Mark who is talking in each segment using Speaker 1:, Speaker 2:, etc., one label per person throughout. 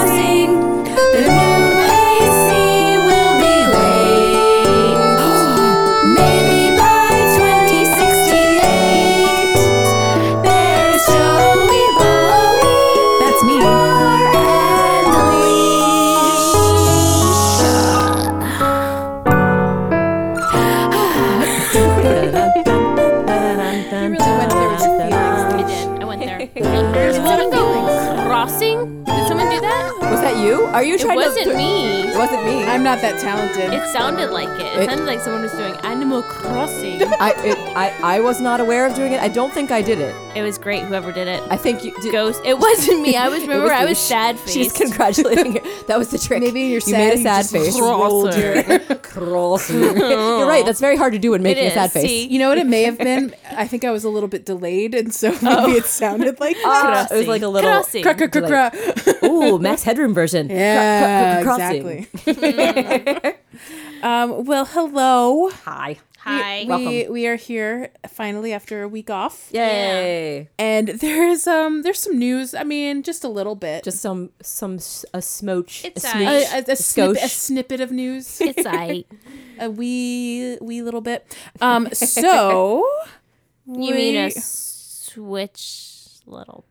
Speaker 1: Are you
Speaker 2: It
Speaker 1: trying
Speaker 2: wasn't
Speaker 1: to?
Speaker 2: me.
Speaker 1: It wasn't me.
Speaker 3: I'm not that talented.
Speaker 2: It sounded like it. It,
Speaker 1: It-
Speaker 2: sounded like someone was doing Animal Crossing.
Speaker 1: I, it, I I was not aware of doing it. I don't think I did it.
Speaker 2: it was great, whoever did it.
Speaker 1: I think you did.
Speaker 2: Ghost. It wasn't me. I was
Speaker 1: It
Speaker 2: remember I
Speaker 1: you.
Speaker 2: was
Speaker 1: Sh-
Speaker 2: sad
Speaker 1: She's
Speaker 2: faced.
Speaker 1: congratulating her. That was the trick.
Speaker 3: Maybe you're
Speaker 1: you
Speaker 3: sad,
Speaker 1: made a
Speaker 3: you
Speaker 1: sad
Speaker 3: just
Speaker 1: face.
Speaker 2: rolled her.
Speaker 1: Crosser. you're right. That's very hard to do when making a
Speaker 2: is,
Speaker 1: sad face.
Speaker 2: see?
Speaker 3: You know what it may have been? I think I was a little bit delayed, and so maybe
Speaker 1: Oh.
Speaker 3: it sounded like that.
Speaker 1: Ah, it was like a little.
Speaker 2: Crossing.
Speaker 3: Cra- cra- cra- cra.
Speaker 1: Ooh, Max Headroom version. Cro- cro-
Speaker 3: Yeah,
Speaker 1: cro- crossing.
Speaker 3: exactly. um, well, hello.
Speaker 1: Hi.
Speaker 2: Hi.
Speaker 1: Welcome.
Speaker 3: We, we are here finally after a week off,
Speaker 1: Yay.
Speaker 3: and there's um there's some news. I mean, just a little bit,
Speaker 1: Just some some s- a smooch.
Speaker 2: It's
Speaker 1: a
Speaker 2: a-
Speaker 1: smooch.
Speaker 3: a, a, a, snip,
Speaker 1: skosh.
Speaker 3: a snippet of news,
Speaker 2: it's I.
Speaker 3: a wee wee little bit. Um, so
Speaker 2: You mean a
Speaker 3: we-
Speaker 2: switch little bit?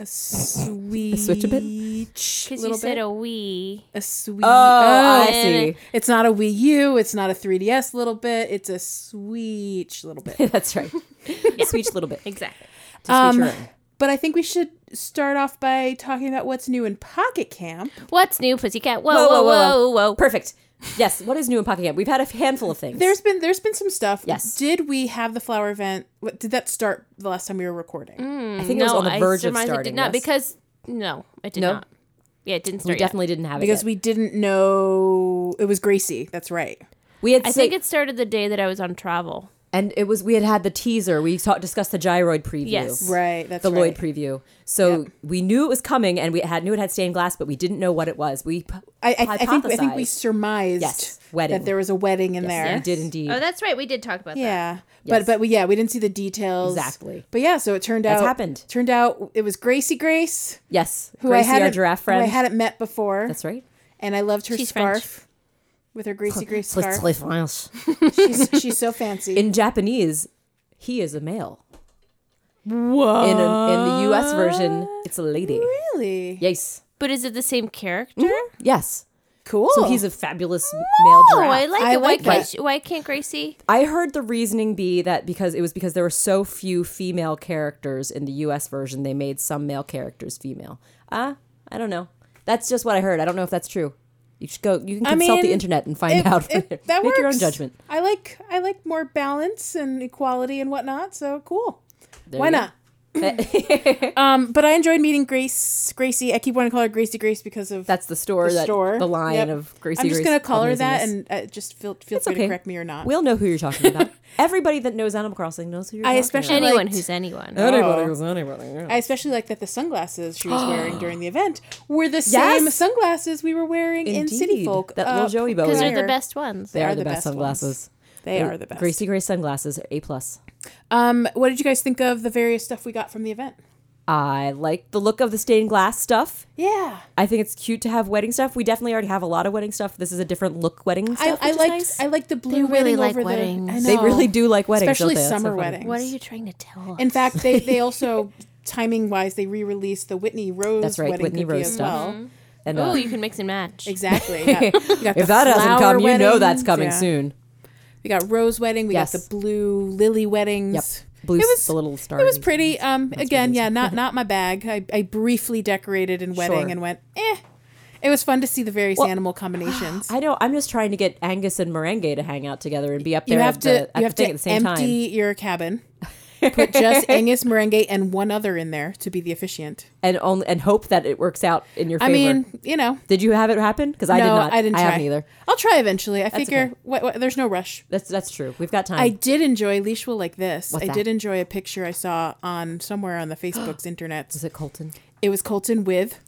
Speaker 3: a sweet
Speaker 1: switch a bit?
Speaker 2: Because you
Speaker 3: little
Speaker 2: said
Speaker 3: bit.
Speaker 2: a wee.
Speaker 3: a sweet.
Speaker 1: Oh, I
Speaker 2: and-
Speaker 1: see.
Speaker 3: It's not a Wii U. It's not a 3DS little bit. It's a Switch little bit.
Speaker 1: That's right. Switch a little bit.
Speaker 2: Exactly.
Speaker 1: Just um, your
Speaker 3: Um,
Speaker 1: own.
Speaker 3: But I think we should start off by talking about what's new in Pocket Camp.
Speaker 2: What's new, pussycat? Whoa, Oh, whoa, whoa, whoa, whoa.
Speaker 1: Perfect. Yes. What is new in Pocket Camp? We've had a handful of things.
Speaker 3: There's been there's been some stuff.
Speaker 1: Yes.
Speaker 3: Did we have the flower event? what- Did that start the last time we were recording?
Speaker 1: I think it was on the verge
Speaker 2: I
Speaker 1: of
Speaker 2: surmise
Speaker 1: starting.
Speaker 2: it did not
Speaker 1: yes.
Speaker 2: because no, I did
Speaker 1: No?
Speaker 2: not. Yeah, it didn't
Speaker 1: we
Speaker 2: start. yet.
Speaker 1: definitely didn't have
Speaker 3: Because
Speaker 1: it.
Speaker 3: we didn't know it was Gracie. That's right.
Speaker 1: Because we had
Speaker 2: I
Speaker 1: say-
Speaker 2: think it started the day that I was on travel.
Speaker 1: and it was we had had the teaser. We saw, discussed the gyroid preview.
Speaker 2: Yes.
Speaker 3: Right. That's
Speaker 1: The
Speaker 3: right.
Speaker 1: Lloyd preview. So we knew it was coming, and we had knew it had stained glass, but we didn't know what it was. We p-
Speaker 3: I, I, I think I think we
Speaker 1: hypothesized.
Speaker 3: surmised
Speaker 1: Yes, wedding.
Speaker 3: that there was a wedding in there.
Speaker 1: We did indeed.
Speaker 2: Oh, that's right. We did talk about that.
Speaker 3: Yeah.
Speaker 1: Yes.
Speaker 3: But but we, yeah, we didn't see the details.
Speaker 1: Exactly.
Speaker 3: But yeah, so it turned
Speaker 1: That's
Speaker 3: out
Speaker 1: happened.
Speaker 3: Turned out it was Gracie Grace,
Speaker 1: yes,
Speaker 3: who
Speaker 1: Gracie,
Speaker 3: I hadn't
Speaker 1: our giraffe friend.
Speaker 3: who I hadn't met before.
Speaker 1: that's right.
Speaker 3: And I loved her
Speaker 2: She's
Speaker 3: scarf. With her Gracie Grace scarf. she's, she's so fancy.
Speaker 1: In Japanese, he is a male. Whoa. In, a, in the U.S. version, it's a lady.
Speaker 3: really?
Speaker 1: Yes.
Speaker 2: But is it the same character?
Speaker 1: Yes.
Speaker 3: Cool.
Speaker 1: So he's a fabulous male
Speaker 2: Oh,
Speaker 1: giraffe.
Speaker 2: I like
Speaker 3: I
Speaker 2: it.
Speaker 3: like
Speaker 2: why,
Speaker 3: that.
Speaker 2: can't, she- why can't Gracie?
Speaker 1: I heard the reasoning be that because it was because there were so few female characters in the U.S. version, they made some male characters female. Ah, I don't know. That's just what I heard. I don't know if that's true. You should go. You can
Speaker 3: I
Speaker 1: consult the
Speaker 3: mean,
Speaker 1: internet and find out.
Speaker 3: It- it- that
Speaker 1: Make your own
Speaker 3: works.
Speaker 1: judgment.
Speaker 3: I like I like more balance and equality and whatnot, so cool.
Speaker 1: There
Speaker 3: Why
Speaker 1: you go.
Speaker 3: not? um, but I enjoyed meeting Grace Gracie. I keep wanting to call her Gracie Grace because of
Speaker 1: That's the store.
Speaker 3: the
Speaker 1: that,
Speaker 3: store.
Speaker 1: The line
Speaker 3: Yep.
Speaker 1: of Gracie.
Speaker 3: I'm just
Speaker 1: Grace
Speaker 3: gonna call her that,
Speaker 1: amazingness.
Speaker 3: and uh, just feel feel
Speaker 1: It's
Speaker 3: free
Speaker 1: okay.
Speaker 3: to correct me or not.
Speaker 1: we'll know who you're talking about. Everybody that knows Animal Crossing knows who you're.
Speaker 3: I
Speaker 1: talking
Speaker 3: especially
Speaker 1: about.
Speaker 2: Anyone
Speaker 3: liked-
Speaker 2: who's anyone.
Speaker 1: Anybody who's anybody. yeah.
Speaker 3: I especially like that the sunglasses she was wearing during the event were the
Speaker 1: Yes!
Speaker 3: same sunglasses we were wearing in City
Speaker 1: Indeed.
Speaker 3: Folk. uh,
Speaker 1: That little Joey Bowie.
Speaker 2: Because
Speaker 3: Because
Speaker 2: they're the best ones.
Speaker 1: They are the best sunglasses.
Speaker 3: They are the best.
Speaker 1: Gracie Gray sunglasses are A plus.
Speaker 3: Um, what did you guys think of the various stuff we got from the event?
Speaker 1: I like the look of the stained glass stuff.
Speaker 3: Yeah,
Speaker 1: I think it's cute to have wedding stuff. We definitely already have a lot of wedding stuff. This is a different look wedding
Speaker 3: I,
Speaker 1: stuff.
Speaker 3: I
Speaker 1: which is
Speaker 3: liked
Speaker 1: nice.
Speaker 3: I liked the blue
Speaker 2: really
Speaker 3: wedding
Speaker 2: like
Speaker 3: over
Speaker 2: weddings.
Speaker 3: the. I
Speaker 1: They
Speaker 3: know.
Speaker 1: really do like weddings,
Speaker 3: especially
Speaker 1: don't they? That's so
Speaker 3: summer
Speaker 1: funny.
Speaker 3: weddings.
Speaker 2: What are you trying to tell us?
Speaker 3: In fact, they they also timing wise they re released the Whitney Rose
Speaker 1: That's right,
Speaker 3: wedding
Speaker 1: Whitney
Speaker 3: cookie
Speaker 1: Rose
Speaker 3: as
Speaker 1: stuff.
Speaker 3: well.
Speaker 1: And, uh,
Speaker 2: oh, you can mix and match.
Speaker 3: Exactly. We got- we got the
Speaker 1: if that hasn't
Speaker 3: flower
Speaker 1: come, you know
Speaker 3: weddings.
Speaker 1: that's coming
Speaker 3: Yeah.
Speaker 1: soon.
Speaker 3: We got rose wedding. We
Speaker 1: Yes.
Speaker 3: got the blue lily
Speaker 1: Yep.
Speaker 3: weddings.
Speaker 1: Blue,
Speaker 3: It was-
Speaker 1: the little star.
Speaker 3: It was pretty. Um, again, yeah, not not my bag. I, I briefly decorated in wedding
Speaker 1: Sure.
Speaker 3: and went, eh. It was fun to see the various animal combinations.
Speaker 1: I know. I'm just trying to get Angus and Merengue to hang out together and be up there
Speaker 3: you have
Speaker 1: at
Speaker 3: to
Speaker 1: the, at
Speaker 3: you
Speaker 1: the
Speaker 3: have
Speaker 1: thing
Speaker 3: to
Speaker 1: at the same time.
Speaker 3: empty your cabin. Put just Angus Merengue and one other in there to be the officiant.
Speaker 1: And only, and hope that it works out in your
Speaker 3: I
Speaker 1: favor.
Speaker 3: mean, you know,
Speaker 1: did you have it happen? Because I did
Speaker 3: no,
Speaker 1: not.
Speaker 3: I didn't. Try.
Speaker 1: haven't either.
Speaker 3: I'll try eventually. I figure
Speaker 1: okay.
Speaker 3: what, what, there's no rush.
Speaker 1: That's that's true. We've got time.
Speaker 3: I did enjoy. Leash will like this.
Speaker 1: What's
Speaker 3: I
Speaker 1: that?
Speaker 3: did enjoy a picture I saw on somewhere on the Facebook's internets.
Speaker 1: Is it Colton?
Speaker 3: It was Colton with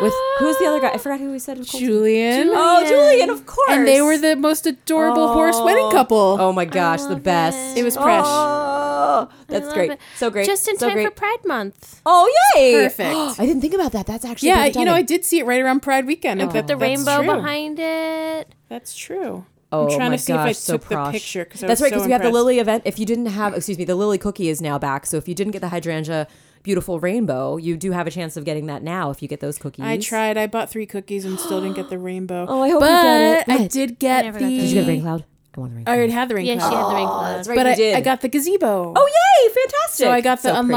Speaker 1: With who's the other guy? I forgot who we said. Was Colton.
Speaker 3: Julian.
Speaker 1: Oh, Julian, of course.
Speaker 3: And they were the most adorable horse wedding couple.
Speaker 1: Oh my gosh, the best.
Speaker 3: It was fresh.
Speaker 1: Oh, that's
Speaker 2: Love
Speaker 1: great.
Speaker 2: it.
Speaker 1: So great.
Speaker 2: Just in
Speaker 1: so
Speaker 2: time
Speaker 1: great.
Speaker 2: for Pride Month.
Speaker 1: Oh yay!
Speaker 3: Perfect.
Speaker 1: I didn't think about that. That's actually
Speaker 3: yeah,
Speaker 1: perfect
Speaker 3: you know, I
Speaker 1: timing.
Speaker 3: did see it right around Pride weekend. And
Speaker 2: Put the rainbow behind it.
Speaker 3: That's true.
Speaker 1: Oh
Speaker 3: I'm trying
Speaker 1: my
Speaker 3: to see
Speaker 1: gosh,
Speaker 3: if I
Speaker 1: so
Speaker 3: took
Speaker 1: prosh.
Speaker 3: the picture because
Speaker 1: That's right,
Speaker 3: because
Speaker 1: we have the lily event. If you didn't have, excuse me, the lily cookie is now back. So if you didn't get the hydrangea beautiful rainbow, you do have a chance of getting that now if you get those cookies.
Speaker 3: I tried. I bought three cookies and still didn't get the rainbow.
Speaker 1: Oh, I hope you
Speaker 3: but
Speaker 1: got it.
Speaker 3: I
Speaker 1: What?
Speaker 3: did get
Speaker 2: never
Speaker 3: the.
Speaker 2: got the
Speaker 1: Did you get a rain cloud? I want the ring.
Speaker 3: I already had the ring
Speaker 2: Yeah,
Speaker 3: cloud.
Speaker 2: she had the ring
Speaker 1: Oh,
Speaker 2: cloud.
Speaker 1: that's right.
Speaker 3: but
Speaker 1: you
Speaker 3: I,
Speaker 1: did.
Speaker 3: I got the gazebo.
Speaker 1: Oh yay! Fantastic.
Speaker 3: So I got the
Speaker 1: So pretty.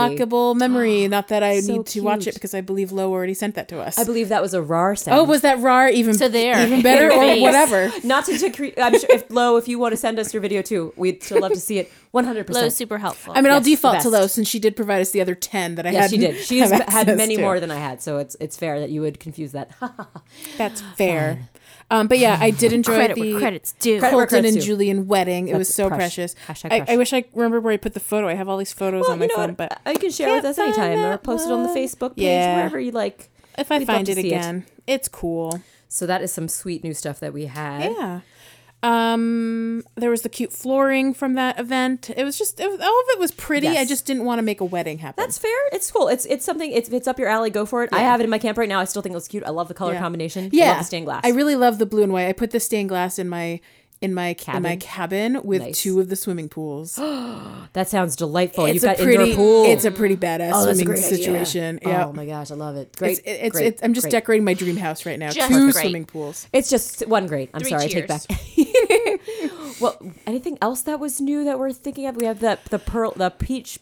Speaker 3: unlockable memory. Not that I
Speaker 1: So
Speaker 3: need to watch
Speaker 1: cute.
Speaker 3: it because I believe Lo already sent that to us.
Speaker 1: I believe that was a rar sound.
Speaker 3: oh, was that RAR even
Speaker 2: So there.
Speaker 3: even better or
Speaker 2: Face.
Speaker 3: whatever?
Speaker 1: not to decrease. I'm sure if Lo, if you want to send us your video too, we'd still love to see it. 100.
Speaker 2: Lo's
Speaker 1: percent
Speaker 2: super helpful.
Speaker 3: I mean, I'll
Speaker 1: Yes, the
Speaker 3: default
Speaker 1: best.
Speaker 3: to Lo since she did provide us the other ten that I
Speaker 1: Yes,
Speaker 3: had.
Speaker 1: she did. She's had many
Speaker 3: to.
Speaker 1: more than I had, so it's it's fair that you would confuse that.
Speaker 3: That's fair. Um, but yeah, I did enjoy
Speaker 2: credit
Speaker 3: the
Speaker 2: where credit's due.
Speaker 1: Credit where
Speaker 3: Colton
Speaker 1: credit's
Speaker 3: and
Speaker 1: due.
Speaker 3: Julian wedding. It was
Speaker 1: That's
Speaker 3: so
Speaker 1: crush.
Speaker 3: precious.
Speaker 1: Hashtag
Speaker 3: I,
Speaker 1: crush.
Speaker 3: I wish I remembered where I put the photo. I have all these photos on my phone, but
Speaker 1: I can share with
Speaker 3: Can't
Speaker 1: us anytime
Speaker 3: find
Speaker 1: or
Speaker 3: that
Speaker 1: post it on the
Speaker 3: one.
Speaker 1: Facebook page,
Speaker 3: Yeah.
Speaker 1: wherever you like.
Speaker 3: if I
Speaker 1: We'd love
Speaker 3: find
Speaker 1: to
Speaker 3: it
Speaker 1: see it.
Speaker 3: again, it's cool.
Speaker 1: So that is some sweet new stuff that we had.
Speaker 3: Yeah. Um, there was the cute flooring from that event. It was just it was, all of it was pretty. I
Speaker 1: Yes.
Speaker 3: just didn't want to make a wedding happen.
Speaker 1: That's fair. It's cool. It's it's something. It's if it's up your alley. Go for it. I have it in my camp right now. I still think it looks cute. I love the color combination. I love the stained glass.
Speaker 3: I really love the blue and white. I put the stained glass in my in my in my cabin with
Speaker 1: Nice.
Speaker 3: two of the swimming pools.
Speaker 1: that sounds delightful.
Speaker 3: it's
Speaker 1: You've got
Speaker 3: a pretty
Speaker 1: indoor pool.
Speaker 3: it's a pretty badass
Speaker 1: Oh, that's a
Speaker 3: swimming
Speaker 1: great idea.
Speaker 3: situation.
Speaker 1: Oh
Speaker 3: Yeah.
Speaker 1: my gosh, I love it. Great.
Speaker 3: it's, it's,
Speaker 1: great,
Speaker 3: it's I'm just
Speaker 1: great.
Speaker 3: decorating my dream house right now.
Speaker 2: Just
Speaker 3: two
Speaker 2: great.
Speaker 3: swimming pools.
Speaker 1: It's just one great. I'm
Speaker 2: Three
Speaker 1: sorry, I
Speaker 2: cheers.
Speaker 1: take back. well, anything else that was new that we're thinking of? We have the the pearl the peach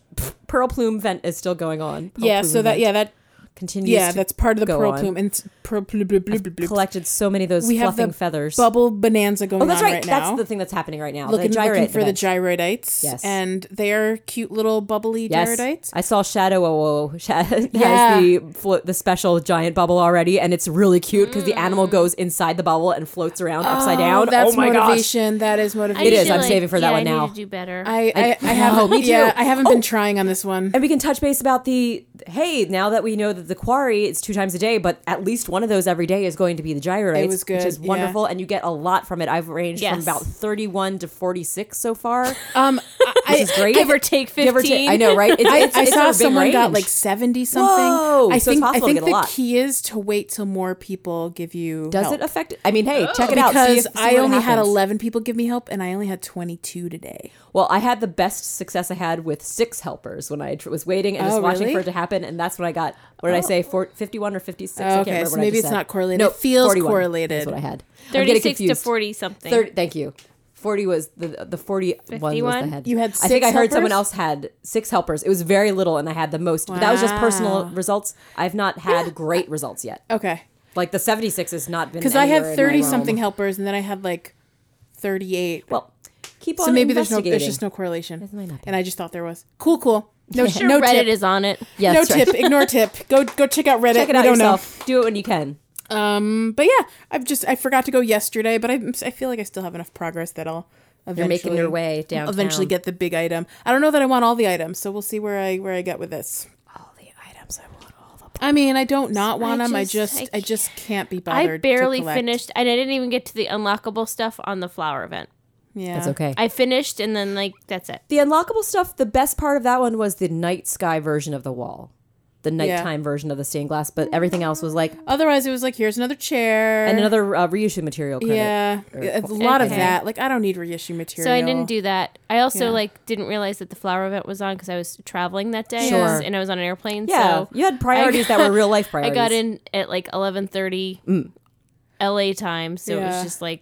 Speaker 1: pearl plume vent is still going on. Pearl
Speaker 3: Yeah,
Speaker 1: plume
Speaker 3: so that
Speaker 1: vent
Speaker 3: yeah, that
Speaker 1: continues.
Speaker 3: yeah,
Speaker 1: to-
Speaker 3: that's part of the
Speaker 1: go
Speaker 3: pearl
Speaker 1: on.
Speaker 3: plume and s- pearl blub- blub- blub- blub- blub.
Speaker 1: collected so many of those
Speaker 3: We have
Speaker 1: fluffing
Speaker 3: the
Speaker 1: feathers.
Speaker 3: bubble bonanza going
Speaker 1: oh, that's
Speaker 3: on
Speaker 1: right.
Speaker 3: right now.
Speaker 1: that's the thing that's happening right now.
Speaker 3: looking,
Speaker 1: the
Speaker 3: looking
Speaker 1: gyrate
Speaker 3: for the
Speaker 1: event.
Speaker 3: gyroidites.
Speaker 1: Yes.
Speaker 3: And they are cute little bubbly
Speaker 1: Yes,
Speaker 3: gyroidites.
Speaker 1: I saw Shadow Owo has
Speaker 3: Yeah.
Speaker 1: the flo- the special giant bubble already, and it's really cute because the animal goes inside the bubble and floats around upside down.
Speaker 3: Mm. That's
Speaker 1: oh my gosh!
Speaker 3: motivation. That is
Speaker 2: I
Speaker 3: motivation.
Speaker 1: It
Speaker 2: need
Speaker 1: is.
Speaker 2: to,
Speaker 1: I'm
Speaker 2: like-
Speaker 1: saving for that
Speaker 2: yeah,
Speaker 1: one
Speaker 2: I
Speaker 1: now.
Speaker 2: need to do better.
Speaker 3: I, I, I
Speaker 1: I
Speaker 3: haven't.
Speaker 1: know, me
Speaker 3: Yeah,
Speaker 1: too. Oh.
Speaker 3: I haven't been trying on this one.
Speaker 1: And we can touch base about the hey, now that we know that the quarry is two times a day, but at least one of those every day is going to be the gyroids,
Speaker 3: It was good,
Speaker 1: which is
Speaker 3: yeah.
Speaker 1: wonderful, and you get a lot from it. I've ranged from
Speaker 2: Yes.
Speaker 1: about thirty-one to forty-six so far, which
Speaker 3: Um, I,
Speaker 1: is great.
Speaker 2: give or take fifteen.
Speaker 1: Give or take- I know, right? It's,
Speaker 3: I,
Speaker 1: it's-
Speaker 3: I
Speaker 1: it's a
Speaker 3: saw
Speaker 1: big
Speaker 3: someone got
Speaker 1: range.
Speaker 3: like seventy something.
Speaker 1: Whoa,
Speaker 3: I
Speaker 1: so it's
Speaker 3: think I
Speaker 1: possible to
Speaker 3: think
Speaker 1: get a
Speaker 3: the
Speaker 1: lot.
Speaker 3: key is to wait till more people give you.
Speaker 1: Does
Speaker 3: help.
Speaker 1: it affect? I mean, hey, check it out. see
Speaker 3: Because
Speaker 1: if- see
Speaker 3: I
Speaker 1: what
Speaker 3: only had
Speaker 1: happens.
Speaker 3: eleven people give me help, and I only had twenty two today.
Speaker 1: Well, I had the best success I had with six helpers when I tr- was waiting and
Speaker 3: Oh,
Speaker 1: just watching
Speaker 3: really? Oh.
Speaker 1: for it to happen, and that's when I got what did I say, four, 51 or fifty six? I can't
Speaker 3: Okay,
Speaker 1: remember
Speaker 3: so
Speaker 1: what I
Speaker 3: maybe
Speaker 1: just
Speaker 3: it's
Speaker 1: said.
Speaker 3: not correlated.
Speaker 1: No,
Speaker 3: It feels
Speaker 1: 41
Speaker 3: correlated.
Speaker 1: Is what I had. I'm getting
Speaker 2: Thirty-six to
Speaker 1: confused.
Speaker 2: forty something.
Speaker 1: Thirty. Thank you. Forty was the the forty one was the
Speaker 2: 51?
Speaker 1: head.
Speaker 3: You had
Speaker 1: I think
Speaker 3: six
Speaker 1: I heard someone
Speaker 3: helpers?
Speaker 1: else had six helpers. It was very little, and I had the most. But that was just personal
Speaker 3: Wow.
Speaker 1: results. I've not had great results yet.
Speaker 3: Okay,
Speaker 1: Like the seventy six has not been
Speaker 3: because I
Speaker 1: anywhere
Speaker 3: had
Speaker 1: in my
Speaker 3: thirty
Speaker 1: realm.
Speaker 3: something helpers, and then I had like thirty eight.
Speaker 1: Well, keep on.
Speaker 3: So maybe there's no
Speaker 1: investigating.
Speaker 3: there's just no correlation.
Speaker 1: might not be.
Speaker 3: And I just thought there was. Cool, cool. No,
Speaker 2: I'm sure
Speaker 3: no
Speaker 2: Reddit
Speaker 3: tip.
Speaker 2: is on it.
Speaker 1: Yes,
Speaker 3: no
Speaker 1: that's right.
Speaker 3: tip. Ignore tip. Go go check out Reddit.
Speaker 1: Check it
Speaker 3: We
Speaker 1: out
Speaker 3: don't know.
Speaker 1: yourself. Do it when you can.
Speaker 3: Um, but yeah, I've just I forgot to go yesterday, but I I feel like I still have enough progress that I'll. Eventually,
Speaker 1: making your way downtown.
Speaker 3: Eventually, get the big item. I don't know that I want all the items, so we'll see where I where I get with this.
Speaker 1: All the items I want. All the.
Speaker 3: I mean, I don't not want
Speaker 2: I
Speaker 3: them. I
Speaker 2: just-
Speaker 3: just
Speaker 2: I
Speaker 3: I just can't be bothered.
Speaker 2: I
Speaker 3: to
Speaker 2: barely
Speaker 3: collect.
Speaker 2: finished, and I didn't even get to the unlockable stuff on the flower event.
Speaker 3: Yeah,
Speaker 1: That's okay.
Speaker 2: I finished, and then like that's it.
Speaker 1: the unlockable stuff. The best part of that one was the night sky version of the wall, the nighttime version of the stained glass. But everything else was like
Speaker 3: Otherwise, it was like here's another chair
Speaker 2: Eh.
Speaker 1: and another uh, reissue material credit.
Speaker 3: Yeah, a lot of
Speaker 2: Okay.
Speaker 3: that. Like I don't need reissue material.
Speaker 2: So I didn't do that. I also
Speaker 3: Yeah.
Speaker 2: like didn't realize that the flower event was on because I was traveling that day,
Speaker 1: Sure.
Speaker 2: and I was on an airplane.
Speaker 1: Yeah,
Speaker 2: so
Speaker 1: you had priorities that were real life
Speaker 2: I
Speaker 1: priorities. Mm.
Speaker 2: got in at like eleven thirty, L.A. time. So it
Speaker 3: Yeah.
Speaker 2: was just like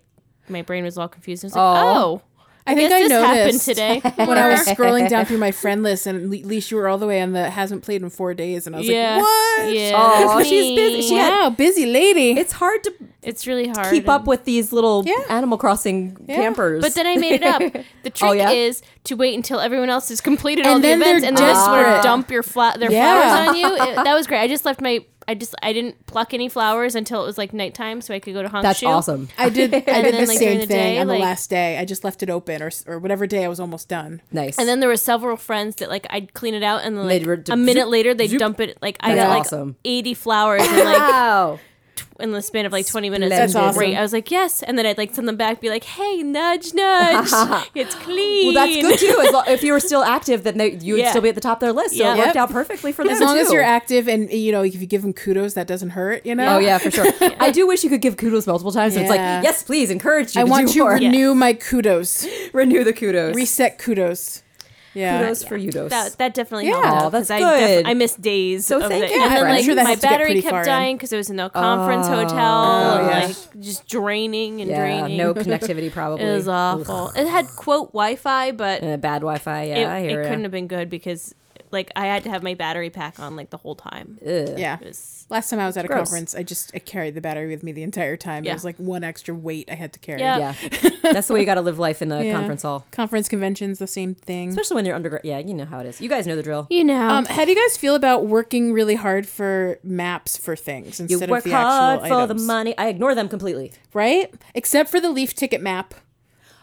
Speaker 2: my brain was all confused. I was
Speaker 1: Oh.
Speaker 2: like, oh,
Speaker 3: I think
Speaker 2: guess
Speaker 3: I
Speaker 2: this
Speaker 3: noticed
Speaker 2: happened today.
Speaker 3: when I was scrolling down through my friend list, and Le- Leash, you were all the way on the hasn't played in four days, and I was
Speaker 2: yeah,
Speaker 3: like, what?
Speaker 2: Yeah,
Speaker 1: Oh,
Speaker 2: that's
Speaker 1: she's
Speaker 2: me.
Speaker 1: busy. She had-
Speaker 3: Wow, busy lady.
Speaker 1: It's hard to
Speaker 2: it's really hard.
Speaker 1: keep
Speaker 2: and-
Speaker 1: up with these little
Speaker 3: Yeah.
Speaker 1: Animal Crossing campers.
Speaker 2: But then I made it up. The trick
Speaker 1: Oh, yeah?
Speaker 2: is to wait until everyone else has completed
Speaker 3: And
Speaker 2: all the
Speaker 3: then they're
Speaker 2: events and then just sort
Speaker 3: desperate.
Speaker 2: of dump your fla- their flowers
Speaker 3: Yeah.
Speaker 2: on you. It- that was great. I just left my I just I didn't pluck any flowers until it was like nighttime so I could go to Hongshu.
Speaker 1: that's awesome.
Speaker 3: I did. I
Speaker 2: And
Speaker 3: did
Speaker 2: then,
Speaker 3: the
Speaker 2: like,
Speaker 3: same
Speaker 2: during the
Speaker 3: thing
Speaker 2: day,
Speaker 3: on the
Speaker 2: like-
Speaker 3: last day. I just left it open, or s- or whatever day I was almost done.
Speaker 1: Nice.
Speaker 2: And then there were several friends that like I'd clean it out and then
Speaker 1: They'd
Speaker 2: like
Speaker 1: re-
Speaker 2: a minute
Speaker 1: zoop,
Speaker 2: later they'd
Speaker 1: zoop.
Speaker 2: dump it like I
Speaker 1: That's
Speaker 2: got
Speaker 1: awesome.
Speaker 2: like 80 flowers in like
Speaker 1: wow.
Speaker 2: in the span of like 20 minutes.
Speaker 1: That's
Speaker 2: It was
Speaker 3: awesome.
Speaker 2: Great. I was like, "Yes." And then I'd like send them back be like, "Hey, nudge nudge. it's clean."
Speaker 1: Well, that's good too. As lo- if you were still active, then they, you would
Speaker 2: Yeah.
Speaker 1: still be at the top of their list. So
Speaker 2: Yeah.
Speaker 1: it worked
Speaker 3: Yep.
Speaker 1: out perfectly for them
Speaker 3: As long as
Speaker 1: Oh, too.
Speaker 3: you're active, and you know, if you give them kudos, that doesn't hurt. You know.
Speaker 1: Oh yeah, for sure. I do wish you could give kudos multiple times. So it's like,
Speaker 3: Yeah.
Speaker 1: yes, please encourage you.
Speaker 3: I
Speaker 1: to
Speaker 3: want
Speaker 1: do
Speaker 3: to
Speaker 1: more.
Speaker 3: renew my kudos,
Speaker 1: renew the kudos.
Speaker 3: reset kudos. Yeah.
Speaker 1: Kudos for you, Dos.
Speaker 2: That that definitely
Speaker 3: Yeah.
Speaker 2: helped.
Speaker 1: Aw, that's
Speaker 2: 'cause I,
Speaker 1: good.
Speaker 2: I missed days.
Speaker 1: So
Speaker 2: of
Speaker 1: thank
Speaker 2: it.
Speaker 1: you,
Speaker 2: And then,
Speaker 1: Fran.
Speaker 2: like,
Speaker 1: I'm sure
Speaker 3: that
Speaker 2: my
Speaker 3: has to get
Speaker 2: battery
Speaker 3: pretty far
Speaker 2: kept
Speaker 3: in.
Speaker 2: dying because it was in a conference
Speaker 1: Oh,
Speaker 2: hotel,
Speaker 1: oh,
Speaker 2: and,
Speaker 3: yeah.
Speaker 2: like just draining and
Speaker 1: yeah,
Speaker 2: draining.
Speaker 1: no connectivity probably.
Speaker 2: it was awful. It had quote Wi-Fi, but
Speaker 1: And a bad Wi-Fi. Yeah,
Speaker 2: it,
Speaker 1: I hear
Speaker 2: it
Speaker 1: ya.
Speaker 2: couldn't have been good because like I had to have my battery pack on like the whole time.
Speaker 1: Ugh.
Speaker 3: Yeah.
Speaker 2: It was,
Speaker 3: Last time I was at a
Speaker 1: Gross.
Speaker 3: conference, I just I carried the battery with me the entire time. It
Speaker 2: Yeah.
Speaker 3: was like one extra weight I had to carry.
Speaker 2: Yeah.
Speaker 1: Yeah, that's the way you got to live life in a
Speaker 3: Yeah.
Speaker 1: conference hall,
Speaker 3: Conference conventions, the same thing.
Speaker 1: especially when you're undergrad. Yeah, you know how it is. You guys know the drill.
Speaker 2: you know,
Speaker 3: Um, how do you guys feel about working really hard for maps for things
Speaker 1: You
Speaker 3: instead
Speaker 1: work
Speaker 3: of the
Speaker 1: hard
Speaker 3: actual
Speaker 1: for the
Speaker 3: items?
Speaker 1: money. I ignore them completely.
Speaker 3: right? Except for the leaf ticket map.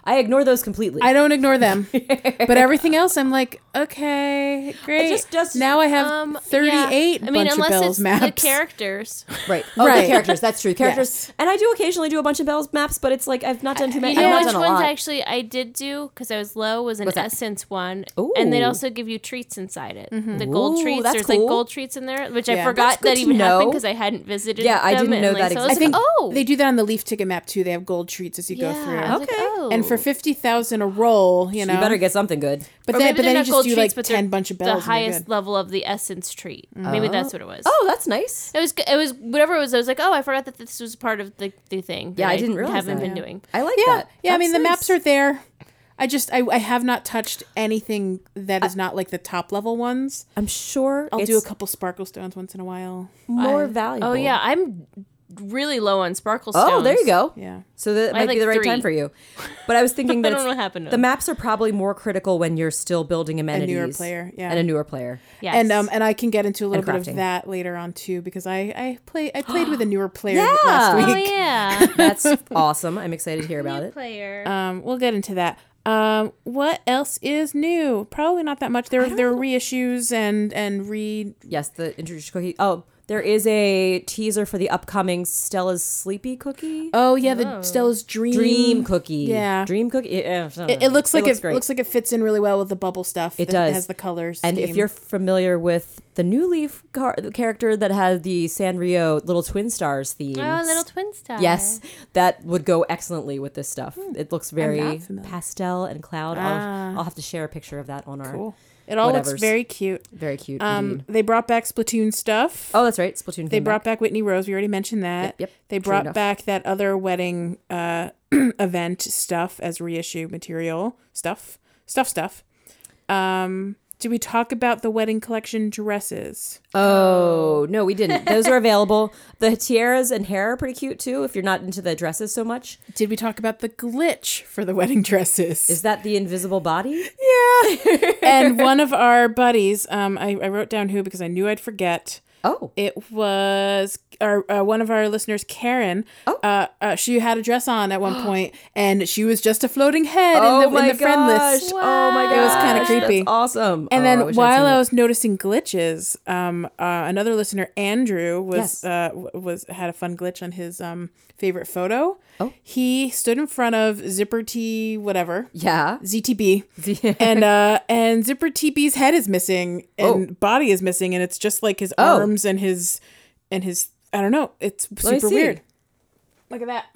Speaker 1: I ignore those completely.
Speaker 3: I don't ignore them. but everything else, I'm like, okay, great.
Speaker 1: just- just,
Speaker 3: now I have
Speaker 2: Um, yeah.
Speaker 3: 38
Speaker 2: I mean,
Speaker 3: bunch
Speaker 2: unless
Speaker 3: of Bell's
Speaker 2: it's
Speaker 3: maps.
Speaker 2: the characters.
Speaker 1: right. Oh,
Speaker 3: Right.
Speaker 1: the characters. That's true. Characters.
Speaker 3: Yes.
Speaker 1: And I do occasionally do a bunch of Bell's maps, but it's like I've not done too many.
Speaker 2: You know
Speaker 1: I've not
Speaker 2: which
Speaker 1: done a
Speaker 2: ones
Speaker 1: lot.
Speaker 2: actually I did do because I was low was an
Speaker 1: What's that?
Speaker 2: essence one, and
Speaker 1: Ooh. Mm-hmm.
Speaker 2: they'd also give you treats inside it. The gold
Speaker 1: Ooh,
Speaker 2: treats,
Speaker 1: that's
Speaker 2: there's
Speaker 1: cool.
Speaker 2: like gold treats in there, which I
Speaker 3: Yeah.
Speaker 2: forgot
Speaker 1: That's good
Speaker 2: that
Speaker 1: to
Speaker 2: even
Speaker 1: know.
Speaker 2: happened because I hadn't visited.
Speaker 1: Yeah, I
Speaker 2: them,
Speaker 1: didn't
Speaker 2: and,
Speaker 1: know
Speaker 2: like,
Speaker 1: that
Speaker 2: so I was like,
Speaker 3: I think
Speaker 2: oh,
Speaker 3: they do that on the leaf ticket map too. They have gold treats as you
Speaker 2: yeah.
Speaker 3: go
Speaker 2: I
Speaker 3: through.
Speaker 2: was like,
Speaker 1: Okay.
Speaker 2: oh.
Speaker 3: And for 50,000 a roll, you know.
Speaker 1: You better get something good.
Speaker 3: but
Speaker 2: Or
Speaker 3: then,
Speaker 2: maybe
Speaker 3: but
Speaker 2: they're
Speaker 3: then you
Speaker 2: not
Speaker 3: just
Speaker 2: gold
Speaker 3: do
Speaker 2: treats,
Speaker 3: like
Speaker 2: but they're
Speaker 3: 10 bunch of bells.
Speaker 2: the
Speaker 3: and you're
Speaker 2: highest
Speaker 3: good.
Speaker 2: level of the essence treat. Maybe that's what it was.
Speaker 1: Oh, that's nice.
Speaker 2: It was. g- It was whatever it was. I was like, oh, I forgot that this was part of the, the thing.
Speaker 1: Yeah,
Speaker 2: that
Speaker 1: I didn't realize
Speaker 2: haven't
Speaker 1: that.
Speaker 2: been doing.
Speaker 1: I like
Speaker 3: Yeah,
Speaker 1: that.
Speaker 3: yeah. I
Speaker 1: That's
Speaker 3: mean, the
Speaker 1: nice.
Speaker 3: maps are there. I just I, I have not touched anything that is not like the top level ones.
Speaker 1: I'm sure
Speaker 3: I'll
Speaker 1: it's
Speaker 3: do a couple sparkle stones once in a while.
Speaker 1: more
Speaker 2: I-
Speaker 1: valuable.
Speaker 2: Oh yeah, I'm really low on sparkle stones.
Speaker 1: Oh, there you go.
Speaker 3: Yeah.
Speaker 1: So that
Speaker 2: I
Speaker 1: might be
Speaker 2: like
Speaker 1: the right
Speaker 2: three.
Speaker 1: time for you. But I was thinking that
Speaker 2: I don't
Speaker 1: it's-
Speaker 2: know what happened to
Speaker 1: the
Speaker 2: them.
Speaker 1: maps are probably more critical when you're still building amenities.
Speaker 3: player, yeah.
Speaker 1: And a newer player.
Speaker 2: Yes.
Speaker 3: And um and I can get into a little
Speaker 1: And
Speaker 3: bit
Speaker 1: crafting.
Speaker 3: of that later on too because I I play I played with a newer player last
Speaker 1: Yeah.
Speaker 3: week.
Speaker 2: Oh yeah.
Speaker 1: That's awesome. I'm excited to hear about it.
Speaker 2: player.
Speaker 3: Um, we'll get into that. Um, what else is new? Probably not that much. There there are reissues and and re
Speaker 1: Yes, the introduced cookie. Oh, there is a teaser for the upcoming Stella's Sleepy Cookie.
Speaker 3: oh yeah the Stella's dream
Speaker 1: Dream Cookie.
Speaker 3: Yeah.
Speaker 1: Dream Cookie. Yeah,
Speaker 3: It, it looks like it,
Speaker 1: great.
Speaker 3: looks like it fits in really well with the bubble stuff.
Speaker 1: It
Speaker 3: that
Speaker 1: does.
Speaker 3: has the colors.
Speaker 1: And if you're familiar with the new Leaf car- the character that had the Sanrio Little Twin Stars theme,
Speaker 2: Oh, little twin star.
Speaker 1: yes, that would go excellently with this stuff. It looks very
Speaker 3: Hmm. not familiar. Ah.
Speaker 1: pastel and cloud. I'll, I'll have to share a picture of that on our
Speaker 3: Cool. It all
Speaker 1: whatevers. Mhm.
Speaker 3: looks very cute.
Speaker 1: very cute.
Speaker 3: Um,
Speaker 1: indeed.
Speaker 3: they brought back Splatoon stuff.
Speaker 1: Oh, that's right, Splatoon.
Speaker 3: they
Speaker 1: came
Speaker 3: brought
Speaker 1: back.
Speaker 3: back Whitney Rose. We already mentioned that.
Speaker 1: Yep, yep.
Speaker 3: They
Speaker 1: True
Speaker 3: brought
Speaker 1: enough.
Speaker 3: back that other wedding uh, event stuff as reissue material stuff, stuff, stuff. Um, did we talk about the wedding collection dresses?
Speaker 1: Oh no, we didn't. Those are available. The tiaras and hair are pretty cute too. If you're not into the dresses so much,
Speaker 3: Did we talk about the glitch for the wedding dresses?
Speaker 1: is that the invisible body?
Speaker 3: and one of our buddies, um, I, I wrote down who because I knew I'd forget.
Speaker 1: Oh,
Speaker 3: It was our uh, one of our listeners, Karen.
Speaker 1: Oh.
Speaker 3: Uh, uh, she had a dress on at one point, and she was just a floating head in the, in the friend list.
Speaker 1: Oh my Oh gosh,
Speaker 3: It was kinda creepy.
Speaker 1: That's awesome.
Speaker 3: And
Speaker 1: Oh,
Speaker 3: then
Speaker 1: I wish I'd
Speaker 3: while
Speaker 1: seen
Speaker 3: I
Speaker 1: it.
Speaker 3: was noticing glitches, um, uh, another listener, Andrew,
Speaker 1: Yes.
Speaker 3: was uh, w- was had a fun glitch on his um favorite photo.
Speaker 1: Oh.
Speaker 3: he stood in front of Zipper T, whatever
Speaker 1: yeah,
Speaker 3: ZTB, and uh, and Zipper TB's head is missing and body is missing, and it's just like his
Speaker 1: Oh.
Speaker 3: arms and his and his I don't know. It's
Speaker 1: me
Speaker 3: super
Speaker 1: see.
Speaker 3: weird. Look at that.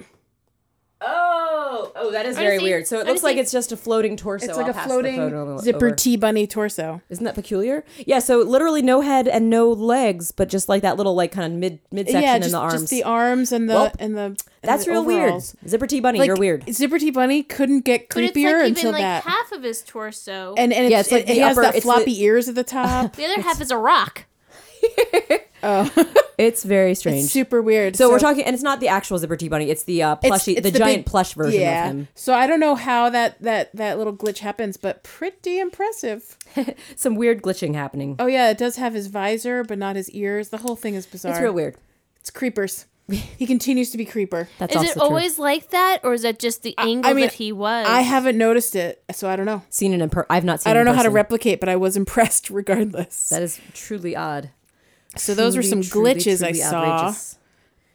Speaker 1: Oh, oh, that is
Speaker 2: Let me
Speaker 1: very
Speaker 2: see.
Speaker 1: weird. So it
Speaker 2: Let me
Speaker 1: looks like
Speaker 2: see.
Speaker 1: it's just a floating torso.
Speaker 3: It's like
Speaker 1: I'll
Speaker 3: a
Speaker 1: pass the photo
Speaker 3: floating
Speaker 1: over.
Speaker 3: Zipper T bunny torso.
Speaker 1: Isn't that peculiar? Yeah. So literally no head and no legs, but just like that little like kind of mid midsection
Speaker 3: yeah,
Speaker 1: and
Speaker 3: just,
Speaker 1: the arms.
Speaker 3: just the arms and the
Speaker 1: Welp.
Speaker 3: and the and
Speaker 1: That's
Speaker 3: the
Speaker 1: real
Speaker 3: overalls.
Speaker 1: weird. Zipper T Bunny,
Speaker 3: Like,
Speaker 1: you're weird.
Speaker 3: Zipper T Bunny couldn't get
Speaker 2: But
Speaker 3: creepier
Speaker 2: it's like
Speaker 3: until
Speaker 2: even like
Speaker 3: that.
Speaker 2: half of his torso.
Speaker 3: and and
Speaker 1: Yeah,
Speaker 3: it's,
Speaker 1: it's like
Speaker 3: it, he
Speaker 1: the
Speaker 3: has
Speaker 1: upper-
Speaker 3: that
Speaker 1: it's
Speaker 3: floppy
Speaker 1: the-
Speaker 3: ears at the top.
Speaker 2: the other half is a rock.
Speaker 1: It's very strange.
Speaker 3: Super weird.
Speaker 1: so, we're talking, and it's not the actual Zipper T Bunny. It's the uh,
Speaker 3: it's-
Speaker 1: plushy,
Speaker 3: it's
Speaker 1: the, giant
Speaker 3: big-
Speaker 1: plush version
Speaker 3: yeah.
Speaker 1: of him.
Speaker 3: So I don't know how that that that little glitch happens, but pretty impressive.
Speaker 1: Some weird glitching happening.
Speaker 3: Oh yeah, it does have his visor, but not his ears. The whole thing is bizarre.
Speaker 1: it's real weird.
Speaker 3: It's creepers. He continues to be creeper.
Speaker 1: That's
Speaker 2: Is
Speaker 1: also
Speaker 2: it
Speaker 1: true.
Speaker 2: always like that, or is that just the angle
Speaker 3: mean,
Speaker 2: that he was?
Speaker 3: I haven't noticed it, so I don't know.
Speaker 1: seen it in per- I've not seen.
Speaker 3: I don't
Speaker 1: it
Speaker 3: know
Speaker 1: in
Speaker 3: how to
Speaker 1: person.
Speaker 3: replicate, but I was impressed regardless.
Speaker 1: That is truly odd.
Speaker 3: so those were some
Speaker 1: Truly, truly,
Speaker 3: glitches
Speaker 1: truly
Speaker 3: I saw.
Speaker 1: outrageous.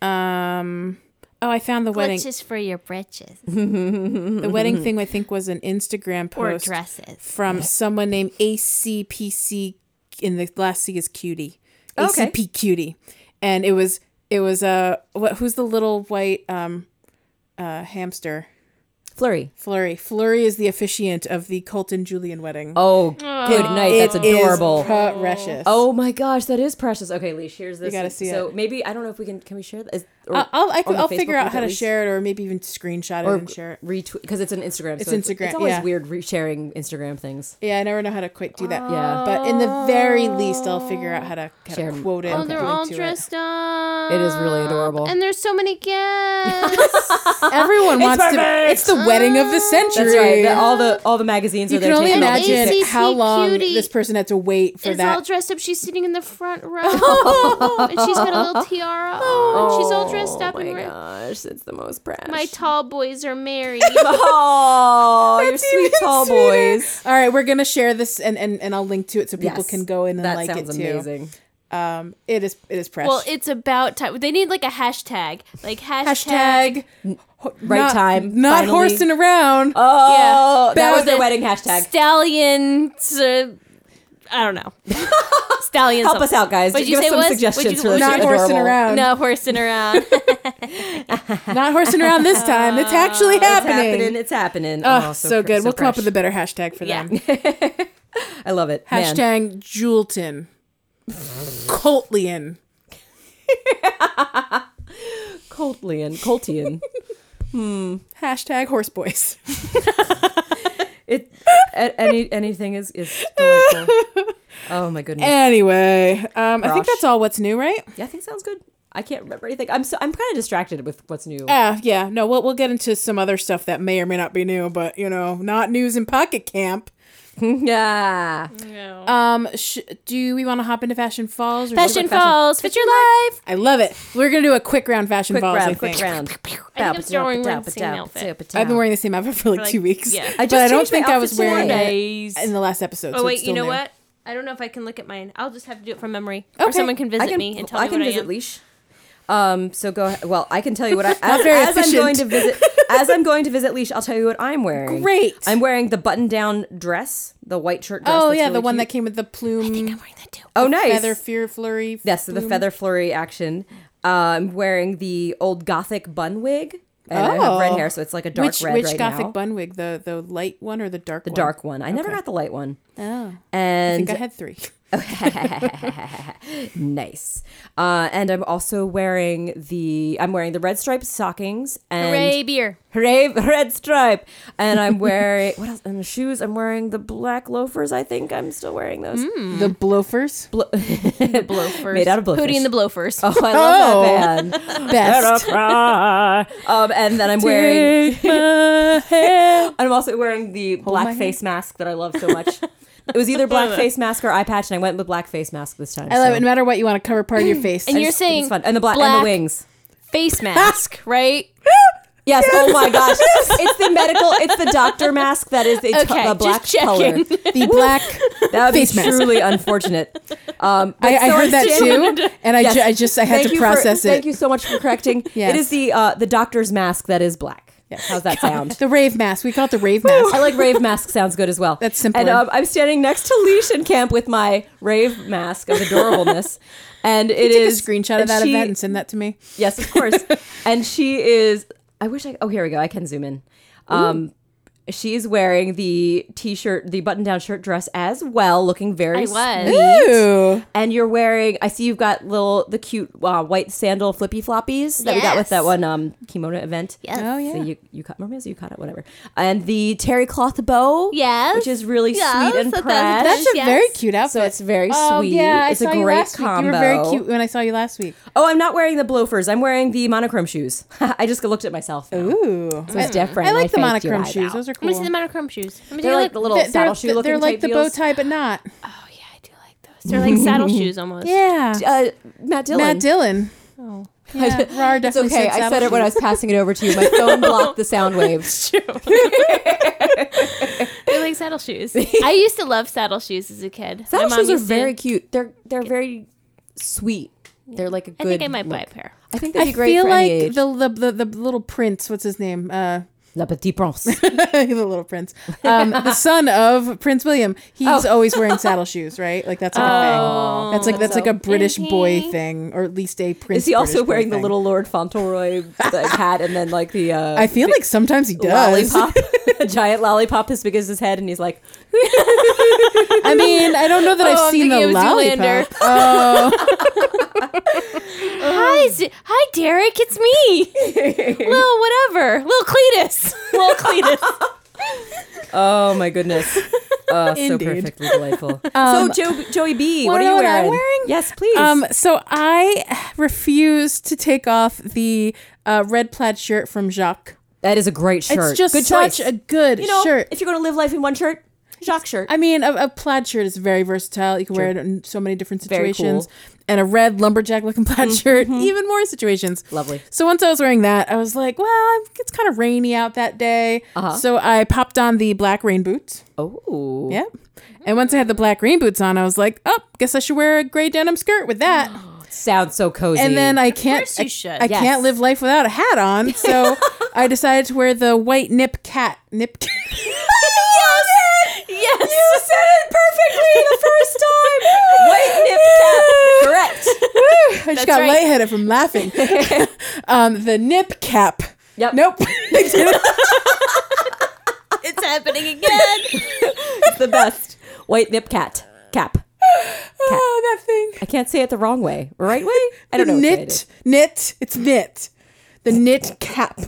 Speaker 3: Um, oh, I found the wedding.
Speaker 2: glitches for your britches
Speaker 3: The
Speaker 1: Mm-hmm,
Speaker 3: wedding thing I think was an Instagram
Speaker 2: or
Speaker 3: post
Speaker 2: dresses.
Speaker 3: from someone named ACPC, and the last C is cutie.
Speaker 2: Oh,
Speaker 1: Okay.
Speaker 3: ACP cutie, and it was it was uh what who's the little white um uh hamster
Speaker 1: Flurry.
Speaker 3: Flurry. Flurry is the officiant of the Colton Julian wedding.
Speaker 1: Oh, good night. That's
Speaker 3: It is
Speaker 1: adorable.
Speaker 3: precious.
Speaker 1: oh my gosh, that is precious. Okay, Leash, here's this.
Speaker 3: gotta
Speaker 1: one.
Speaker 3: see
Speaker 1: so
Speaker 3: it.
Speaker 1: maybe I don't know if we can can we share that? Is, or,
Speaker 3: I- I'll, I
Speaker 1: on
Speaker 3: could,
Speaker 1: the
Speaker 3: I'll
Speaker 1: Facebook
Speaker 3: figure out
Speaker 1: group
Speaker 3: how
Speaker 1: at
Speaker 3: to
Speaker 1: least?
Speaker 3: share it or maybe even screenshot it
Speaker 1: or
Speaker 3: and share it.
Speaker 1: retweet because it's an Instagram.
Speaker 3: It's
Speaker 1: so It's,
Speaker 3: Instagram,
Speaker 1: always
Speaker 3: yeah.
Speaker 1: weird re- sharing Instagram things.
Speaker 3: Yeah, I never know how to quite do that.
Speaker 1: Yeah.
Speaker 3: But in the very least, I'll figure out how to, how
Speaker 1: Share
Speaker 3: to
Speaker 1: 'em.
Speaker 3: quote it.
Speaker 2: Oh,
Speaker 3: and
Speaker 2: they're
Speaker 3: link
Speaker 2: all
Speaker 3: to it.
Speaker 2: dressed up.
Speaker 1: It is really adorable.
Speaker 2: And there's so many guests.
Speaker 1: Uh,
Speaker 3: Everyone wants to.
Speaker 1: perfect!
Speaker 3: It's the wedding of the
Speaker 2: Mm.
Speaker 3: century.
Speaker 1: That's right. the- all the all the magazines
Speaker 3: you
Speaker 1: are there.
Speaker 3: can only
Speaker 1: taking all the
Speaker 2: And
Speaker 3: imagine
Speaker 1: pictures.
Speaker 3: how
Speaker 2: ACC
Speaker 3: long
Speaker 2: cutie
Speaker 3: this person had to wait for
Speaker 2: is
Speaker 3: that.
Speaker 2: all dressed up. She's sitting in the front row, and she's got a little tiara on. She's all dressed up
Speaker 1: Oh
Speaker 2: and
Speaker 1: my
Speaker 2: re-
Speaker 1: gosh, it's the most precious.
Speaker 2: my tall boys are married.
Speaker 1: oh, your sweet tall boys.
Speaker 3: all right, we're gonna share this and, and, and I'll link to it so people
Speaker 1: Yes.
Speaker 3: can go in and
Speaker 1: That
Speaker 3: like
Speaker 1: sounds
Speaker 3: it too.
Speaker 1: amazing.
Speaker 3: Um, it is it is fresh.
Speaker 2: well, it's about time. They need like a hashtag, like hashtag.
Speaker 3: hashtag ho-
Speaker 1: Right
Speaker 3: not-
Speaker 1: time,
Speaker 3: not
Speaker 1: finally.
Speaker 3: horsing around.
Speaker 1: Oh, that was
Speaker 2: Or
Speaker 1: their
Speaker 2: the
Speaker 1: wedding hashtag.
Speaker 2: Stallions. Uh, I don't know. Stallions.
Speaker 1: Help us out, guys.
Speaker 2: What'd
Speaker 1: Give
Speaker 2: you
Speaker 1: us
Speaker 2: say
Speaker 1: some
Speaker 2: it was?
Speaker 1: suggestions
Speaker 2: What'd you-
Speaker 1: for this.
Speaker 2: what'd
Speaker 3: not
Speaker 2: you-
Speaker 1: adorable.
Speaker 3: horsing around.
Speaker 2: No horsing around.
Speaker 3: Not horsing around this time. It's actually
Speaker 1: It's
Speaker 3: happening.
Speaker 1: happening. It's happening.
Speaker 3: Oh, so,
Speaker 1: fr-
Speaker 3: good. we'll come up
Speaker 1: fresh.
Speaker 3: with a better hashtag for them.
Speaker 1: I love it. Man.
Speaker 3: Hashtag Julton. Coltlian.
Speaker 1: Coltian. Coltian.
Speaker 3: Hashtag horse boys.
Speaker 1: It a- any anything is is delightful. Oh my goodness.
Speaker 3: Anyway, um, I
Speaker 1: Gosh.
Speaker 3: think that's all what's new, right?
Speaker 1: yeah, I think sounds good. I can't remember anything. I'm so I'm kind of distracted with what's new.
Speaker 3: Yeah, yeah. No, we'll, we'll get into some other stuff that may or may not be new, but, you know, not news in Pocket Camp.
Speaker 1: yeah. Oh,
Speaker 3: Um, sh- do we want to hop into Fashion Falls? Or
Speaker 2: Fashion Falls. Fit your life.
Speaker 3: I love it. We're going to do a quick round Fashion
Speaker 1: Quick
Speaker 3: Falls, I
Speaker 1: round.
Speaker 3: think.
Speaker 1: Quick round.
Speaker 2: I think I'm still wearing the same outfit.
Speaker 3: I've been wearing the same outfit for like,
Speaker 2: like,
Speaker 3: two weeks.
Speaker 2: yeah. I
Speaker 3: But
Speaker 1: just
Speaker 3: I don't
Speaker 1: changed my
Speaker 3: think I was
Speaker 1: outfit
Speaker 3: wearing
Speaker 1: today.
Speaker 3: it
Speaker 2: Nice.
Speaker 3: in the last episode.
Speaker 2: Oh
Speaker 3: so it's
Speaker 2: wait, you
Speaker 3: still
Speaker 2: know
Speaker 3: new.
Speaker 2: what? I don't know if I can look at mine. I'll just have to do it from memory,
Speaker 3: Okay.
Speaker 2: or someone can visit
Speaker 1: I can,
Speaker 2: me and tell
Speaker 1: I
Speaker 2: me
Speaker 1: can
Speaker 2: what
Speaker 1: visit
Speaker 2: I am.
Speaker 1: Leash. Um, so go ahead. Well, I can tell you what I as,
Speaker 3: very
Speaker 1: as I'm
Speaker 3: efficient.
Speaker 1: going to visit as I'm going to visit Leash, I'll tell you what I'm wearing.
Speaker 3: Great.
Speaker 1: I'm wearing the button down dress, the white shirt dress.
Speaker 3: Oh,
Speaker 1: that's
Speaker 3: yeah,
Speaker 1: really
Speaker 3: the one
Speaker 1: cute.
Speaker 3: that came with the plume.
Speaker 2: I'm wearing that too.
Speaker 1: Oh nice.
Speaker 3: Feather Fear Flurry.
Speaker 1: Yes, the feather flurry action. Uh, I'm wearing the old gothic bun wig, and I have red
Speaker 3: Oh.
Speaker 1: hair, so it's like a dark
Speaker 3: which
Speaker 1: red
Speaker 3: which
Speaker 1: right
Speaker 3: gothic
Speaker 1: now.
Speaker 3: bun wig? The the light one or the dark?
Speaker 1: the dark one. I never got the light one.
Speaker 3: Oh, I
Speaker 1: And
Speaker 3: think I had three.
Speaker 1: nice. Uh, and I'm also wearing the I'm wearing the red striped stockings and
Speaker 2: Hooray, beer.
Speaker 1: Hooray, red stripe. And I'm wearing what else? And the shoes. I'm wearing the black loafers. I think I'm still wearing those.
Speaker 3: The blofers.
Speaker 2: The blowfers.
Speaker 1: Made out of
Speaker 2: Hootie and the blowfers.
Speaker 1: Oh, I love that band.
Speaker 3: Best.
Speaker 1: um, and then I'm wearing I'm also wearing the
Speaker 3: my
Speaker 1: black
Speaker 3: hand.
Speaker 1: face mask that I love so much. it was either black face mask or eye patch, and I went with black face mask this time.
Speaker 3: I love
Speaker 1: so
Speaker 3: it. No matter what, you want to cover part of your face.
Speaker 2: And you're
Speaker 1: it's-
Speaker 2: saying
Speaker 1: it's fun. and the black, and
Speaker 2: black-
Speaker 1: the wings.
Speaker 2: Face mask, right?
Speaker 1: Yes. Oh my gosh! It's the medical. It's the doctor mask that is the, t-
Speaker 2: Okay,
Speaker 1: the
Speaker 2: just
Speaker 1: black color.
Speaker 2: checking.
Speaker 3: the black.
Speaker 1: That would be
Speaker 3: Face mask.
Speaker 1: truly unfortunate. Um, but
Speaker 3: I, I
Speaker 1: so
Speaker 3: heard that
Speaker 1: understandable.
Speaker 3: too, and I,
Speaker 1: Yes.
Speaker 3: ju- I just I had
Speaker 1: Thank
Speaker 3: to
Speaker 1: you for-
Speaker 3: process it.
Speaker 1: Thank you so much for correcting.
Speaker 3: Yes.
Speaker 1: It is the uh, the doctor's mask that is black. How's that sound?
Speaker 3: The rave mask. We call it the rave mask.
Speaker 1: I like rave mask. Sounds good as well.
Speaker 3: That's simpler.
Speaker 1: And um, I'm standing next to Leash in camp with my rave mask of adorableness, and it
Speaker 3: Take a
Speaker 1: is
Speaker 3: screenshot of
Speaker 1: and
Speaker 3: that
Speaker 1: she-
Speaker 3: event and send that to me.
Speaker 1: Yes, of course. and she is. I wish I. Oh, here we go. I can zoom in. Um, she is wearing the t-shirt, the button-down shirt dress as well, looking very.
Speaker 2: I was.
Speaker 1: sweet.
Speaker 3: Ooh,
Speaker 1: And you're wearing. I see you've got little the cute uh, white sandal flippy floppies that we got with
Speaker 2: Yes.
Speaker 1: that one um kimono event.
Speaker 2: Yes.
Speaker 3: Oh, yeah.
Speaker 1: So you you caught remember so you caught it whatever. And the terry cloth bow.
Speaker 2: Yes.
Speaker 1: Which is really
Speaker 2: Yes,
Speaker 1: sweet and
Speaker 2: that-
Speaker 1: pressed.
Speaker 2: that-
Speaker 3: that's a
Speaker 2: Yes.
Speaker 3: very cute outfit. Oh,
Speaker 1: so it's very sweet.
Speaker 3: yeah, I
Speaker 1: it's
Speaker 3: saw
Speaker 1: a
Speaker 3: you
Speaker 1: great
Speaker 3: last
Speaker 1: combo.
Speaker 3: Week. You were very cute when I saw you last week.
Speaker 1: Oh, I'm not wearing the blofers. I'm wearing the monochrome shoes. I just looked at myself. now.
Speaker 3: Ooh,
Speaker 1: It was different.
Speaker 3: I like the
Speaker 1: faked your
Speaker 3: monochrome
Speaker 1: eyes
Speaker 3: shoes.
Speaker 1: out.
Speaker 3: Those are
Speaker 2: Let
Speaker 3: cool.
Speaker 2: me see the monochrome shoes. Let me
Speaker 1: They're
Speaker 2: see
Speaker 1: like the little
Speaker 3: They're-
Speaker 1: saddle shoe
Speaker 3: they're,
Speaker 1: looking
Speaker 3: they're like
Speaker 1: type
Speaker 3: the bow
Speaker 1: deals.
Speaker 3: tie, but not.
Speaker 2: Oh yeah, I do like those. They're like saddle shoes almost.
Speaker 3: Yeah.
Speaker 1: Uh, Matt Dillon.
Speaker 3: Matt Dillon.
Speaker 2: Oh.
Speaker 3: Yeah, Rar
Speaker 1: It's
Speaker 3: definitely
Speaker 1: okay. I
Speaker 3: saddle
Speaker 1: said it when I
Speaker 3: shoes.
Speaker 1: was passing it over to you. My phone blocked the sound waves.
Speaker 2: They're like saddle shoes. I used to love saddle shoes as a kid.
Speaker 1: Saddle
Speaker 2: My mom
Speaker 1: shoes are
Speaker 2: used to-
Speaker 1: very cute. They're they're very sweet. They're like a
Speaker 2: I
Speaker 1: good.
Speaker 2: think I might buy
Speaker 1: look.
Speaker 2: a pair.
Speaker 1: I think they'd
Speaker 3: I
Speaker 1: be great
Speaker 3: feel
Speaker 1: for
Speaker 3: like
Speaker 1: any age.
Speaker 3: the, the the the little prince. What's his name? Uh,
Speaker 1: La Petite Prince.
Speaker 3: the little prince, um, the son of Prince William. He's
Speaker 1: Oh.
Speaker 3: always wearing saddle shoes, right? Like that's like a thing. That's like that's like a British boy
Speaker 2: Pinky.
Speaker 3: thing, or at least a prince.
Speaker 1: Is he also
Speaker 3: British boy
Speaker 1: wearing the
Speaker 3: thing.
Speaker 1: little Lord Fauntleroy like, hat and then like the uh,
Speaker 3: I feel like sometimes he does.
Speaker 1: lollipop, a giant lollipop as big as his head, and he's like,
Speaker 3: I mean, I don't know that
Speaker 2: Oh,
Speaker 3: I've
Speaker 2: I'm
Speaker 3: seen the
Speaker 2: thinking of
Speaker 3: lollipop.
Speaker 2: Zoolander.
Speaker 3: Oh,
Speaker 1: Oh.
Speaker 2: Hi, Z- hi, Derek. It's me, Lil whatever, Lil Cletus, Lil Cletus.
Speaker 1: "Oh my goodness, oh, so
Speaker 3: Indeed.
Speaker 1: perfectly delightful." so jo- Joey B, what
Speaker 3: wanna
Speaker 1: are you
Speaker 3: know what I'm
Speaker 1: wearing?
Speaker 3: wearing?
Speaker 1: Yes, please.
Speaker 3: um, so I refuse to take off the uh, red plaid shirt from Jacques.
Speaker 1: that is a great shirt.
Speaker 3: It's just
Speaker 1: good
Speaker 3: such
Speaker 1: choice.
Speaker 3: a good
Speaker 1: you know,
Speaker 3: shirt.
Speaker 1: if you're going to live life in one shirt, Jacques shirt.
Speaker 3: I mean, a, a plaid shirt is very versatile. You can wear it in so many different
Speaker 1: Very
Speaker 3: situations. And a red lumberjack looking plaid shirt, even more situations.
Speaker 1: Lovely.
Speaker 3: So once I was wearing that, I was like, well, I'm- it's kind of rainy out that day. So I popped on the black rain boots.
Speaker 1: oh,
Speaker 3: Yep. And once I had the black rain boots on, I was like, oh, guess I should wear a gray denim skirt with that.
Speaker 1: sounds so cozy.
Speaker 3: And then I can't
Speaker 2: course you
Speaker 3: I-
Speaker 2: should.
Speaker 3: I,
Speaker 1: Yes.
Speaker 3: can't live life without a hat on. So I decided to wear the white nip cat nip cat.
Speaker 2: Yes,
Speaker 1: you said it perfectly the first time. Wait, nip cap. Correct.
Speaker 3: I just got
Speaker 2: right.
Speaker 3: lightheaded from laughing. um, the nip cap.
Speaker 1: Yep.
Speaker 3: Nope. I didn't.
Speaker 2: it's happening again.
Speaker 1: It's the best. White nip cat. Cap.
Speaker 3: Oh, that thing.
Speaker 1: I can't say it the wrong way. Right way? I don't
Speaker 3: the
Speaker 1: know. which way it
Speaker 3: knit. Knit. It's knit. The knit cap.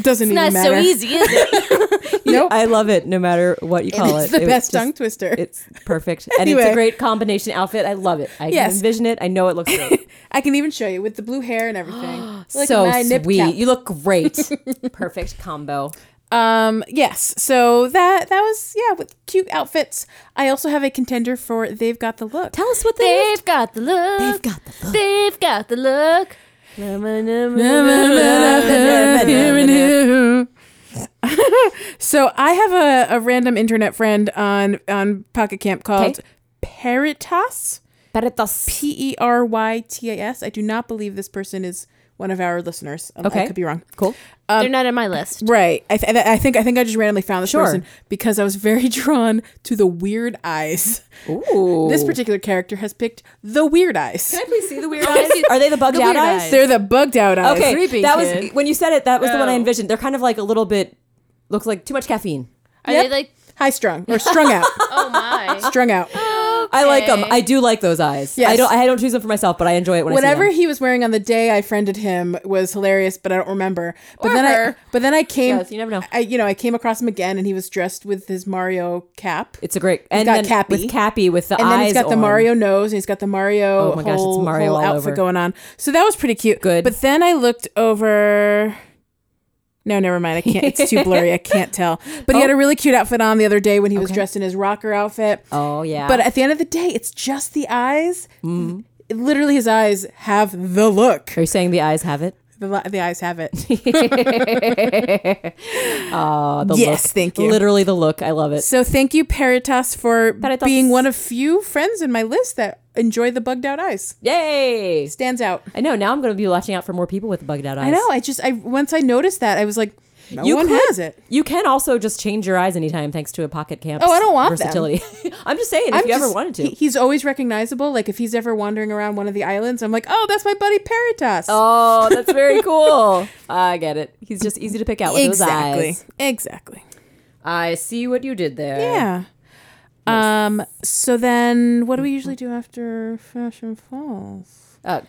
Speaker 3: Doesn't even
Speaker 2: Not
Speaker 3: matter.
Speaker 2: so easy, is it?
Speaker 1: is.
Speaker 3: Nope.
Speaker 1: I love it no matter what you call
Speaker 3: It's
Speaker 1: Oh, it.
Speaker 3: the
Speaker 1: It just-
Speaker 3: best tongue twister.
Speaker 1: It's perfect. And it's
Speaker 3: Anyway.
Speaker 1: a great combination outfit. I love it. I
Speaker 3: Yes.
Speaker 1: can envision it. I know it looks great.
Speaker 3: I can even show you with the blue hair and everything. Look at
Speaker 1: so
Speaker 3: my nip cap.
Speaker 1: sweet. You look great. perfect combo.
Speaker 3: Um, yes. So that that was yeah with cute outfits. I also have a contender for they've got the look.
Speaker 1: Tell us what they
Speaker 2: They've got the look. They've
Speaker 1: got the
Speaker 2: look. They've got the look. Na, na, na, na, na.
Speaker 3: so I have a, a random internet friend on on Pocket Camp called
Speaker 1: Okay.
Speaker 3: Peritas.
Speaker 1: Peritos.
Speaker 3: P E R Y T A S. I do not believe this person is one of our listeners. Um, I
Speaker 1: Okay.
Speaker 3: could be wrong.
Speaker 1: Cool.
Speaker 2: They're not on my list.
Speaker 3: Right. I, th- I think I think I just randomly found this
Speaker 1: Sure.
Speaker 3: person because I was very drawn to the weird eyes.
Speaker 1: Ooh.
Speaker 3: This particular character has picked the weird eyes.
Speaker 1: Can I please see the weird eyes? Are they the bugged
Speaker 2: The
Speaker 1: out
Speaker 2: weird
Speaker 1: eyes?
Speaker 2: eyes.
Speaker 3: They're the bugged out eyes.
Speaker 1: Okay,
Speaker 2: creepy,
Speaker 1: that was
Speaker 2: kid.
Speaker 1: when you said it. That was the one I
Speaker 2: Oh.
Speaker 1: envisioned. They're kind of like a little bit look like too much caffeine.
Speaker 2: Are
Speaker 3: Yep.
Speaker 2: they like?
Speaker 3: High strung or strung out.
Speaker 2: Oh my.
Speaker 3: strung out.
Speaker 1: I like them.
Speaker 2: Okay.
Speaker 1: I do like those eyes.
Speaker 3: Yes.
Speaker 1: I don't. I don't choose them for myself, but I enjoy it when
Speaker 3: Whatever
Speaker 1: I see
Speaker 3: he was wearing on the day I friended him was hilarious, but I don't remember. But
Speaker 2: Or
Speaker 3: then I
Speaker 2: her.
Speaker 3: but then I came
Speaker 1: Yes, you never know.
Speaker 3: I you know, I came across him again and he was dressed with his Mario cap.
Speaker 1: It's a great and
Speaker 3: got
Speaker 1: then
Speaker 3: Cappy.
Speaker 1: with Cappy with the
Speaker 3: and
Speaker 1: eyes.
Speaker 3: then he's got the
Speaker 1: on.
Speaker 3: Mario nose, and he's got the Mario
Speaker 1: Oh my gosh, it's
Speaker 3: whole,
Speaker 1: Mario
Speaker 3: whole
Speaker 1: all
Speaker 3: outfit
Speaker 1: over.
Speaker 3: going on. So that was pretty cute.
Speaker 1: Good.
Speaker 3: But then I looked over. No, never mind. I can't. It's too blurry. I can't tell. But he had a really cute outfit on the other day when he was dressed in his rocker outfit.
Speaker 1: Oh yeah,
Speaker 3: But at the end of the day, it's just the eyes.
Speaker 1: Mm-hmm.
Speaker 3: Literally, his eyes have the look.
Speaker 1: are you saying the eyes have it?
Speaker 3: The, li- the eyes have it.
Speaker 1: Uh, the
Speaker 3: Yes,
Speaker 1: look.
Speaker 3: thank you.
Speaker 1: Literally the look. I love it.
Speaker 3: So thank you, Peritas, for
Speaker 1: Peritas.
Speaker 3: being one of few friends in my list that enjoy the bugged out eyes.
Speaker 1: Yay!
Speaker 3: Stands out.
Speaker 1: I know. Now I'm going to be watching out for more people with bugged out eyes.
Speaker 3: I know. I just I once I noticed that I was like, no
Speaker 1: You
Speaker 3: one
Speaker 1: could-
Speaker 3: has it.
Speaker 1: You can also just change your eyes anytime thanks to a pocket camp.
Speaker 3: Oh, I don't want them.
Speaker 1: versatility. I'm just saying, if
Speaker 3: I'm
Speaker 1: you ever
Speaker 3: just-
Speaker 1: wanted to.
Speaker 3: he- he's always recognizable. Like if he's ever wandering around one of the islands, I'm like, oh, that's my buddy Peritas.
Speaker 1: Oh, that's very cool. I get it. He's just easy to pick out with
Speaker 3: exactly,
Speaker 1: those eyes.
Speaker 3: exactly.
Speaker 1: I see what you did there.
Speaker 3: Yeah. Um. So then, what do we usually do after Fashion Falls?
Speaker 1: Uh,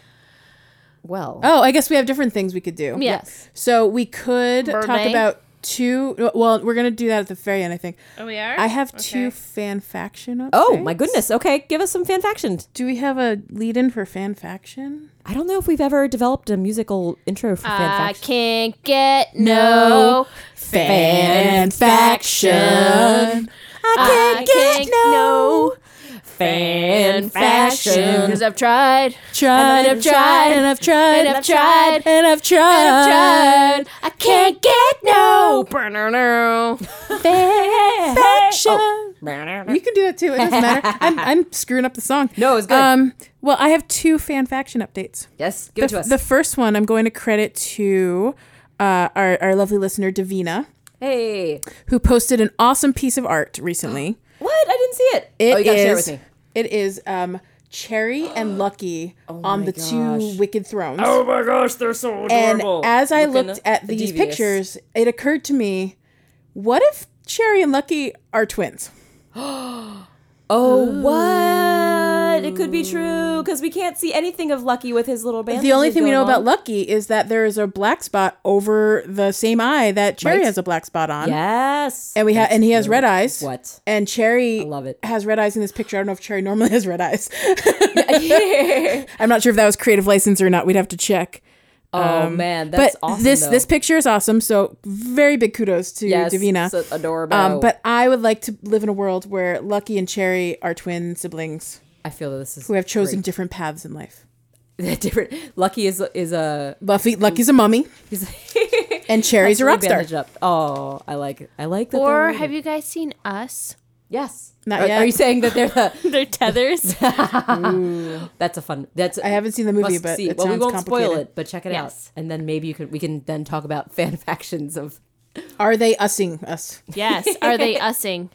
Speaker 1: well,
Speaker 3: Oh, I guess we have different things we could do.
Speaker 2: Yes.
Speaker 3: So we could talk
Speaker 2: Birthday?
Speaker 3: about two. Well, we're gonna do that at the very end, I think.
Speaker 2: Oh, we are.
Speaker 3: I have two fan faction. Updates.
Speaker 1: oh my goodness. Okay, give us some fan faction.
Speaker 3: Do we have a lead in for fan faction?
Speaker 1: I don't know if we've ever developed a musical intro for fan
Speaker 2: I
Speaker 1: faction.
Speaker 2: can't get no.
Speaker 1: Fan faction.
Speaker 2: I can't no
Speaker 1: Fan
Speaker 2: Cause I've tried.
Speaker 3: Tried,
Speaker 2: And I've tried,
Speaker 3: and I've tried,
Speaker 2: and I've tried,
Speaker 3: and I've tried,
Speaker 2: I've tried. I can't get
Speaker 1: Oh.
Speaker 2: no. No.
Speaker 1: Fan
Speaker 3: faction.
Speaker 2: Oh.
Speaker 3: You can do that too. It doesn't matter. I'm, I'm screwing up the song.
Speaker 1: No, it's good.
Speaker 3: Um, well, I have two fan faction updates.
Speaker 1: Yes, give
Speaker 3: The,
Speaker 1: it to us.
Speaker 3: the first one I'm going to credit to uh, our, our lovely listener, Davina,
Speaker 1: Hey,
Speaker 3: who posted an awesome piece of art recently.
Speaker 1: what? I didn't see it.
Speaker 3: It
Speaker 1: oh, you gotta share it
Speaker 3: is-
Speaker 1: with me.
Speaker 3: It is um, Cherry and Lucky on
Speaker 1: Oh my
Speaker 3: the
Speaker 1: gosh.
Speaker 3: two Wicked Thrones.
Speaker 1: Oh my gosh, they're so
Speaker 3: and as I
Speaker 1: Looking
Speaker 3: looked at
Speaker 1: devious.
Speaker 3: these pictures, it occurred to me, what if Cherry and Lucky are twins?
Speaker 1: oh, what? It could be true because we can't see anything of Lucky with his little band.
Speaker 3: The only thing we know about Lucky is that there is a black spot over the same eye that Cherry
Speaker 1: Right.
Speaker 3: has a black spot on.
Speaker 1: yes,
Speaker 3: And we ha- and he has red eyes.
Speaker 1: What?
Speaker 3: And Cherry
Speaker 1: love it.
Speaker 3: has red eyes in this picture. I don't know if Cherry normally has red eyes. I'm not sure if that was creative license or not. We'd have to check.
Speaker 1: oh man, that's
Speaker 3: Um, but
Speaker 1: awesome.
Speaker 3: this
Speaker 1: though.
Speaker 3: this picture is awesome. So very big kudos to
Speaker 1: yes,
Speaker 3: Davina.
Speaker 1: so uh, adorable.
Speaker 3: um, but I would like to live in a world where Lucky and Cherry are twin siblings
Speaker 1: I feel that this is
Speaker 3: who have chosen different paths in life.
Speaker 1: different. Lucky is is a
Speaker 3: Buffy, Lucky's a mummy,
Speaker 1: he's
Speaker 3: and Cherry's a rock
Speaker 1: really
Speaker 3: star.
Speaker 1: bandaged up. Oh, I like I like that.
Speaker 2: Or
Speaker 1: they're-
Speaker 2: have you guys seen Us?
Speaker 1: yes?
Speaker 3: Not
Speaker 1: are,
Speaker 3: yet.
Speaker 1: are you saying that they're the?
Speaker 2: Their tethers.
Speaker 1: That's a fun. That's
Speaker 3: I haven't seen the movie,
Speaker 1: must
Speaker 3: but
Speaker 1: see.
Speaker 3: it
Speaker 1: well, we
Speaker 3: sounds
Speaker 1: won't
Speaker 3: complicated.
Speaker 1: spoil it, but check it
Speaker 2: Yes.
Speaker 1: out, and then maybe you can we can then talk about fan factions of
Speaker 3: Are they ussing us?
Speaker 2: yes. Are they ussing?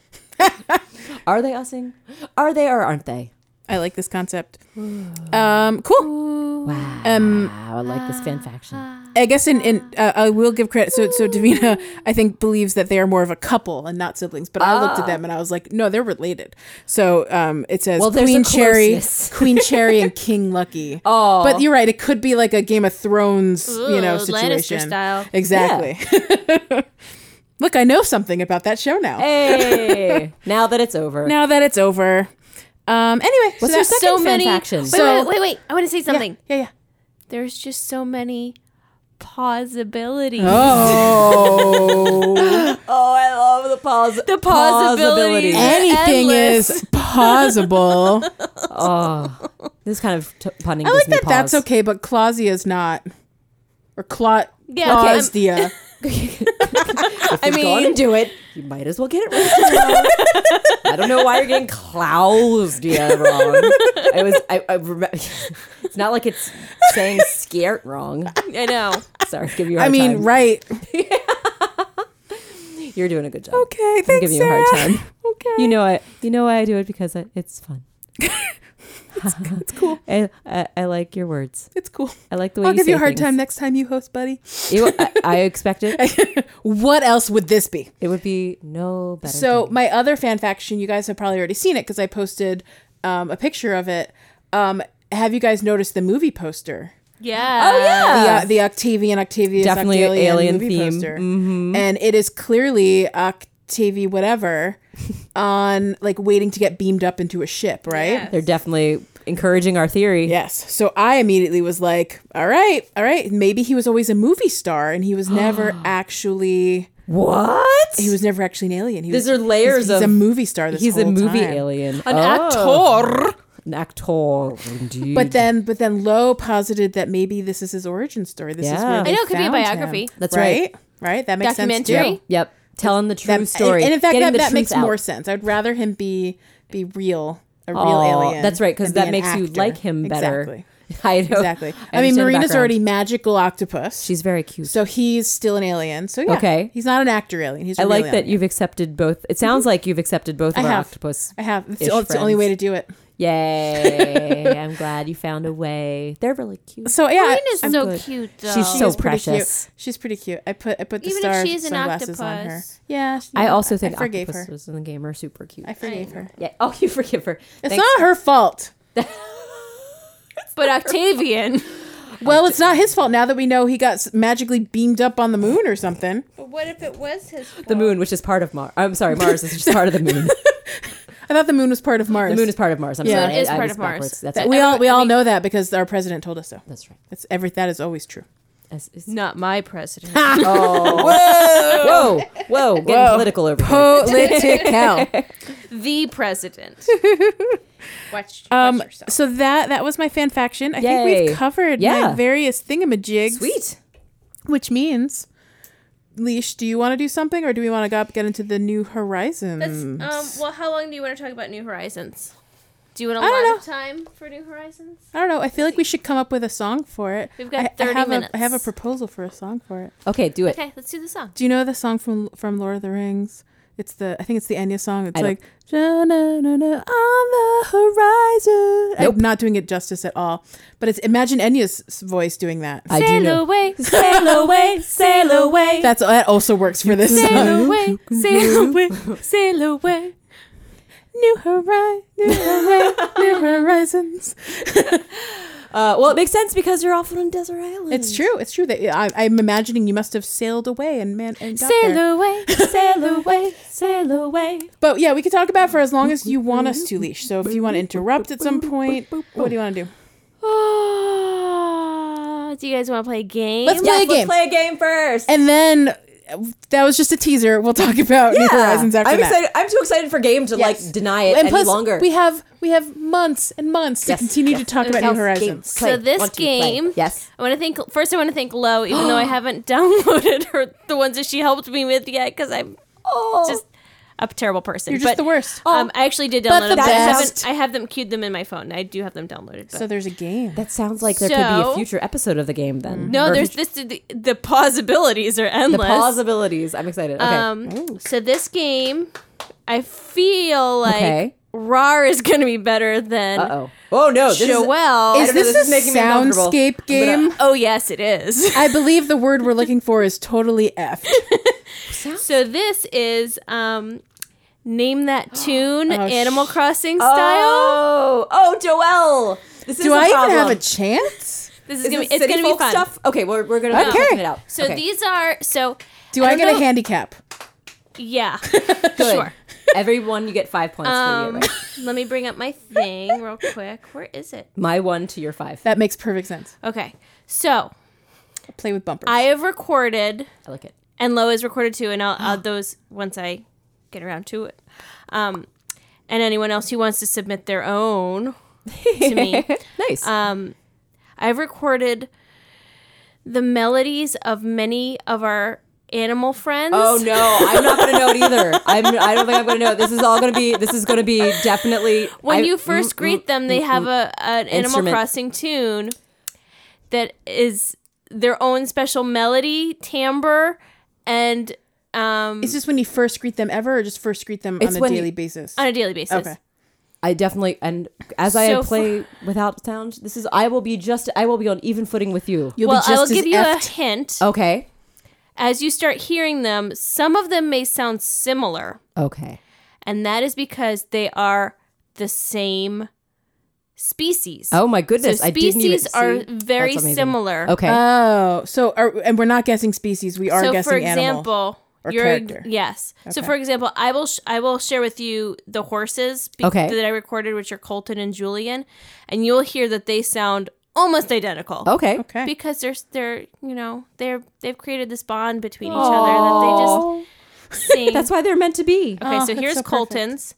Speaker 1: are they using, are they or aren't they?
Speaker 3: I like this concept. Um, cool. Um,
Speaker 1: Wow, I like this fan faction.
Speaker 3: I guess in, in uh, I will give credit. So so Davina, I think believes that they are more of a couple and not siblings. But I looked at them and I was like, no, they're related. So um, it says
Speaker 1: Well, there's a
Speaker 3: Queen Cherry,
Speaker 1: closeness.
Speaker 3: Queen Cherry, and King Lucky.
Speaker 1: Oh.
Speaker 3: but you're right. It could be like a Game of Thrones, you know,
Speaker 2: Ooh,
Speaker 3: situation.
Speaker 2: Lannister style.
Speaker 3: Exactly. Look, I know something about that show now.
Speaker 1: Hey, now that it's over,
Speaker 3: Now that it's over. Um. Anyway,
Speaker 1: What's
Speaker 3: so
Speaker 1: your
Speaker 3: that-
Speaker 1: second
Speaker 2: so
Speaker 1: fan
Speaker 2: many.
Speaker 1: faction?
Speaker 2: Wait,
Speaker 3: So-
Speaker 2: wait, wait, wait. I want to say something.
Speaker 3: Yeah, yeah.
Speaker 2: There's just so many possibilities.
Speaker 3: Oh.
Speaker 1: Oh, I love the pause. The possibilities.
Speaker 2: possibilities.
Speaker 3: anything is plausible.
Speaker 1: Oh, this kind of t- punning.
Speaker 3: I
Speaker 1: gives
Speaker 3: like
Speaker 1: me
Speaker 3: that that's
Speaker 1: pause.
Speaker 3: okay, but Clausia's not. Or Cla-
Speaker 2: Yeah, okay, I'm-
Speaker 3: Clausia.
Speaker 1: If I mean, gone and do it. You might as well get it right. tomorrow. I don't know why you're getting Claudia wrong. I was. I, I remember. It's not like it's saying scared wrong.
Speaker 2: I know.
Speaker 1: Sorry, give you. A
Speaker 3: I
Speaker 1: hard
Speaker 3: mean,
Speaker 1: time.
Speaker 3: right.
Speaker 1: You're doing a good job.
Speaker 3: Okay,
Speaker 1: I'm
Speaker 3: thanks,
Speaker 1: giving you a hard
Speaker 3: Sarah.
Speaker 1: time.
Speaker 3: Okay.
Speaker 1: You know, I. You know why I do it because I, it's fun. it's, cool. I, I, I like your words.
Speaker 3: it's cool.
Speaker 1: I like the way
Speaker 3: I'll
Speaker 1: you
Speaker 3: give
Speaker 1: say
Speaker 3: you a hard
Speaker 1: things.
Speaker 3: time next time you host, buddy.
Speaker 1: You- I, I expect it.
Speaker 3: What else would this be?
Speaker 1: It would be no better.
Speaker 3: So my other fan faction, you guys have probably already seen it because I posted um, a picture of it. Um, have you guys noticed the movie poster?
Speaker 2: Yeah. Oh yeah.
Speaker 3: the, uh, the Octavian Octavius
Speaker 1: Definitely
Speaker 3: Octalian
Speaker 1: alien
Speaker 3: movie
Speaker 1: theme. Mm-hmm.
Speaker 3: poster, and it is clearly Octavi whatever on like waiting to get beamed up into a ship, right?
Speaker 1: they're definitely encouraging our theory.
Speaker 3: Yes. So I immediately was like, "All right, all right, maybe he was always a movie star and he was never actually
Speaker 1: What?
Speaker 3: he was never actually an alien. He
Speaker 1: These
Speaker 3: was,
Speaker 1: are layers
Speaker 3: he's, he's
Speaker 1: of-
Speaker 3: a movie star. This
Speaker 1: He's a
Speaker 3: whole
Speaker 1: movie
Speaker 3: time.
Speaker 1: alien. An
Speaker 3: actor.
Speaker 1: An actor, indeed.
Speaker 3: But then, but then, Lowe posited that they found him. Right? Right? That makes sense, too. that maybe this is his origin story. This is
Speaker 1: Yeah.
Speaker 3: where
Speaker 1: I
Speaker 2: know, it could be a biography.
Speaker 1: That's right.
Speaker 3: right, That makes sense. too.
Speaker 2: Documentary.
Speaker 1: yep. Telling the true
Speaker 3: That-
Speaker 1: story.
Speaker 3: And in fact,
Speaker 1: Getting
Speaker 3: that,
Speaker 1: the
Speaker 3: that
Speaker 1: truth
Speaker 3: makes
Speaker 1: out.
Speaker 3: more sense. I'd rather him be be real, a real
Speaker 1: Aw,
Speaker 3: alien.
Speaker 1: Oh, That's right, because
Speaker 3: than be
Speaker 1: that makes
Speaker 3: an
Speaker 1: you
Speaker 3: actor.
Speaker 1: like him better.
Speaker 3: Exactly.
Speaker 1: I know.
Speaker 3: Exactly. I, mean,
Speaker 1: understand the
Speaker 3: Marina's
Speaker 1: background.
Speaker 3: already magical octopus.
Speaker 1: She's very cute.
Speaker 3: so he's still an alien. So yeah,
Speaker 1: Okay.
Speaker 3: he's not an actor alien. He's a
Speaker 1: I
Speaker 3: real
Speaker 1: like that
Speaker 3: alien. Mm-hmm.
Speaker 1: you've accepted both. It sounds like you've accepted both of
Speaker 3: I
Speaker 1: our
Speaker 3: have.
Speaker 1: octopus.
Speaker 3: I have. It's,
Speaker 1: Ish
Speaker 3: the, it's the only
Speaker 1: friends.
Speaker 3: way to do it.
Speaker 1: Yay! I'm glad you found a way. They're really cute.
Speaker 3: So yeah,
Speaker 2: Green is
Speaker 3: I'm
Speaker 2: so
Speaker 3: good.
Speaker 2: cute though.
Speaker 1: She's
Speaker 3: She
Speaker 1: so
Speaker 3: is pretty cute.
Speaker 1: precious.
Speaker 3: She's pretty cute. I put I put the
Speaker 2: Even if
Speaker 3: star
Speaker 2: she is an
Speaker 3: sunglasses on her.
Speaker 2: octopus.
Speaker 3: Yeah, she-
Speaker 1: I also think
Speaker 3: I forgave her.
Speaker 1: octopuses in the game are super cute.
Speaker 3: I forgave her.
Speaker 1: yeah. Oh, you forgive her.
Speaker 3: It's
Speaker 1: Thanks.
Speaker 3: not her fault.
Speaker 2: but Octavian.
Speaker 1: Oh,
Speaker 3: Well, it's not his fault now that we know he got s- magically beamed up on the moon or something.
Speaker 2: But what if it was his? Fault?
Speaker 1: the moon, which is part of Mars. I'm sorry, Mars is just part of the moon.
Speaker 3: I thought the moon was part of Mars.
Speaker 1: The moon is part of Mars. I'm
Speaker 3: Yeah.
Speaker 1: sorry.
Speaker 2: Moon is
Speaker 1: I- I
Speaker 2: part
Speaker 1: was
Speaker 2: of Mars.
Speaker 1: backwards. That's
Speaker 2: That-
Speaker 1: right.
Speaker 3: we all
Speaker 2: Everyone-
Speaker 3: we
Speaker 2: I
Speaker 3: all
Speaker 2: mean-
Speaker 3: know that because our president told us so.
Speaker 1: That's right.
Speaker 3: That's every that is always true.
Speaker 1: As- is-
Speaker 2: Not my president.
Speaker 1: Oh. whoa, whoa, getting political over here.
Speaker 3: Political.
Speaker 2: the president. Watch,
Speaker 3: um,
Speaker 2: watch yourself.
Speaker 3: so that that was my fan faction. I
Speaker 1: Yay.
Speaker 3: think we've covered
Speaker 1: Yeah.
Speaker 3: my various thingamajigs.
Speaker 1: Sweet.
Speaker 3: Which means, Leash, do you want to do something or do we want to go up, get into the new horizons?
Speaker 2: That's, um, well, how long do you want to talk about New Horizons? Do you want a
Speaker 3: I
Speaker 2: lot
Speaker 3: don't
Speaker 2: of time for New Horizons?
Speaker 3: I don't know. I feel like we should come up with a song for it.
Speaker 2: We've got
Speaker 3: I-
Speaker 2: 30
Speaker 3: I have
Speaker 2: minutes.
Speaker 3: A, I have a proposal for a song for it.
Speaker 1: Okay, do it.
Speaker 2: Okay, let's do the song.
Speaker 3: Do you know the song from from Lord of the Rings? It's the I think it's the Enya song. It's
Speaker 1: I don't-
Speaker 3: like na, na, na, na, on the horizon.
Speaker 1: Nope.
Speaker 3: I'm not doing it justice at all. But it's imagine Enya's s- voice doing that.
Speaker 1: I do know.
Speaker 2: away,
Speaker 1: Sail away, sail away.
Speaker 3: That's that also works for this song.
Speaker 2: sail away, sail away, sail away.
Speaker 3: New horizon, new horizon, new horizons.
Speaker 1: Uh, well, it makes sense because you're off on a desert island.
Speaker 3: It's true. It's true that I, I'm imagining you must have sailed away and man and got there.
Speaker 2: Sail away,
Speaker 1: sail away, sail away.
Speaker 3: But yeah, we could talk about it for as long as you want us to leash. So if you want to interrupt at some point, what do you want to do?
Speaker 2: Oh, do you guys want to play a game?
Speaker 3: Let's play
Speaker 1: Yes,
Speaker 3: a
Speaker 1: Let's
Speaker 3: game.
Speaker 1: play a game first.
Speaker 3: And then uh, that was just a teaser. We'll talk about New Horizons after
Speaker 1: I'm
Speaker 3: that.
Speaker 1: excited. I'm too excited for game to
Speaker 3: Yes.
Speaker 1: like deny it any longer.
Speaker 3: we have we have months and months
Speaker 1: Yes,
Speaker 3: to continue to talk
Speaker 1: Yes,
Speaker 3: about New
Speaker 1: game,
Speaker 3: Horizons.
Speaker 1: play,
Speaker 2: so this
Speaker 1: want to play.
Speaker 2: game,
Speaker 1: Yes.
Speaker 2: I want to thank first. I want to thank Lo, even though I haven't downloaded her the ones that she helped me with yet, because I'm
Speaker 1: Oh.
Speaker 2: just a terrible person.
Speaker 3: You're just
Speaker 2: But,
Speaker 3: the worst.
Speaker 2: Um, I actually did download them.
Speaker 3: the
Speaker 2: but I
Speaker 3: best.
Speaker 2: haven't. I have them queued them in my phone. I do have them downloaded. But.
Speaker 3: So there's a game.
Speaker 1: that sounds like there could be a
Speaker 2: So-
Speaker 1: future episode of the game then.
Speaker 2: no,
Speaker 1: Or
Speaker 2: there's this. The, the possibilities are
Speaker 1: the
Speaker 2: endless.
Speaker 1: possibilities. I'm excited. Okay.
Speaker 2: Um, so this game, I feel like
Speaker 1: Okay.
Speaker 2: Rar is going to be better than
Speaker 1: uh oh. Oh no. This is,
Speaker 2: Joelle.
Speaker 1: I
Speaker 3: Is
Speaker 1: don't know,
Speaker 3: this,
Speaker 1: this is
Speaker 3: a
Speaker 1: making me uncomfortable.
Speaker 3: soundscape game?
Speaker 2: oh yes, it is.
Speaker 3: I believe the word we're looking for is totally F.
Speaker 2: so this is um, name that tune,
Speaker 3: Oh,
Speaker 2: Animal
Speaker 3: sh-
Speaker 2: Crossing style.
Speaker 1: Oh. Oh, Joelle. This is
Speaker 3: Do
Speaker 1: a
Speaker 3: I even
Speaker 1: problem.
Speaker 3: have a chance?
Speaker 2: This
Speaker 1: Is
Speaker 2: is,
Speaker 1: this
Speaker 2: gonna be. It's
Speaker 1: city
Speaker 2: gonna be
Speaker 1: folk
Speaker 2: fun.
Speaker 1: stuff? Okay, we're, we're gonna we're
Speaker 3: Okay.
Speaker 1: figuring it out.
Speaker 2: So
Speaker 1: okay.
Speaker 2: these are so.
Speaker 3: Do I,
Speaker 2: don't
Speaker 3: get a
Speaker 2: know-
Speaker 3: handicap?
Speaker 2: Yeah.
Speaker 1: Good.
Speaker 2: sure.
Speaker 1: Everyone, you get five points for the
Speaker 2: Um,
Speaker 1: year.
Speaker 2: let me bring up my thing real quick. Where is it?
Speaker 1: My one to your five.
Speaker 3: That makes perfect sense.
Speaker 2: Okay. So
Speaker 3: Play with bumpers.
Speaker 2: I have recorded
Speaker 1: I like it.
Speaker 2: and Lo is recorded too, and I'll add those once I get around to it. Um, and anyone else who wants to submit their own to me,
Speaker 1: Nice.
Speaker 2: um, I've recorded the melodies of many of our animal friends.
Speaker 1: Oh no, I'm not gonna know it either. I'm. I don't think I'm gonna know. it. This is all gonna be. This is gonna be definitely.
Speaker 2: When
Speaker 1: I- mm,
Speaker 2: you first greet them, they have a an Animal
Speaker 1: Instrument.
Speaker 2: Crossing tune that is their own special melody, timbre, and um,
Speaker 3: is this when you first greet them ever, or just first greet them
Speaker 1: It's
Speaker 3: on a
Speaker 1: when you-
Speaker 3: daily basis?
Speaker 2: on a daily basis.
Speaker 3: okay.
Speaker 1: I definitely and as I
Speaker 2: So
Speaker 1: play without sound, this is. I will be just. I will be on even footing with you.
Speaker 3: You'll
Speaker 2: Well,
Speaker 3: be
Speaker 2: I
Speaker 3: just
Speaker 2: will
Speaker 3: as
Speaker 2: give you
Speaker 3: effed.
Speaker 2: a hint.
Speaker 1: Okay.
Speaker 2: as you start hearing them, some of them may sound similar,
Speaker 1: Okay.
Speaker 2: and that is because they are the same species.
Speaker 1: Oh my
Speaker 2: so
Speaker 1: goodness! I didn't even
Speaker 2: species are
Speaker 1: see- that's
Speaker 2: very
Speaker 1: amazing.
Speaker 2: similar. Uh,
Speaker 1: Okay.
Speaker 3: Oh, so are, and we're not guessing species. We are
Speaker 2: so
Speaker 3: guessing
Speaker 2: for example,
Speaker 3: animal. or
Speaker 2: you're
Speaker 3: character.
Speaker 2: yes. So for example, I will sh- I will share with you the horses be-
Speaker 1: Okay.
Speaker 2: that I recorded, which are Colton and Julian, and you'll hear that they sound almost identical.
Speaker 1: okay.
Speaker 3: Okay.
Speaker 2: Because they're they're you know they're they've created this bond between each other
Speaker 1: Oh,
Speaker 2: that they just sing.
Speaker 1: that's why they're meant to be.
Speaker 2: Okay,
Speaker 3: Oh,
Speaker 2: so
Speaker 3: that's
Speaker 2: here's
Speaker 3: so perfect.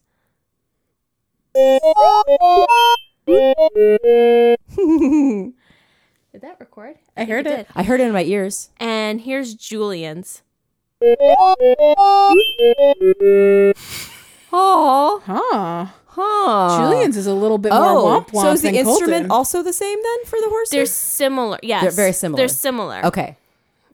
Speaker 2: Colton's. Did that record?
Speaker 3: I heard it.
Speaker 1: I heard it in my ears.
Speaker 2: And here's Julian's.
Speaker 1: Oh,
Speaker 3: Huh.
Speaker 1: huh.
Speaker 3: Julian's is a little bit more
Speaker 1: Uh, Oh,
Speaker 3: womp womp
Speaker 1: so is the
Speaker 3: than
Speaker 1: instrument
Speaker 3: Colton.
Speaker 1: also the same then for the horses?
Speaker 2: They're similar. Yes.
Speaker 1: They're very similar.
Speaker 2: They're similar.
Speaker 1: okay.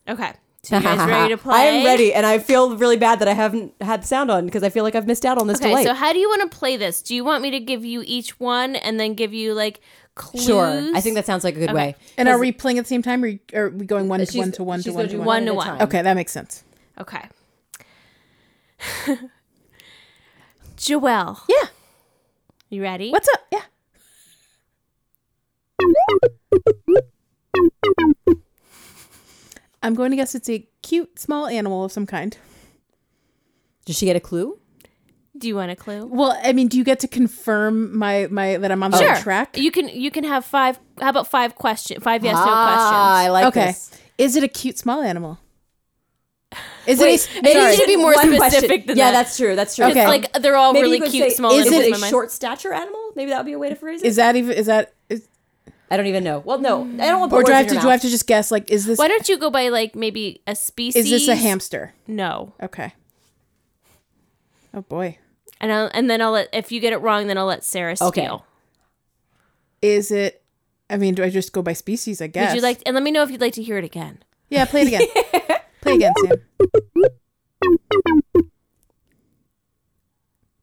Speaker 2: Okay. So you guys ready to play?
Speaker 1: I am ready, and I feel really bad that I haven't had sound on because I feel like I've missed out on this
Speaker 2: Okay,
Speaker 1: delight.
Speaker 2: so how do you want to play this? Do you want me to give you each one and then give you like clues?
Speaker 1: sure, I think that sounds like a good way.
Speaker 3: and are we playing at the same time? Or are we going one to one to one to one to one?
Speaker 2: one to one.
Speaker 3: Okay, that makes sense.
Speaker 2: Okay. Joelle,
Speaker 3: Yeah.
Speaker 2: you ready?
Speaker 3: What's up? Yeah. I'm going to guess it's a cute small animal of some kind.
Speaker 1: Did she get a clue?
Speaker 2: Do you want a clue?
Speaker 3: Well, I mean, do you get to confirm my my that I'm
Speaker 1: Oh.
Speaker 3: on the right track?
Speaker 2: You can you can have five. How about five question? Five yes
Speaker 1: ah, I
Speaker 2: no questions.
Speaker 1: like
Speaker 3: okay.
Speaker 1: this.
Speaker 3: Is it a cute small animal? Is it
Speaker 2: maybe
Speaker 3: a,
Speaker 2: you
Speaker 3: sorry.
Speaker 2: should be more
Speaker 1: One
Speaker 2: specific
Speaker 1: question.
Speaker 2: than
Speaker 1: yeah,
Speaker 2: that.
Speaker 1: that's true. That's true.
Speaker 3: Okay.
Speaker 2: It's like they're all
Speaker 1: Maybe you
Speaker 2: really
Speaker 1: could
Speaker 2: cute,
Speaker 1: say,
Speaker 2: small.
Speaker 1: Is
Speaker 2: little
Speaker 1: it a
Speaker 2: women.
Speaker 1: short stature animal? Maybe that would be a way to phrase it.
Speaker 3: is that even is that is,
Speaker 1: I don't even know. Well, no, I don't want to.
Speaker 3: or
Speaker 1: put
Speaker 3: do I have
Speaker 1: words
Speaker 3: to
Speaker 1: in
Speaker 3: do I
Speaker 1: your
Speaker 3: have to just guess like is this
Speaker 2: Why don't you go by like maybe a species?
Speaker 3: is this a hamster?
Speaker 2: No.
Speaker 3: Okay. Oh boy.
Speaker 2: And I'll, and then I'll let if you get it wrong, then I'll let Sarah steal.
Speaker 1: mouth. Okay.
Speaker 3: Is it? I mean, do I just go by species? I guess.
Speaker 2: Would you like? And let me know if you'd like to hear it again.
Speaker 3: Yeah, play it again. play again, Sam.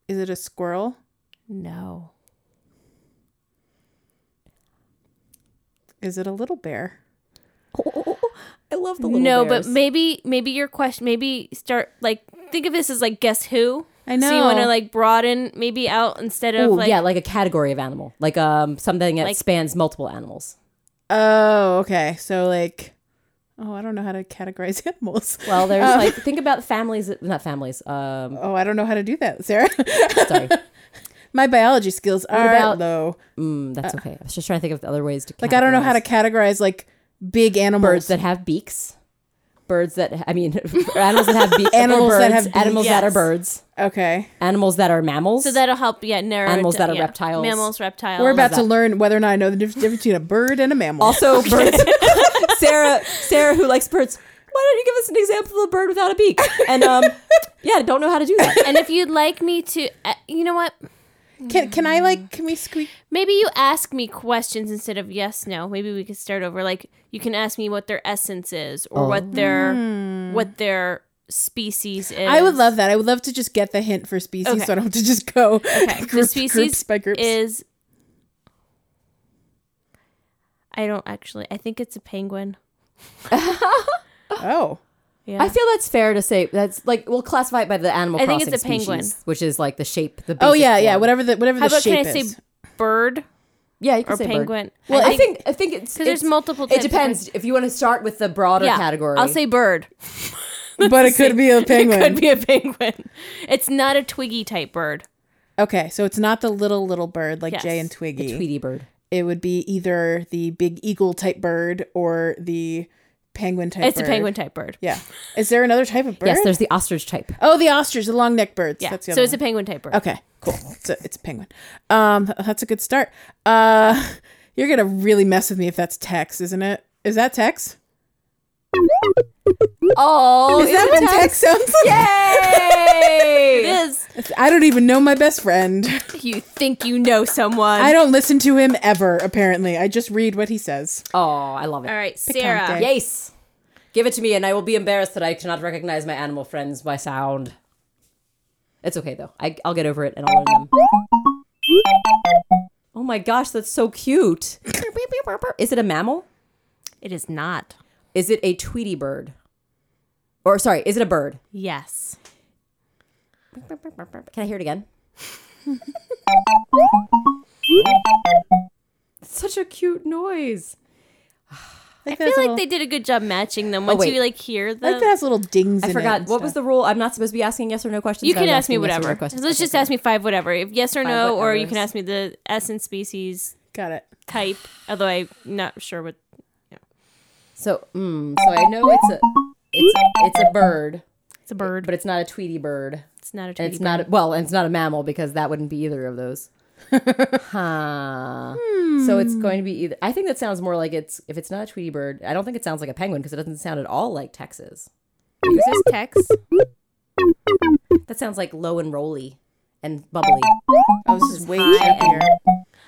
Speaker 3: Is it a squirrel?
Speaker 2: No.
Speaker 3: Is it a little bear?
Speaker 1: I love the little
Speaker 2: No,
Speaker 1: bears.
Speaker 2: but maybe maybe your question maybe start like think of this as like guess who.
Speaker 3: I
Speaker 2: So you
Speaker 3: know.
Speaker 2: want to like broaden maybe out instead of
Speaker 1: Ooh,
Speaker 2: like
Speaker 1: yeah, like a category of animal, like um something that
Speaker 2: Like-
Speaker 1: spans multiple animals.
Speaker 3: Oh, okay. So like, oh, I don't know how to categorize animals.
Speaker 1: Well, there's like think about families, not families. Um,
Speaker 3: Oh, I don't know how to do that, Sarah.
Speaker 1: sorry,
Speaker 3: My biology skills are
Speaker 1: about-
Speaker 3: low.
Speaker 1: mm, that's okay. I was just trying to think of other ways to
Speaker 3: Like I don't know how to categorize like big animals.
Speaker 1: birds that have beaks, birds that I mean animals that have beaks,
Speaker 3: Animals
Speaker 1: birds,
Speaker 3: that have beaks.
Speaker 1: animals that are
Speaker 2: Yes.
Speaker 1: birds,
Speaker 3: okay.
Speaker 1: animals that are mammals.
Speaker 2: So that'll help. Yeah, narrow it
Speaker 1: Animals
Speaker 2: to-
Speaker 1: that are
Speaker 2: yeah.
Speaker 1: reptiles.
Speaker 2: Mammals, reptiles.
Speaker 3: We're about to
Speaker 1: that.
Speaker 3: learn whether or not I know the dif- difference between a bird and a mammal.
Speaker 1: also birds. Sarah, Sarah, who likes birds. Why don't you give us an example of a bird without a beak? And um, yeah, I don't know how to do that.
Speaker 2: and if you'd like me to, uh, you know what?
Speaker 3: Can can I like can we squeak?
Speaker 2: Maybe you ask me questions instead of yes, no. Maybe we could start over. Like you can ask me what their essence is or what their what their species is.
Speaker 3: I would love that. I would love to just get the hint for species,
Speaker 2: Okay.
Speaker 3: so I don't have to just go
Speaker 2: the
Speaker 3: okay.
Speaker 2: species
Speaker 3: groups by groups.
Speaker 2: is. I don't actually. I think it's a penguin.
Speaker 3: oh,
Speaker 2: Yeah.
Speaker 1: I feel that's fair to say. That's like we'll classify it by the animal.
Speaker 2: I think
Speaker 1: Crossing
Speaker 2: it's a penguin.
Speaker 1: species, which is like the shape. The
Speaker 3: oh
Speaker 1: basic
Speaker 3: yeah, yeah.
Speaker 1: form.
Speaker 3: Whatever the whatever
Speaker 2: How
Speaker 3: the
Speaker 2: about
Speaker 3: shape
Speaker 2: can I
Speaker 3: is.
Speaker 2: say bird
Speaker 1: yeah, you can
Speaker 2: or
Speaker 1: say bird.
Speaker 2: penguin?
Speaker 1: Well,
Speaker 2: I
Speaker 1: I think I think it's
Speaker 2: 'Cause there's
Speaker 1: it's-
Speaker 2: multiple
Speaker 1: It
Speaker 2: types of
Speaker 1: depends if you want to start with the broader
Speaker 2: yeah,
Speaker 1: category.
Speaker 2: I'll say bird.
Speaker 3: but it could be a penguin.
Speaker 2: Could be a penguin. It's not a twiggy type bird.
Speaker 3: Okay, so it's not the little little bird like Jay
Speaker 2: Yes.
Speaker 3: and Twiggy.
Speaker 1: Tweety bird.
Speaker 3: It would be either the big eagle type bird or the penguin type.
Speaker 2: It's a
Speaker 3: bird.
Speaker 2: penguin type bird.
Speaker 3: Yeah. Is there another type of bird?
Speaker 1: Yes, there's the ostrich type.
Speaker 3: Oh, the ostrich, the long neck birds.
Speaker 2: Yeah.
Speaker 3: That's the
Speaker 2: So
Speaker 3: other
Speaker 2: it's a penguin type bird.
Speaker 3: one. okay. Cool. It's a, it's a penguin. Um, that's a good start. Uh, you're gonna really mess with me if that's Tex, isn't it? Is that Tex?
Speaker 1: Oh,
Speaker 3: Is that what Tex sounds like?
Speaker 2: It
Speaker 1: Yay!
Speaker 2: is.
Speaker 3: I don't even know my best friend.
Speaker 2: You think you know someone.
Speaker 3: I don't listen to him ever. Apparently, I just read what he says.
Speaker 1: oh, I love it.
Speaker 2: All right, Sarah.
Speaker 3: Day.
Speaker 1: Yes, give it to me, and I will be embarrassed that I cannot recognize my animal friends by sound. It's okay though. I, I'll get over it, and I'll learn them. Oh my gosh, that's so cute. Is it a mammal?
Speaker 2: It is not.
Speaker 1: Is it a Tweety bird? Or sorry, is it a bird?
Speaker 2: Yes.
Speaker 1: Can I hear it again? Such a cute noise.
Speaker 2: I feel like they did a good job matching them. Once
Speaker 1: wait.
Speaker 2: you like hear
Speaker 3: Oh, I
Speaker 2: them,
Speaker 3: think it has little dings.
Speaker 1: I
Speaker 3: in
Speaker 1: forgot.
Speaker 3: It
Speaker 1: What was the rule? I'm not supposed to be asking yes or no questions.
Speaker 2: you
Speaker 1: but I
Speaker 2: can
Speaker 1: was
Speaker 2: ask me
Speaker 1: asking yes or no
Speaker 2: whatever.
Speaker 1: questions.
Speaker 2: Let's just ask me five whatever. If yes or no, or you
Speaker 1: whatevers.
Speaker 2: can ask me the essence, species,
Speaker 3: Got it.
Speaker 2: type. Although I'm not sure what.
Speaker 1: So, mm, so I know it's a, it's a, it's a bird,
Speaker 2: It's a bird,
Speaker 1: but it's not a Tweety bird.
Speaker 2: it's not a.
Speaker 1: And
Speaker 2: Tweety
Speaker 1: it's not a, well, and it's not a mammal because that wouldn't be either of those. huh. So it's going to be either. I think that sounds more like it's if it's not a Tweety bird. I don't think it sounds like a penguin because it doesn't sound at all like Texas.
Speaker 2: bird. Is this Tex?
Speaker 1: That sounds like low and rolly and bubbly.
Speaker 3: Oh, this is way
Speaker 2: high
Speaker 3: happier.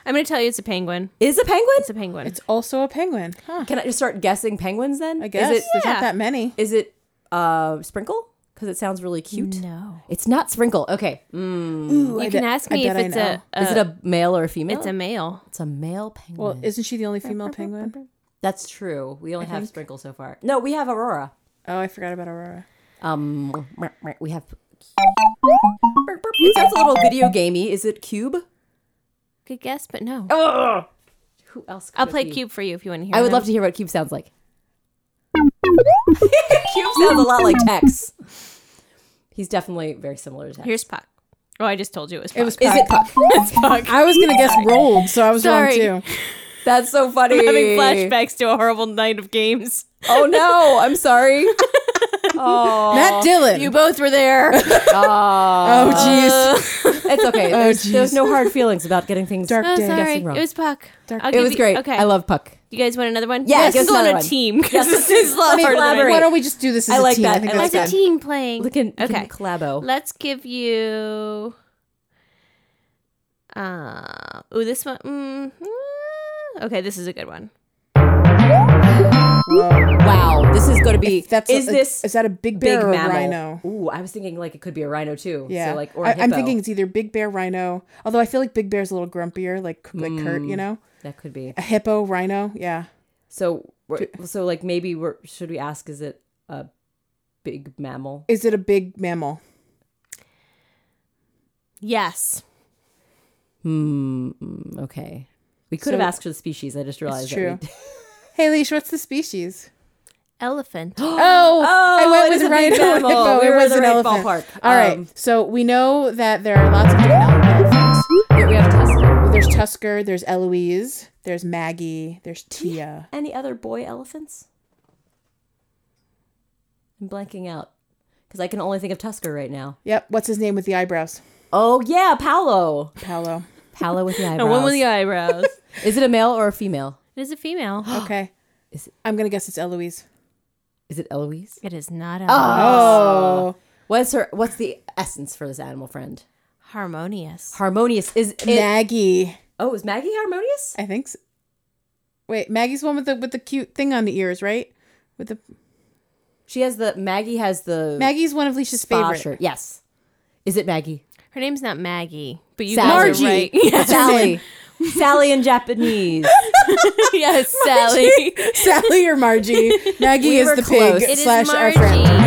Speaker 2: I'm gonna tell you, it's a penguin.
Speaker 1: Is a penguin?
Speaker 2: It's a penguin.
Speaker 3: It's also a penguin. Huh.
Speaker 1: Can I just start guessing penguins then?
Speaker 3: I guess
Speaker 1: Is it,
Speaker 3: there's
Speaker 2: Yeah.
Speaker 3: not that many.
Speaker 1: is it uh, sprinkle? Because it sounds really cute.
Speaker 2: no.
Speaker 1: It's not sprinkle. Okay. Mm.
Speaker 2: You can ask me if it's a, a.
Speaker 1: Is it a male or a female?
Speaker 2: It's a male.
Speaker 1: Uh, It's a male penguin.
Speaker 3: Well, isn't she the only female penguin?
Speaker 1: That's true. We only have sprinkle so far. No, we have Aurora.
Speaker 3: Oh, I forgot about Aurora.
Speaker 1: Um, we have. It sounds a little video gamey. Is it Cube?
Speaker 2: Good guess, but no.
Speaker 1: Ugh. Who else? Could
Speaker 2: I'll
Speaker 1: it
Speaker 2: play
Speaker 1: be?
Speaker 2: Cube for you if you want to hear.
Speaker 1: Oh, I would love to hear what Cube sounds like. Cube sounds a lot like Tex. He's definitely very similar to Tex.
Speaker 2: Here's Puck. Oh, I just told you it was. Puck.
Speaker 3: It was.
Speaker 1: Is it Puck?
Speaker 3: I was gonna guess rolled, so I was
Speaker 2: Sorry.
Speaker 3: wrong too.
Speaker 1: That's so funny.
Speaker 2: having flashbacks to a horrible night of games.
Speaker 1: Oh no, I'm sorry.
Speaker 3: Matt Dillon.
Speaker 2: both were there.
Speaker 3: oh jeez.
Speaker 1: It's okay. There's, there's no hard feelings about getting things
Speaker 3: Dark
Speaker 2: oh,
Speaker 3: day.
Speaker 2: sorry.
Speaker 1: Guessing
Speaker 2: It
Speaker 1: wrong.
Speaker 2: was Puck. I'll
Speaker 1: It
Speaker 2: give
Speaker 1: was
Speaker 2: you-
Speaker 1: great.
Speaker 2: Okay.
Speaker 1: I love Puck.
Speaker 2: You guys want another one?
Speaker 1: Yeah,
Speaker 2: Let's
Speaker 1: give us
Speaker 2: go on
Speaker 1: another
Speaker 2: a
Speaker 1: one.
Speaker 2: team because this is a lot
Speaker 1: me
Speaker 2: harder than I-
Speaker 1: elaborate.
Speaker 3: Why don't we just do this as
Speaker 1: I
Speaker 3: a
Speaker 1: like
Speaker 3: team?
Speaker 1: that.
Speaker 3: I think
Speaker 1: I
Speaker 3: that's
Speaker 2: As a
Speaker 3: good.
Speaker 2: team playing.
Speaker 1: Look in, okay.
Speaker 2: okay.
Speaker 1: collabo.
Speaker 2: Let's give you. Uh, oh, this one. Mm, mm, Okay, this is a good one.
Speaker 1: Wow, this is going to be.
Speaker 3: That's
Speaker 1: is
Speaker 3: a-
Speaker 1: this
Speaker 3: is that a big
Speaker 1: big
Speaker 3: bear or a
Speaker 1: mammal?
Speaker 3: rhino?
Speaker 1: Ooh, I was thinking like it could be a rhino too.
Speaker 3: Yeah,
Speaker 1: so like or a
Speaker 3: I, I'm
Speaker 1: hippo.
Speaker 3: thinking it's either big bear, rhino. Although I feel like big bear's a little grumpier, like like Kurt, you know,
Speaker 1: that could be.
Speaker 3: a hippo, rhino. Yeah,
Speaker 1: So we're- so like maybe we're should we ask? Is it a big mammal?
Speaker 3: is it a big mammal?
Speaker 2: Yes.
Speaker 1: Hmm. Okay. We could have
Speaker 3: So-
Speaker 1: asked for the species. I just realized.
Speaker 3: It's
Speaker 1: that we
Speaker 3: true. Hey, Leash, what's the species?
Speaker 2: Elephant.
Speaker 3: Oh, I
Speaker 1: it
Speaker 3: went
Speaker 1: is
Speaker 3: with
Speaker 1: a big
Speaker 3: rhino and
Speaker 1: mammal.
Speaker 3: hippo.
Speaker 1: We
Speaker 3: it
Speaker 1: were
Speaker 3: was
Speaker 1: in the
Speaker 3: an
Speaker 1: right
Speaker 3: elephant.
Speaker 1: ballpark.
Speaker 3: All right,
Speaker 1: Um,
Speaker 3: so we know that there are lots of different elephants.
Speaker 1: Here we have Tusker.
Speaker 3: There's Tusker. There's Eloise. There's Maggie. There's Tia.
Speaker 1: Any other boy elephants? I'm blanking out because I can only think of Tusker right now.
Speaker 3: Yep. What's his name with the eyebrows?
Speaker 1: Oh yeah, Paolo.
Speaker 3: Paolo.
Speaker 1: Paolo with the eyebrows.
Speaker 2: And one with the eyebrows.
Speaker 1: Is it a male or a female?
Speaker 2: it is a female.
Speaker 3: Okay.
Speaker 1: Is it-
Speaker 3: I'm gonna guess it's Eloise.
Speaker 1: Is it Eloise?
Speaker 2: It is not a
Speaker 3: Oh,
Speaker 1: What's her? What's the essence for this animal friend?
Speaker 2: harmonious.
Speaker 1: Harmonious is it?
Speaker 3: Maggie.
Speaker 1: oh, is Maggie harmonious?
Speaker 3: I think. So. Wait, Maggie's the one with the with the cute thing on the ears, right? With the
Speaker 1: She has the Maggie has the
Speaker 3: Maggie's one of Leisha's
Speaker 1: spa
Speaker 3: favorite.
Speaker 1: shirt. Yes. Is it Maggie?
Speaker 2: Her name's not Maggie, but you
Speaker 1: Sally.
Speaker 2: guys are right.
Speaker 3: Margie.
Speaker 2: Yes,
Speaker 1: Sally. Sally in Japanese.
Speaker 2: yes Sally.
Speaker 3: Sally or Margie? Maggie
Speaker 1: We
Speaker 3: is
Speaker 1: were
Speaker 3: the
Speaker 1: close.
Speaker 2: It
Speaker 3: pig
Speaker 2: is
Speaker 3: slash our friend.
Speaker 2: Margie.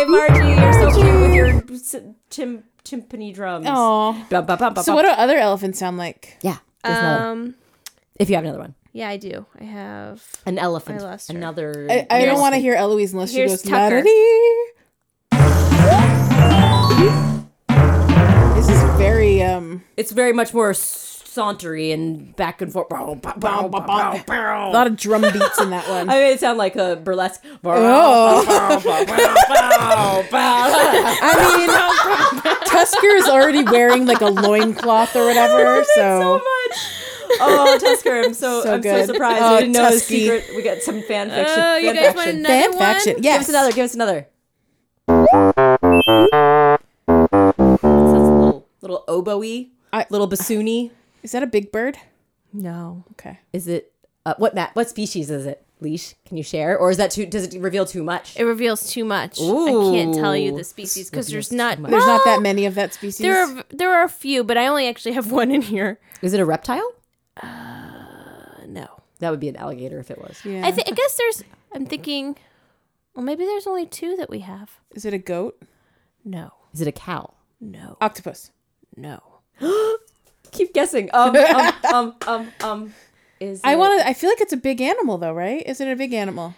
Speaker 1: Yay, Margie! You're so cute with your s- chim- timpani drums.
Speaker 3: Aw.
Speaker 1: Bum, bum, bum, bum,
Speaker 3: So
Speaker 1: bum.
Speaker 3: what do other elephants sound like?
Speaker 1: Yeah. there's another.
Speaker 2: Um,
Speaker 1: If you have another one,
Speaker 2: yeah, I do. I have.
Speaker 1: an elephant.
Speaker 2: I lost her.
Speaker 1: another.
Speaker 3: I, I don't want to hear Eloise unless she
Speaker 2: Here's
Speaker 3: goes
Speaker 2: Tucker.
Speaker 3: la-da-dee. This is very um
Speaker 1: It's very much more sauntery and back and forth. Bow, bow, bow, bow, bow,
Speaker 3: a
Speaker 1: bow.
Speaker 3: lot of drum beats in that one.
Speaker 1: I made it sound like a burlesque.
Speaker 3: Oh.
Speaker 1: Bow.
Speaker 3: I mean, Tusker is already wearing like a loincloth or whatever, so.
Speaker 1: Oh, Tusker! I'm so,
Speaker 3: So
Speaker 1: I'm
Speaker 3: good.
Speaker 1: so surprised
Speaker 3: Oh,
Speaker 1: we didn't know the
Speaker 3: Tusky.
Speaker 1: secret. We got some fan fiction.
Speaker 2: Oh, you
Speaker 1: fan
Speaker 2: guys want
Speaker 1: fiction.
Speaker 2: another
Speaker 3: Fan
Speaker 2: one?
Speaker 3: faction. Yes.
Speaker 1: Give us another. Give us another. Sounds a little, little oboey,
Speaker 3: I-
Speaker 1: little bassoony.
Speaker 3: Is that a big bird?
Speaker 2: No.
Speaker 3: Okay.
Speaker 1: Is it uh, what Matt? What species is it? Leash? Can you share, or is that too? Does it reveal too much?
Speaker 2: It reveals too much. I can't tell you
Speaker 1: Ooh.
Speaker 2: the species because there's not.
Speaker 1: much.
Speaker 3: There's not that many of that species.
Speaker 2: There are there are a few, but I only actually have one in here.
Speaker 1: Is it a reptile?
Speaker 2: Uh, no.
Speaker 1: That would be an alligator if it was.
Speaker 3: yeah.
Speaker 2: I think I guess there's. I'm thinking. Well, maybe there's only two that we have.
Speaker 3: is it a goat?
Speaker 2: No.
Speaker 1: Is it a cow?
Speaker 2: No.
Speaker 3: Octopus.
Speaker 2: No.
Speaker 1: Keep guessing. Um, um, um, um, um. Is
Speaker 3: I
Speaker 1: it-
Speaker 3: want to. I feel like it's a big animal, though, right? Is it a big animal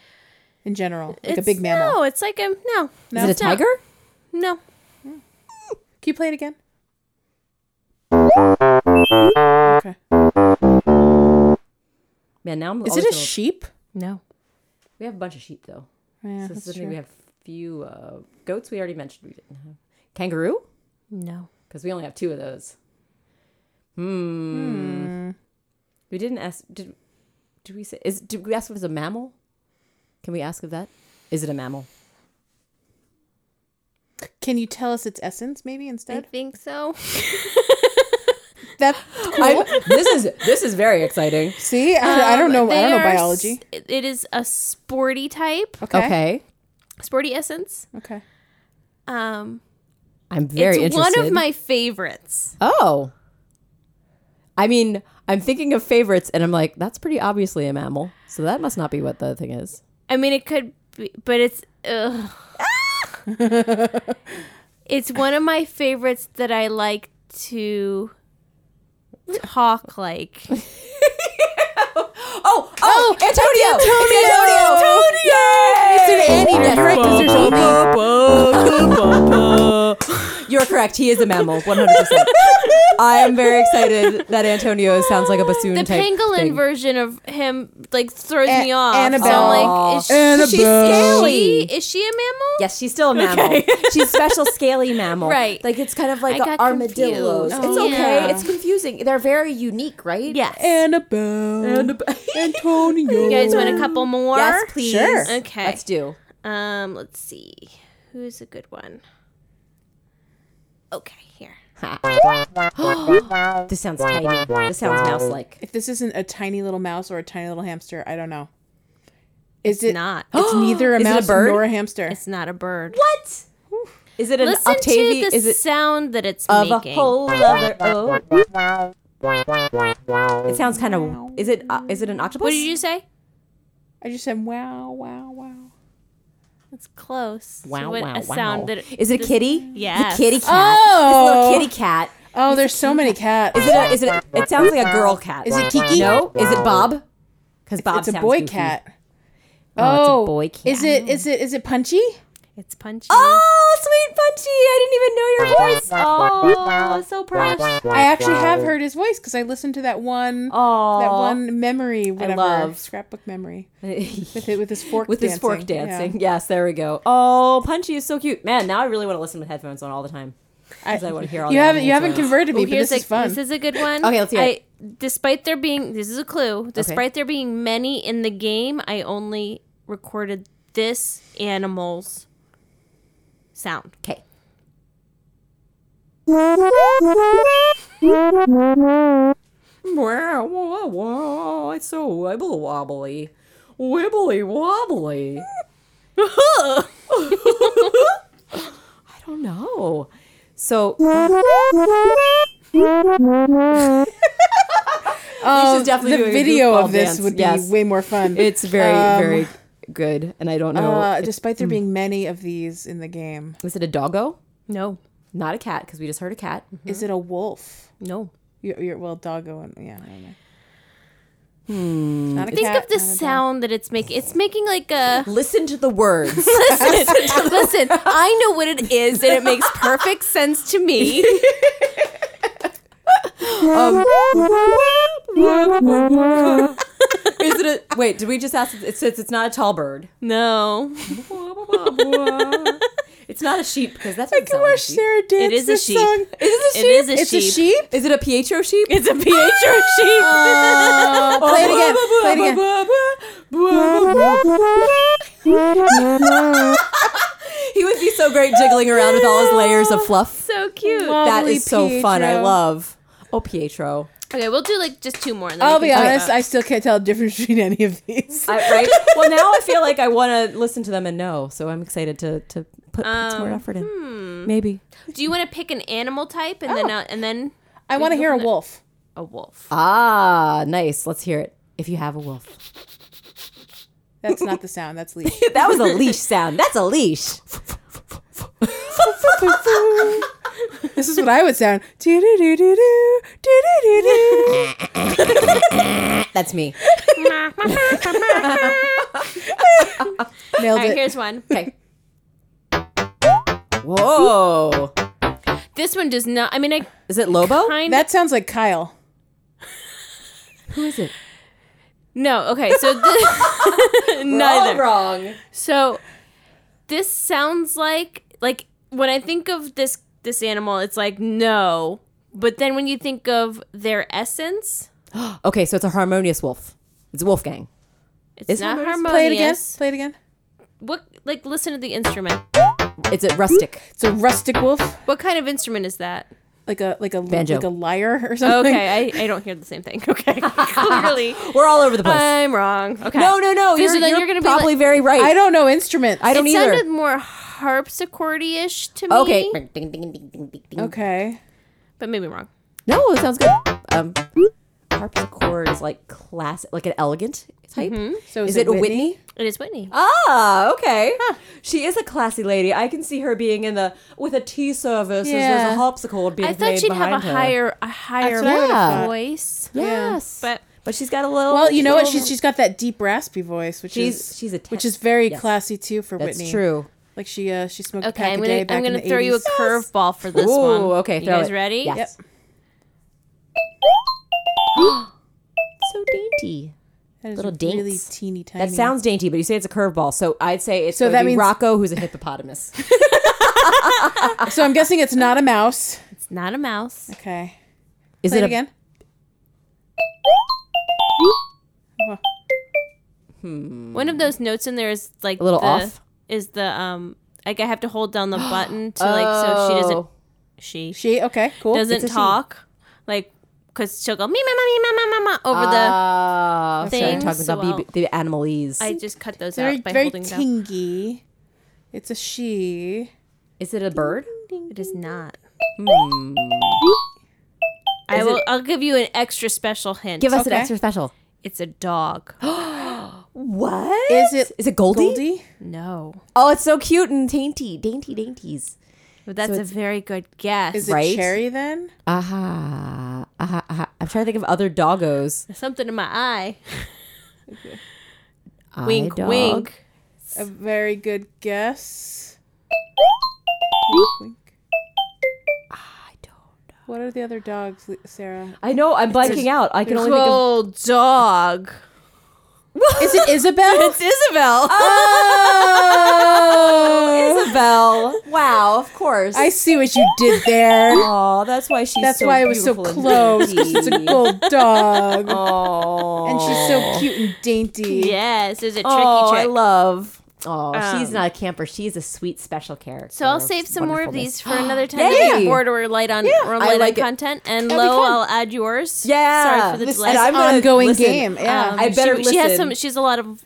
Speaker 3: in general, like a
Speaker 2: It's-
Speaker 3: big mammal?
Speaker 2: No, it's like a
Speaker 1: Is
Speaker 2: no.
Speaker 1: it a
Speaker 2: It's not-
Speaker 1: tiger?
Speaker 2: No.
Speaker 3: Can you play it again? Okay.
Speaker 1: Man, now I'm.
Speaker 3: Is
Speaker 1: always
Speaker 3: it a
Speaker 1: gonna-
Speaker 3: sheep?
Speaker 2: No.
Speaker 1: we have a bunch of sheep though.
Speaker 3: Yeah,
Speaker 1: So this
Speaker 3: that's
Speaker 1: is the thing
Speaker 3: true.
Speaker 1: we have few uh, goats. We already mentioned we didn't have kangaroo
Speaker 2: No.
Speaker 1: because we only have two of those. Hmm. We didn't ask. Did did we say? Is did we ask if it's a mammal? Can we ask of that? Is it a mammal?
Speaker 3: Can you tell us its essence, maybe
Speaker 2: I
Speaker 3: instead?
Speaker 2: think so. Um,
Speaker 3: That
Speaker 1: I, this is this is very exciting.
Speaker 3: see, I, I don't know. I
Speaker 2: Um, They
Speaker 3: don't know
Speaker 2: are s-
Speaker 3: biology.
Speaker 2: it- it is a sporty type,
Speaker 3: Okay.
Speaker 1: Okay,
Speaker 3: Okay.
Speaker 2: sporty essence. Um,
Speaker 1: I'm very
Speaker 2: it's
Speaker 1: interested.
Speaker 2: one of my favorites.
Speaker 1: oh, I mean, I'm thinking of favorites, and I'm like, that's pretty obviously a mammal. So that must not be what the thing is.
Speaker 2: I mean, it could be, but it's. Ugh. it's one of my favorites that I like to talk like.
Speaker 1: Oh, oh, Antonio!
Speaker 3: It's an
Speaker 1: Antonio!
Speaker 3: anteater, correct? 'Cause there's only-
Speaker 1: You're correct. He is a mammal, 100%. I am very excited that Antonio sounds like a bassoon
Speaker 2: The
Speaker 1: type.
Speaker 2: pangolin
Speaker 1: thing.
Speaker 2: version of him like throws
Speaker 3: A-
Speaker 2: me off. So
Speaker 3: Annabelle.
Speaker 2: I'm like, is she, is she
Speaker 3: Annabelle.
Speaker 2: scary? Is she a mammal?
Speaker 1: Yes, she's still a mammal. She's special scaly mammal.
Speaker 2: Right.
Speaker 1: Like it's kind of like
Speaker 2: I
Speaker 1: a
Speaker 2: got
Speaker 1: armadillos.
Speaker 2: confused.
Speaker 1: It's
Speaker 2: Oh,
Speaker 1: okay.
Speaker 2: yeah.
Speaker 1: It's confusing. They're very unique, right?
Speaker 2: Yes.
Speaker 3: Annabelle. Antonio.
Speaker 2: you guys want a couple more?
Speaker 1: Yes, please.
Speaker 3: Sure.
Speaker 2: Okay.
Speaker 1: Let's do.
Speaker 2: Um, let's see. Who's a good one? Okay, here.
Speaker 1: This sounds tiny. This sounds mouse like.
Speaker 3: If this isn't a tiny little mouse or a tiny little hamster, I don't know. Is it
Speaker 2: Not.
Speaker 3: It's neither a
Speaker 1: Is it a
Speaker 3: mouse
Speaker 1: bird?
Speaker 3: nor a hamster.
Speaker 2: It's not a bird.
Speaker 1: What? Is it an
Speaker 2: Listen
Speaker 1: Octavia?
Speaker 2: to the
Speaker 1: Is it
Speaker 2: sound that it's
Speaker 1: of a
Speaker 2: making.
Speaker 1: whole other? Oh. It sounds kind of. Is it? Uh, is it an octopus?
Speaker 2: what did you say?
Speaker 3: I just said wow, wow, wow.
Speaker 2: It's close. So
Speaker 1: Wow,
Speaker 2: what-
Speaker 1: wow,
Speaker 2: a sound
Speaker 1: wow.
Speaker 2: that
Speaker 1: Is it a
Speaker 2: this-
Speaker 1: kitty?
Speaker 2: Yes.
Speaker 1: The kitty cat.
Speaker 3: Oh.
Speaker 1: This little kitty cat.
Speaker 3: Oh, there's so many cats.
Speaker 1: Is it? A, is it? A, it sounds like a girl cat.
Speaker 3: Is it Kiki?
Speaker 1: No. Is it Bob? Because Bob.
Speaker 3: It's a
Speaker 1: sounds
Speaker 3: boy
Speaker 1: goofy.
Speaker 3: cat.
Speaker 1: Oh, it's a boy cat.
Speaker 3: Is it is it is it punchy?
Speaker 2: It's punchy.
Speaker 1: Oh, sweet Punchy! I didn't even know your voice. Oh, so precious.
Speaker 3: I actually have heard his voice because I listened to that one
Speaker 1: Oh,
Speaker 3: that one memory whatever
Speaker 1: love.
Speaker 3: scrapbook memory with it, with his fork
Speaker 1: with
Speaker 3: dancing.
Speaker 1: his fork
Speaker 3: Yeah.
Speaker 1: dancing. Yes, there we go. Oh, Punchy is so cute, man. Now I really want to listen with headphones on all the time because I, want to hear all.
Speaker 3: You
Speaker 1: the
Speaker 3: haven't you
Speaker 1: animal
Speaker 3: haven't
Speaker 1: sounds.
Speaker 3: converted me,
Speaker 2: Ooh,
Speaker 3: but this
Speaker 2: Oh, a,
Speaker 3: is fun.
Speaker 2: This is a good one.
Speaker 1: Okay, let's hear
Speaker 2: I,
Speaker 1: it.
Speaker 2: Despite there being, this is a clue. Despite there being many in the game, I only recorded this animal's sound.
Speaker 1: Okay. Wow, wow, wow! It's so wibble wobbly, wibbly wobbly. I don't know. So
Speaker 3: oh,
Speaker 1: she's definitely
Speaker 3: the
Speaker 1: doing a
Speaker 3: video
Speaker 1: goofball
Speaker 3: of this
Speaker 1: dance.
Speaker 3: would be
Speaker 1: Yes.
Speaker 3: way more fun.
Speaker 1: it's very,
Speaker 3: Um,
Speaker 1: very good, Mm. and I don't know.
Speaker 3: uh, despite there being many of these in the game,
Speaker 1: Is it a doggo?
Speaker 2: No,
Speaker 1: Not a cat, because we just heard a cat.
Speaker 3: is it a wolf?
Speaker 2: no.
Speaker 3: You, you're well, doggo and yeah, I don't know.
Speaker 1: Hmm.
Speaker 3: Not a
Speaker 2: Think
Speaker 3: cat,
Speaker 2: of the
Speaker 3: not a dog.
Speaker 2: sound that it's making. It's making like a.
Speaker 1: Listen to the words.
Speaker 2: Listen, listen. I know what it is, and it makes perfect sense to me.
Speaker 1: Is it a wait? Did we just ask? It says it's not a tall bird.
Speaker 2: No,
Speaker 1: It's not a sheep because that's what
Speaker 3: I wish Sarah danced
Speaker 2: is a
Speaker 3: this
Speaker 2: sheep.
Speaker 3: song. Is it a
Speaker 2: It is
Speaker 3: sheep?
Speaker 2: a
Speaker 3: it's a
Speaker 2: sheep.
Speaker 3: sheep.
Speaker 1: Is it a Pietro sheep?
Speaker 2: it's a Pietro sheep.
Speaker 3: Play
Speaker 1: Oh.
Speaker 3: it again. Play it again.
Speaker 1: he would be so great jiggling around with all his layers of fluff.
Speaker 2: so cute.
Speaker 1: That is so fun. I
Speaker 3: Pietro.
Speaker 1: love. Oh, Pietro.
Speaker 2: Okay, we'll do like just two more. and then
Speaker 3: I'll
Speaker 2: we
Speaker 3: be
Speaker 2: can talk
Speaker 3: honest.
Speaker 2: about-
Speaker 3: I still can't tell the difference between any of these.
Speaker 1: I, right? Well, now I feel like I want to listen to them and know. So I'm excited to to put, put some more effort in. Maybe.
Speaker 2: do you want to pick an animal type and then uh, and then
Speaker 3: I want to hear a wolf.
Speaker 2: a wolf?
Speaker 1: Ah, nice. Let's hear it. If you have a wolf.
Speaker 3: That's not the sound. That's leash.
Speaker 1: That was a leash sound. That's a leash.
Speaker 3: This is what I would sound. Do-do-do-do-do, do-do-do-do.
Speaker 1: That's me.
Speaker 2: All
Speaker 3: Nailed
Speaker 2: right,
Speaker 3: it.
Speaker 2: here's one.
Speaker 1: Okay. Whoa.
Speaker 2: This one does not. I mean, I
Speaker 1: Is it Lobo?
Speaker 2: kind of
Speaker 3: That sounds like Kyle.
Speaker 1: Who is it?
Speaker 2: no. Okay, so this, neither.
Speaker 1: wrong.
Speaker 2: So this sounds like like when I think of this this animal, it's like no. But then when you think of their essence,
Speaker 1: Okay, so it's a harmonious wolf. It's Wolfgang.
Speaker 2: it's
Speaker 1: Is
Speaker 2: not harmonious.
Speaker 3: Play it again. Play it again.
Speaker 2: What like listen to the instrument?
Speaker 1: It's a rustic.
Speaker 3: It's a rustic wolf,
Speaker 2: What kind of instrument is that?
Speaker 3: like a like a
Speaker 1: Banjo.
Speaker 3: like a lyre or something.
Speaker 2: Okay, I, I don't hear the same thing. Okay, clearly
Speaker 1: We're all over the place.
Speaker 2: I'm wrong. Okay,
Speaker 1: no, no, no. You're,
Speaker 2: Uh, so then
Speaker 1: you're,
Speaker 2: you're gonna be
Speaker 1: probably
Speaker 2: like-
Speaker 1: very right.
Speaker 3: I don't know instruments.
Speaker 1: I don't
Speaker 2: it
Speaker 1: either.
Speaker 2: sounded more harpsichordy-ish to me.
Speaker 1: okay.
Speaker 3: Okay.
Speaker 2: but maybe wrong.
Speaker 1: No, it sounds good. Um, harpsichord is like classic, like an elegant type.
Speaker 3: So
Speaker 1: Is, it, a Whitney?
Speaker 2: Mm-hmm. It is Whitney.
Speaker 1: Ah, okay. She is a classy lady. I can see her being in the with a tea service. as There's
Speaker 3: Yeah.
Speaker 1: a harpsichord being
Speaker 2: I thought
Speaker 1: played
Speaker 2: she'd have a
Speaker 1: behind her.
Speaker 2: higher a higher
Speaker 3: That's what I would've
Speaker 1: Yeah. thought.
Speaker 2: voice.
Speaker 1: Yes,
Speaker 2: But-
Speaker 1: but she's got a little.
Speaker 3: Well, you know what? She's she's got that deep raspy voice, which
Speaker 1: She's-
Speaker 3: is
Speaker 1: she's a
Speaker 3: which
Speaker 1: ten-
Speaker 3: is very
Speaker 1: yes.
Speaker 3: classy too for
Speaker 1: that's
Speaker 3: Whitney.
Speaker 1: true.
Speaker 3: Like she uh she smoked a
Speaker 2: Okay,
Speaker 3: pack
Speaker 2: I'm
Speaker 3: a day
Speaker 2: gonna
Speaker 3: back
Speaker 2: I'm
Speaker 3: in
Speaker 2: gonna
Speaker 3: the
Speaker 2: throw you a
Speaker 3: 80s.
Speaker 2: curveball for this
Speaker 1: Ooh,
Speaker 2: one.
Speaker 1: okay.
Speaker 2: you
Speaker 1: throw
Speaker 2: guys
Speaker 1: it.
Speaker 2: ready?
Speaker 1: Yes.
Speaker 3: Yep.
Speaker 1: so dainty.
Speaker 3: That is
Speaker 1: Little
Speaker 3: really
Speaker 1: dinks.
Speaker 3: teeny tiny.
Speaker 1: That sounds dainty, but you say it's a curveball, so I'd say it's
Speaker 3: So
Speaker 1: so
Speaker 3: that
Speaker 1: that be
Speaker 3: means-
Speaker 1: Rocco, who's a hippopotamus.
Speaker 3: So I'm guessing it's not a mouse.
Speaker 2: It's not a mouse.
Speaker 3: Okay.
Speaker 1: Is
Speaker 3: Play
Speaker 1: it
Speaker 3: it
Speaker 1: a,
Speaker 3: again.
Speaker 2: One of those notes in there is like
Speaker 1: Mm. A little
Speaker 2: the-
Speaker 1: off? Oh.
Speaker 2: Is the um like I have to hold down the button to like so she doesn't she
Speaker 3: She okay, cool. It's
Speaker 2: doesn't
Speaker 3: a she.
Speaker 2: talk, like because she'll go me ma ma me ma ma ma over the.
Speaker 1: Ah, sorry,
Speaker 2: thing,
Speaker 1: talking
Speaker 2: so
Speaker 1: about
Speaker 2: I'll-
Speaker 1: BB the animalese.
Speaker 2: I just cut those
Speaker 3: Very
Speaker 2: out by
Speaker 3: very
Speaker 2: holding down.
Speaker 3: tingy. It's a she.
Speaker 1: Is it a bird?
Speaker 2: It is not.
Speaker 1: Hmm.
Speaker 2: I
Speaker 1: Is
Speaker 2: will.
Speaker 1: it-
Speaker 2: I'll give you an extra special hint.
Speaker 1: Give us an
Speaker 3: Okay.
Speaker 1: extra special.
Speaker 2: It's a dog.
Speaker 1: What
Speaker 3: Is it
Speaker 1: Is it Goldie?
Speaker 3: Goldie?
Speaker 2: no,
Speaker 1: Oh, it's so cute and dainty, dainty, dainties.
Speaker 2: but that's a
Speaker 1: it's-
Speaker 2: very good guess.
Speaker 3: Is it
Speaker 1: Right?
Speaker 3: Cherry then?
Speaker 1: Aha, aha, aha. I'm trying to think of other doggos.
Speaker 2: Something in my eye.
Speaker 1: Eye
Speaker 2: Wink,
Speaker 1: dog.
Speaker 2: wink.
Speaker 3: A very good guess. Wink, wink.
Speaker 1: I don't.
Speaker 3: What are the other dogs, Li- Sarah?
Speaker 1: I know. I'm blanking out. I can only think of.
Speaker 2: Cool dog.
Speaker 3: Is it Isabel?
Speaker 2: It's Isabel.
Speaker 1: Oh, Isabel! Wow, of course.
Speaker 3: I see what you did there.
Speaker 1: Oh, that's why she's.
Speaker 3: That's
Speaker 1: so
Speaker 3: why it was so
Speaker 1: beautiful
Speaker 3: close.
Speaker 1: and
Speaker 3: 'cause It's a
Speaker 1: dainty.
Speaker 3: gold dog.
Speaker 1: Oh,
Speaker 3: And she's so cute and dainty.
Speaker 2: yes, it's a tricky
Speaker 1: oh, I
Speaker 2: trick.
Speaker 1: love. Oh, she's
Speaker 2: Um,
Speaker 1: not a camper. She's a sweet special character.
Speaker 2: so I'll
Speaker 1: of
Speaker 2: save some more of
Speaker 1: wonderfulness.
Speaker 2: these for another time.
Speaker 1: Yay!
Speaker 2: Yeah. Board or light on or
Speaker 1: I
Speaker 2: light
Speaker 1: like it.
Speaker 2: on content, and
Speaker 3: That'll be
Speaker 2: Lo,
Speaker 3: fun.
Speaker 2: I'll add yours.
Speaker 1: Yeah.
Speaker 2: sorry for the
Speaker 1: This-
Speaker 2: delay. Um,
Speaker 1: and I'm gonna
Speaker 3: ongoing
Speaker 1: listen.
Speaker 3: game. Yeah.
Speaker 1: I better
Speaker 2: she, she has
Speaker 1: listen.
Speaker 2: some. She has a lot of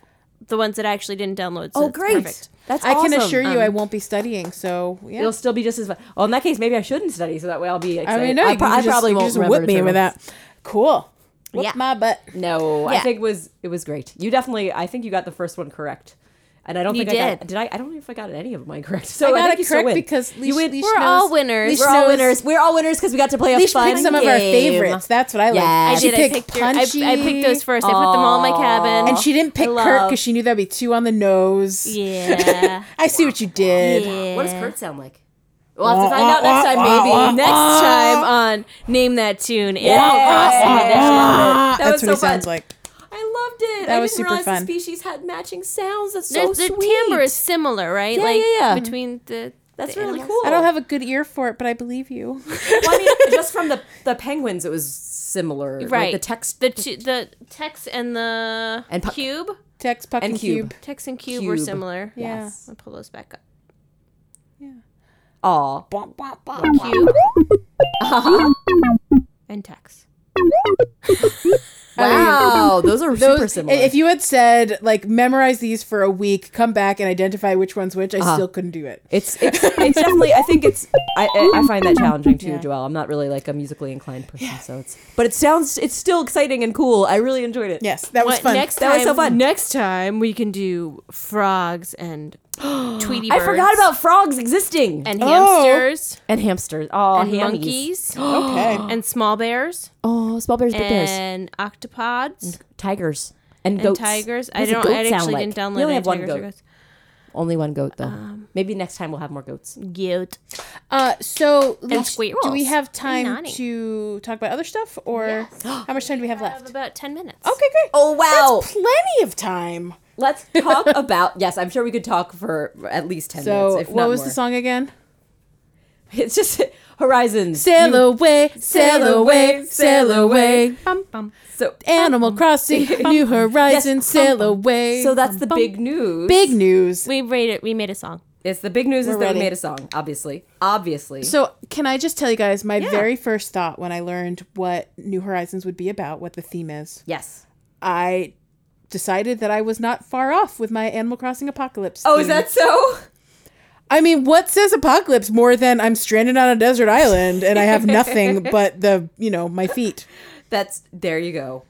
Speaker 2: the ones that I actually didn't download. So
Speaker 1: Oh,
Speaker 2: it's
Speaker 1: great!
Speaker 2: Perfect.
Speaker 1: That's
Speaker 3: I can
Speaker 1: awesome. Um,
Speaker 3: assure you I won't be studying, so yeah.
Speaker 1: It'll still be just as fun. Well, in that case, maybe I shouldn't study, so that way I'll be.
Speaker 3: I
Speaker 1: Excited.
Speaker 3: mean, no,
Speaker 1: I,
Speaker 3: you
Speaker 1: pro-
Speaker 3: can
Speaker 1: I
Speaker 3: just,
Speaker 1: probably
Speaker 3: you
Speaker 1: won't
Speaker 3: just
Speaker 1: remember
Speaker 3: whip
Speaker 1: to
Speaker 3: me
Speaker 1: turn
Speaker 3: with
Speaker 1: off.
Speaker 3: that. Cool. Whip
Speaker 2: Yeah.
Speaker 3: my butt.
Speaker 1: No, I
Speaker 2: Yeah.
Speaker 1: think it was it was great. You definitely, I think you got the first one correct, and I don't
Speaker 2: You
Speaker 1: think I got.
Speaker 2: did.
Speaker 1: Did I? I don't know if I got any of them incorrect. So
Speaker 3: I
Speaker 1: Oh, I,
Speaker 3: got
Speaker 1: think
Speaker 3: it
Speaker 1: you still
Speaker 3: correct
Speaker 1: win.
Speaker 3: because Leash,
Speaker 1: you win.
Speaker 3: Leash
Speaker 2: We're
Speaker 3: knows-
Speaker 2: all winners.
Speaker 3: Leash
Speaker 1: We're all
Speaker 3: knows-
Speaker 1: winners. We're all winners because we got to play a
Speaker 3: Leash
Speaker 1: fun
Speaker 3: picked some of our
Speaker 1: game.
Speaker 3: favorites. That's what I like.
Speaker 1: Yes.
Speaker 2: I
Speaker 1: She
Speaker 2: did. I picked. your- I, I picked those first. I put them all in my cabin.
Speaker 3: And she didn't pick
Speaker 1: I
Speaker 3: Kurt
Speaker 1: love-
Speaker 3: because she knew that'd be two on the nose.
Speaker 2: Yeah.
Speaker 3: I see what you did.
Speaker 2: yeah.
Speaker 1: What does Kurt sound like? We'll have to
Speaker 3: Wah,
Speaker 1: find out
Speaker 3: wah,
Speaker 1: next time,
Speaker 3: wah,
Speaker 1: maybe.
Speaker 3: wah,
Speaker 2: Next time on Name That Tune.
Speaker 1: Oh,
Speaker 2: Animal Crossing Edition.
Speaker 3: Ah,
Speaker 1: That was
Speaker 3: That's what
Speaker 1: so
Speaker 3: it sounds
Speaker 1: fun.
Speaker 3: like.
Speaker 1: I loved it.
Speaker 3: That
Speaker 1: I
Speaker 3: was
Speaker 1: didn't
Speaker 3: super
Speaker 1: realize
Speaker 3: fun.
Speaker 1: the species had matching sounds. That's so
Speaker 2: Their- their
Speaker 1: sweet.
Speaker 2: timbre is similar, right?
Speaker 1: Yeah,
Speaker 2: like
Speaker 1: yeah, yeah.
Speaker 2: between the
Speaker 1: That's
Speaker 2: the
Speaker 1: really
Speaker 2: animals.
Speaker 1: cool.
Speaker 3: I don't have a good ear for it, but I believe you.
Speaker 1: Well, I mean, just from the the penguins, it was similar. Like,
Speaker 2: Right.
Speaker 1: the text.
Speaker 2: The two, the text and the
Speaker 1: And pu-
Speaker 2: cube,
Speaker 3: Tex, puck,
Speaker 1: And
Speaker 3: and,
Speaker 1: cube.
Speaker 3: cube.
Speaker 2: text and cube, were
Speaker 1: Cube.
Speaker 2: similar.
Speaker 3: Yeah.
Speaker 1: Yes.
Speaker 2: I'll pull those back up.
Speaker 1: Aw.
Speaker 3: Bop, bop, bop.
Speaker 2: Cube and text.
Speaker 1: Wow, those are super
Speaker 3: Those,
Speaker 1: similar.
Speaker 3: if you had said like memorize these for a week, come back and identify which one's which, I still couldn't do Uh-huh. it.
Speaker 1: it's, it's it's definitely. I think it's. I I- I find that challenging too, Joelle. I'm not really like a musically inclined person, so it's. But it sounds. It's still exciting and cool. I really enjoyed it.
Speaker 3: Yes, that was
Speaker 2: What
Speaker 3: fun.
Speaker 2: next time?
Speaker 1: That was so fun.
Speaker 2: Next time we can do frogs and Tweety
Speaker 1: I
Speaker 2: birds.
Speaker 1: forgot about frogs existing and,
Speaker 2: and hamsters
Speaker 1: hamsters. Oh,
Speaker 2: and
Speaker 1: hammies.
Speaker 2: monkeys
Speaker 3: Okay.
Speaker 2: and small bears
Speaker 1: Oh, small bears, big bears,
Speaker 2: and octopods.
Speaker 1: tigers, and,
Speaker 2: and
Speaker 1: goats.
Speaker 2: tigers.
Speaker 1: What
Speaker 2: I
Speaker 1: does a
Speaker 2: don't.
Speaker 1: goat
Speaker 2: I actually
Speaker 1: sound like?
Speaker 2: didn't download.
Speaker 1: We only
Speaker 2: any
Speaker 1: have one
Speaker 2: tigers Um, or
Speaker 1: goat. Only one goat though. Maybe next time we'll have more goats.
Speaker 2: goats. Goat.
Speaker 3: Uh, so Leash, do
Speaker 2: squirrels.
Speaker 3: we have
Speaker 2: And
Speaker 3: time
Speaker 2: nodding.
Speaker 3: to talk about other stuff, or how much time do we have
Speaker 2: I have
Speaker 3: left?
Speaker 2: about ten minutes.
Speaker 3: Okay, great.
Speaker 1: Oh wow!
Speaker 3: Plenty of time.
Speaker 1: Let's talk about yes. I'm sure we could talk for at least ten
Speaker 3: So,
Speaker 1: minutes. If
Speaker 3: what
Speaker 1: not
Speaker 3: was
Speaker 1: more.
Speaker 3: the song again?
Speaker 1: It's just Horizons.
Speaker 3: Sail away,
Speaker 1: sail away, sail away.
Speaker 2: Bum, bum.
Speaker 1: So
Speaker 3: Animal Crossing, New Horizons, sail away.
Speaker 1: so that's the big news.
Speaker 3: big news.
Speaker 2: We made it. We made a song.
Speaker 1: It's the big news is
Speaker 3: We're
Speaker 1: that
Speaker 3: ready.
Speaker 1: we made a song. Obviously, obviously.
Speaker 3: So, can I just tell you guys my very first thought when I learned what New Horizons would be about, what the theme is?
Speaker 1: yes.
Speaker 3: I decided that I was not far off with my Animal Crossing apocalypse.
Speaker 1: Oh, is
Speaker 3: theme.
Speaker 1: that so?
Speaker 3: I mean, what says apocalypse more than I'm stranded on a desert island and I have nothing but the, you know, my feet.
Speaker 1: That's there you go.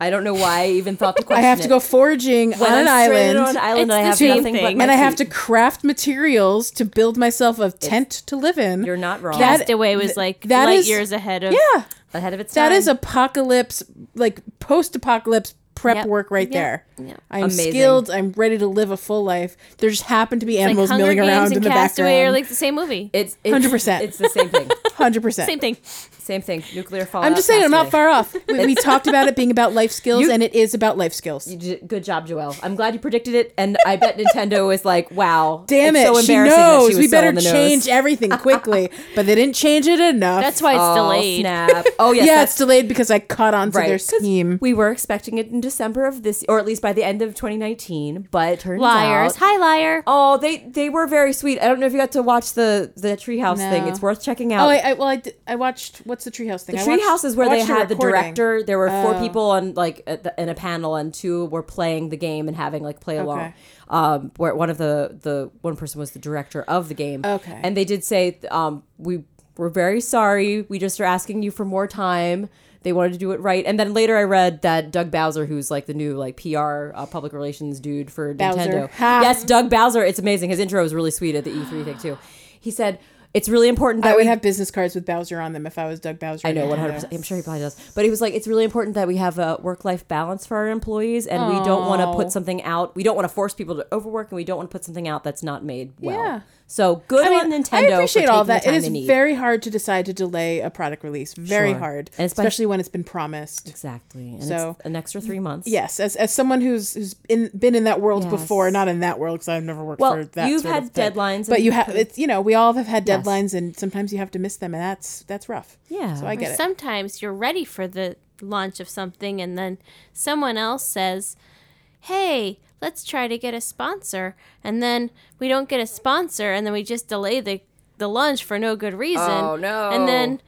Speaker 1: I don't know why I even thought the
Speaker 3: I
Speaker 1: question.
Speaker 3: have to go
Speaker 1: it.
Speaker 3: foraging
Speaker 1: When
Speaker 3: on an
Speaker 1: I'm stranded
Speaker 3: island.
Speaker 1: on an island.
Speaker 2: It's
Speaker 1: I
Speaker 2: the
Speaker 1: have
Speaker 2: same
Speaker 1: nothing but
Speaker 2: thing.
Speaker 1: my
Speaker 3: and I have
Speaker 1: feet.
Speaker 3: to craft materials to build myself a tent to live in.
Speaker 1: You're not wrong.
Speaker 3: That-
Speaker 2: Castaway was like
Speaker 3: that
Speaker 2: light
Speaker 3: is-
Speaker 2: years ahead of.
Speaker 3: yeah,
Speaker 1: ahead of its
Speaker 3: that
Speaker 1: time.
Speaker 3: is apocalypse, like post-apocalypse prep
Speaker 2: Yep.
Speaker 3: work right
Speaker 2: Yep.
Speaker 3: there.
Speaker 2: Yep.
Speaker 3: I'm
Speaker 1: Amazing.
Speaker 3: skilled. I'm ready to live a full life. There just happen to be
Speaker 2: Like
Speaker 3: animals
Speaker 2: Hunger
Speaker 3: milling
Speaker 2: Games
Speaker 3: around
Speaker 2: and
Speaker 3: in the
Speaker 2: Castaway
Speaker 3: background.
Speaker 2: are like the same movie.
Speaker 1: It's it's-
Speaker 3: 100%.
Speaker 1: It's the same thing.
Speaker 3: Hundred percent.
Speaker 2: same thing.
Speaker 1: Same thing. Nuclear fallout.
Speaker 3: I'm just saying, I'm not
Speaker 1: fascinating.
Speaker 3: far off. We, we talked about it being about life skills, and it is about life skills.
Speaker 1: You j- Good job, Joelle. I'm glad you predicted it, and I bet Nintendo is like, "Wow,
Speaker 3: Damn
Speaker 1: it's
Speaker 3: it,
Speaker 1: So
Speaker 3: she
Speaker 1: embarrassing that
Speaker 3: knows.
Speaker 1: was
Speaker 3: we
Speaker 1: so
Speaker 3: better
Speaker 1: on the nose.
Speaker 3: change everything quickly, but they didn't change it enough.
Speaker 2: That's why it's
Speaker 1: oh,
Speaker 2: delayed.
Speaker 1: Snap. Oh yes,
Speaker 3: yeah,
Speaker 1: that's
Speaker 3: it's delayed because I caught on to
Speaker 1: right.
Speaker 3: their
Speaker 1: 'Cause
Speaker 3: scheme.
Speaker 1: We were expecting it in December of this, or at least by the end of 2019, but it turns
Speaker 2: Liars.
Speaker 1: out.
Speaker 2: Hi, liar.
Speaker 1: Oh, they they were very sweet. I don't know if you got to watch the the treehouse
Speaker 3: No.
Speaker 1: thing. It's worth checking out.
Speaker 3: Oh, I, I well, I, did- I watched what's the treehouse thing?
Speaker 1: The
Speaker 3: I
Speaker 1: tree
Speaker 3: watched-
Speaker 1: house is where
Speaker 3: I
Speaker 1: they
Speaker 3: watched a
Speaker 1: had the
Speaker 3: recording. Oh.
Speaker 1: director. There were four people on like at the, in a panel, and two were playing the game and having like play along.
Speaker 3: Okay.
Speaker 1: Um, where one of the the one person was the director of the game.
Speaker 3: Okay.
Speaker 1: and they did say, um, we were very sorry. We just are asking you for more time. They wanted to do it right, and then later I read that Doug Bowser, who's like the new like PR uh, public relations dude for
Speaker 3: Bowser.
Speaker 1: Nintendo,
Speaker 3: Ha.
Speaker 1: yes, Doug Bowser. It's amazing. His intro was really sweet at the E3 thing too. He said. It's really important that
Speaker 3: I
Speaker 1: we
Speaker 3: would have business cards with Bowser on them if I was Doug Bowser.
Speaker 1: I know, one hundred percent. I'm sure he probably does. But he was like, it's really important that we have a work life balance for our employees, and we don't want to put something out. We don't want to force people to overwork, and we don't want to put something out that's not made well.
Speaker 3: Yeah.
Speaker 1: So good
Speaker 3: I
Speaker 1: on
Speaker 3: mean,
Speaker 1: Nintendo.
Speaker 3: I appreciate
Speaker 1: for
Speaker 3: all
Speaker 1: taking
Speaker 3: that.
Speaker 1: The
Speaker 3: It
Speaker 1: time
Speaker 3: is
Speaker 1: they need.
Speaker 3: very hard to decide to delay a product release. Very
Speaker 1: Sure.
Speaker 3: hard,
Speaker 1: And especially-
Speaker 3: especially when it's been promised.
Speaker 1: exactly. And
Speaker 3: So- mm,
Speaker 1: it's an extra three months.
Speaker 3: Yes, as as someone who's who's in, been in that world
Speaker 1: Yes.
Speaker 3: before, not in that world because I've never worked
Speaker 1: Well,
Speaker 3: for that.
Speaker 1: you've
Speaker 3: sort
Speaker 1: had
Speaker 3: of thing.
Speaker 1: deadlines
Speaker 3: but
Speaker 1: and
Speaker 3: you have it's you know we all have had
Speaker 1: Yes.
Speaker 3: deadlines, and sometimes you have to miss them, and that's that's rough.
Speaker 1: Yeah.
Speaker 3: so I
Speaker 2: Or
Speaker 3: get it.
Speaker 2: sometimes you're ready for the launch of something and then someone else says hey let's try to get a sponsor and then we don't get a sponsor and then we just delay the the launch for no good reason
Speaker 1: Oh, no.
Speaker 2: and then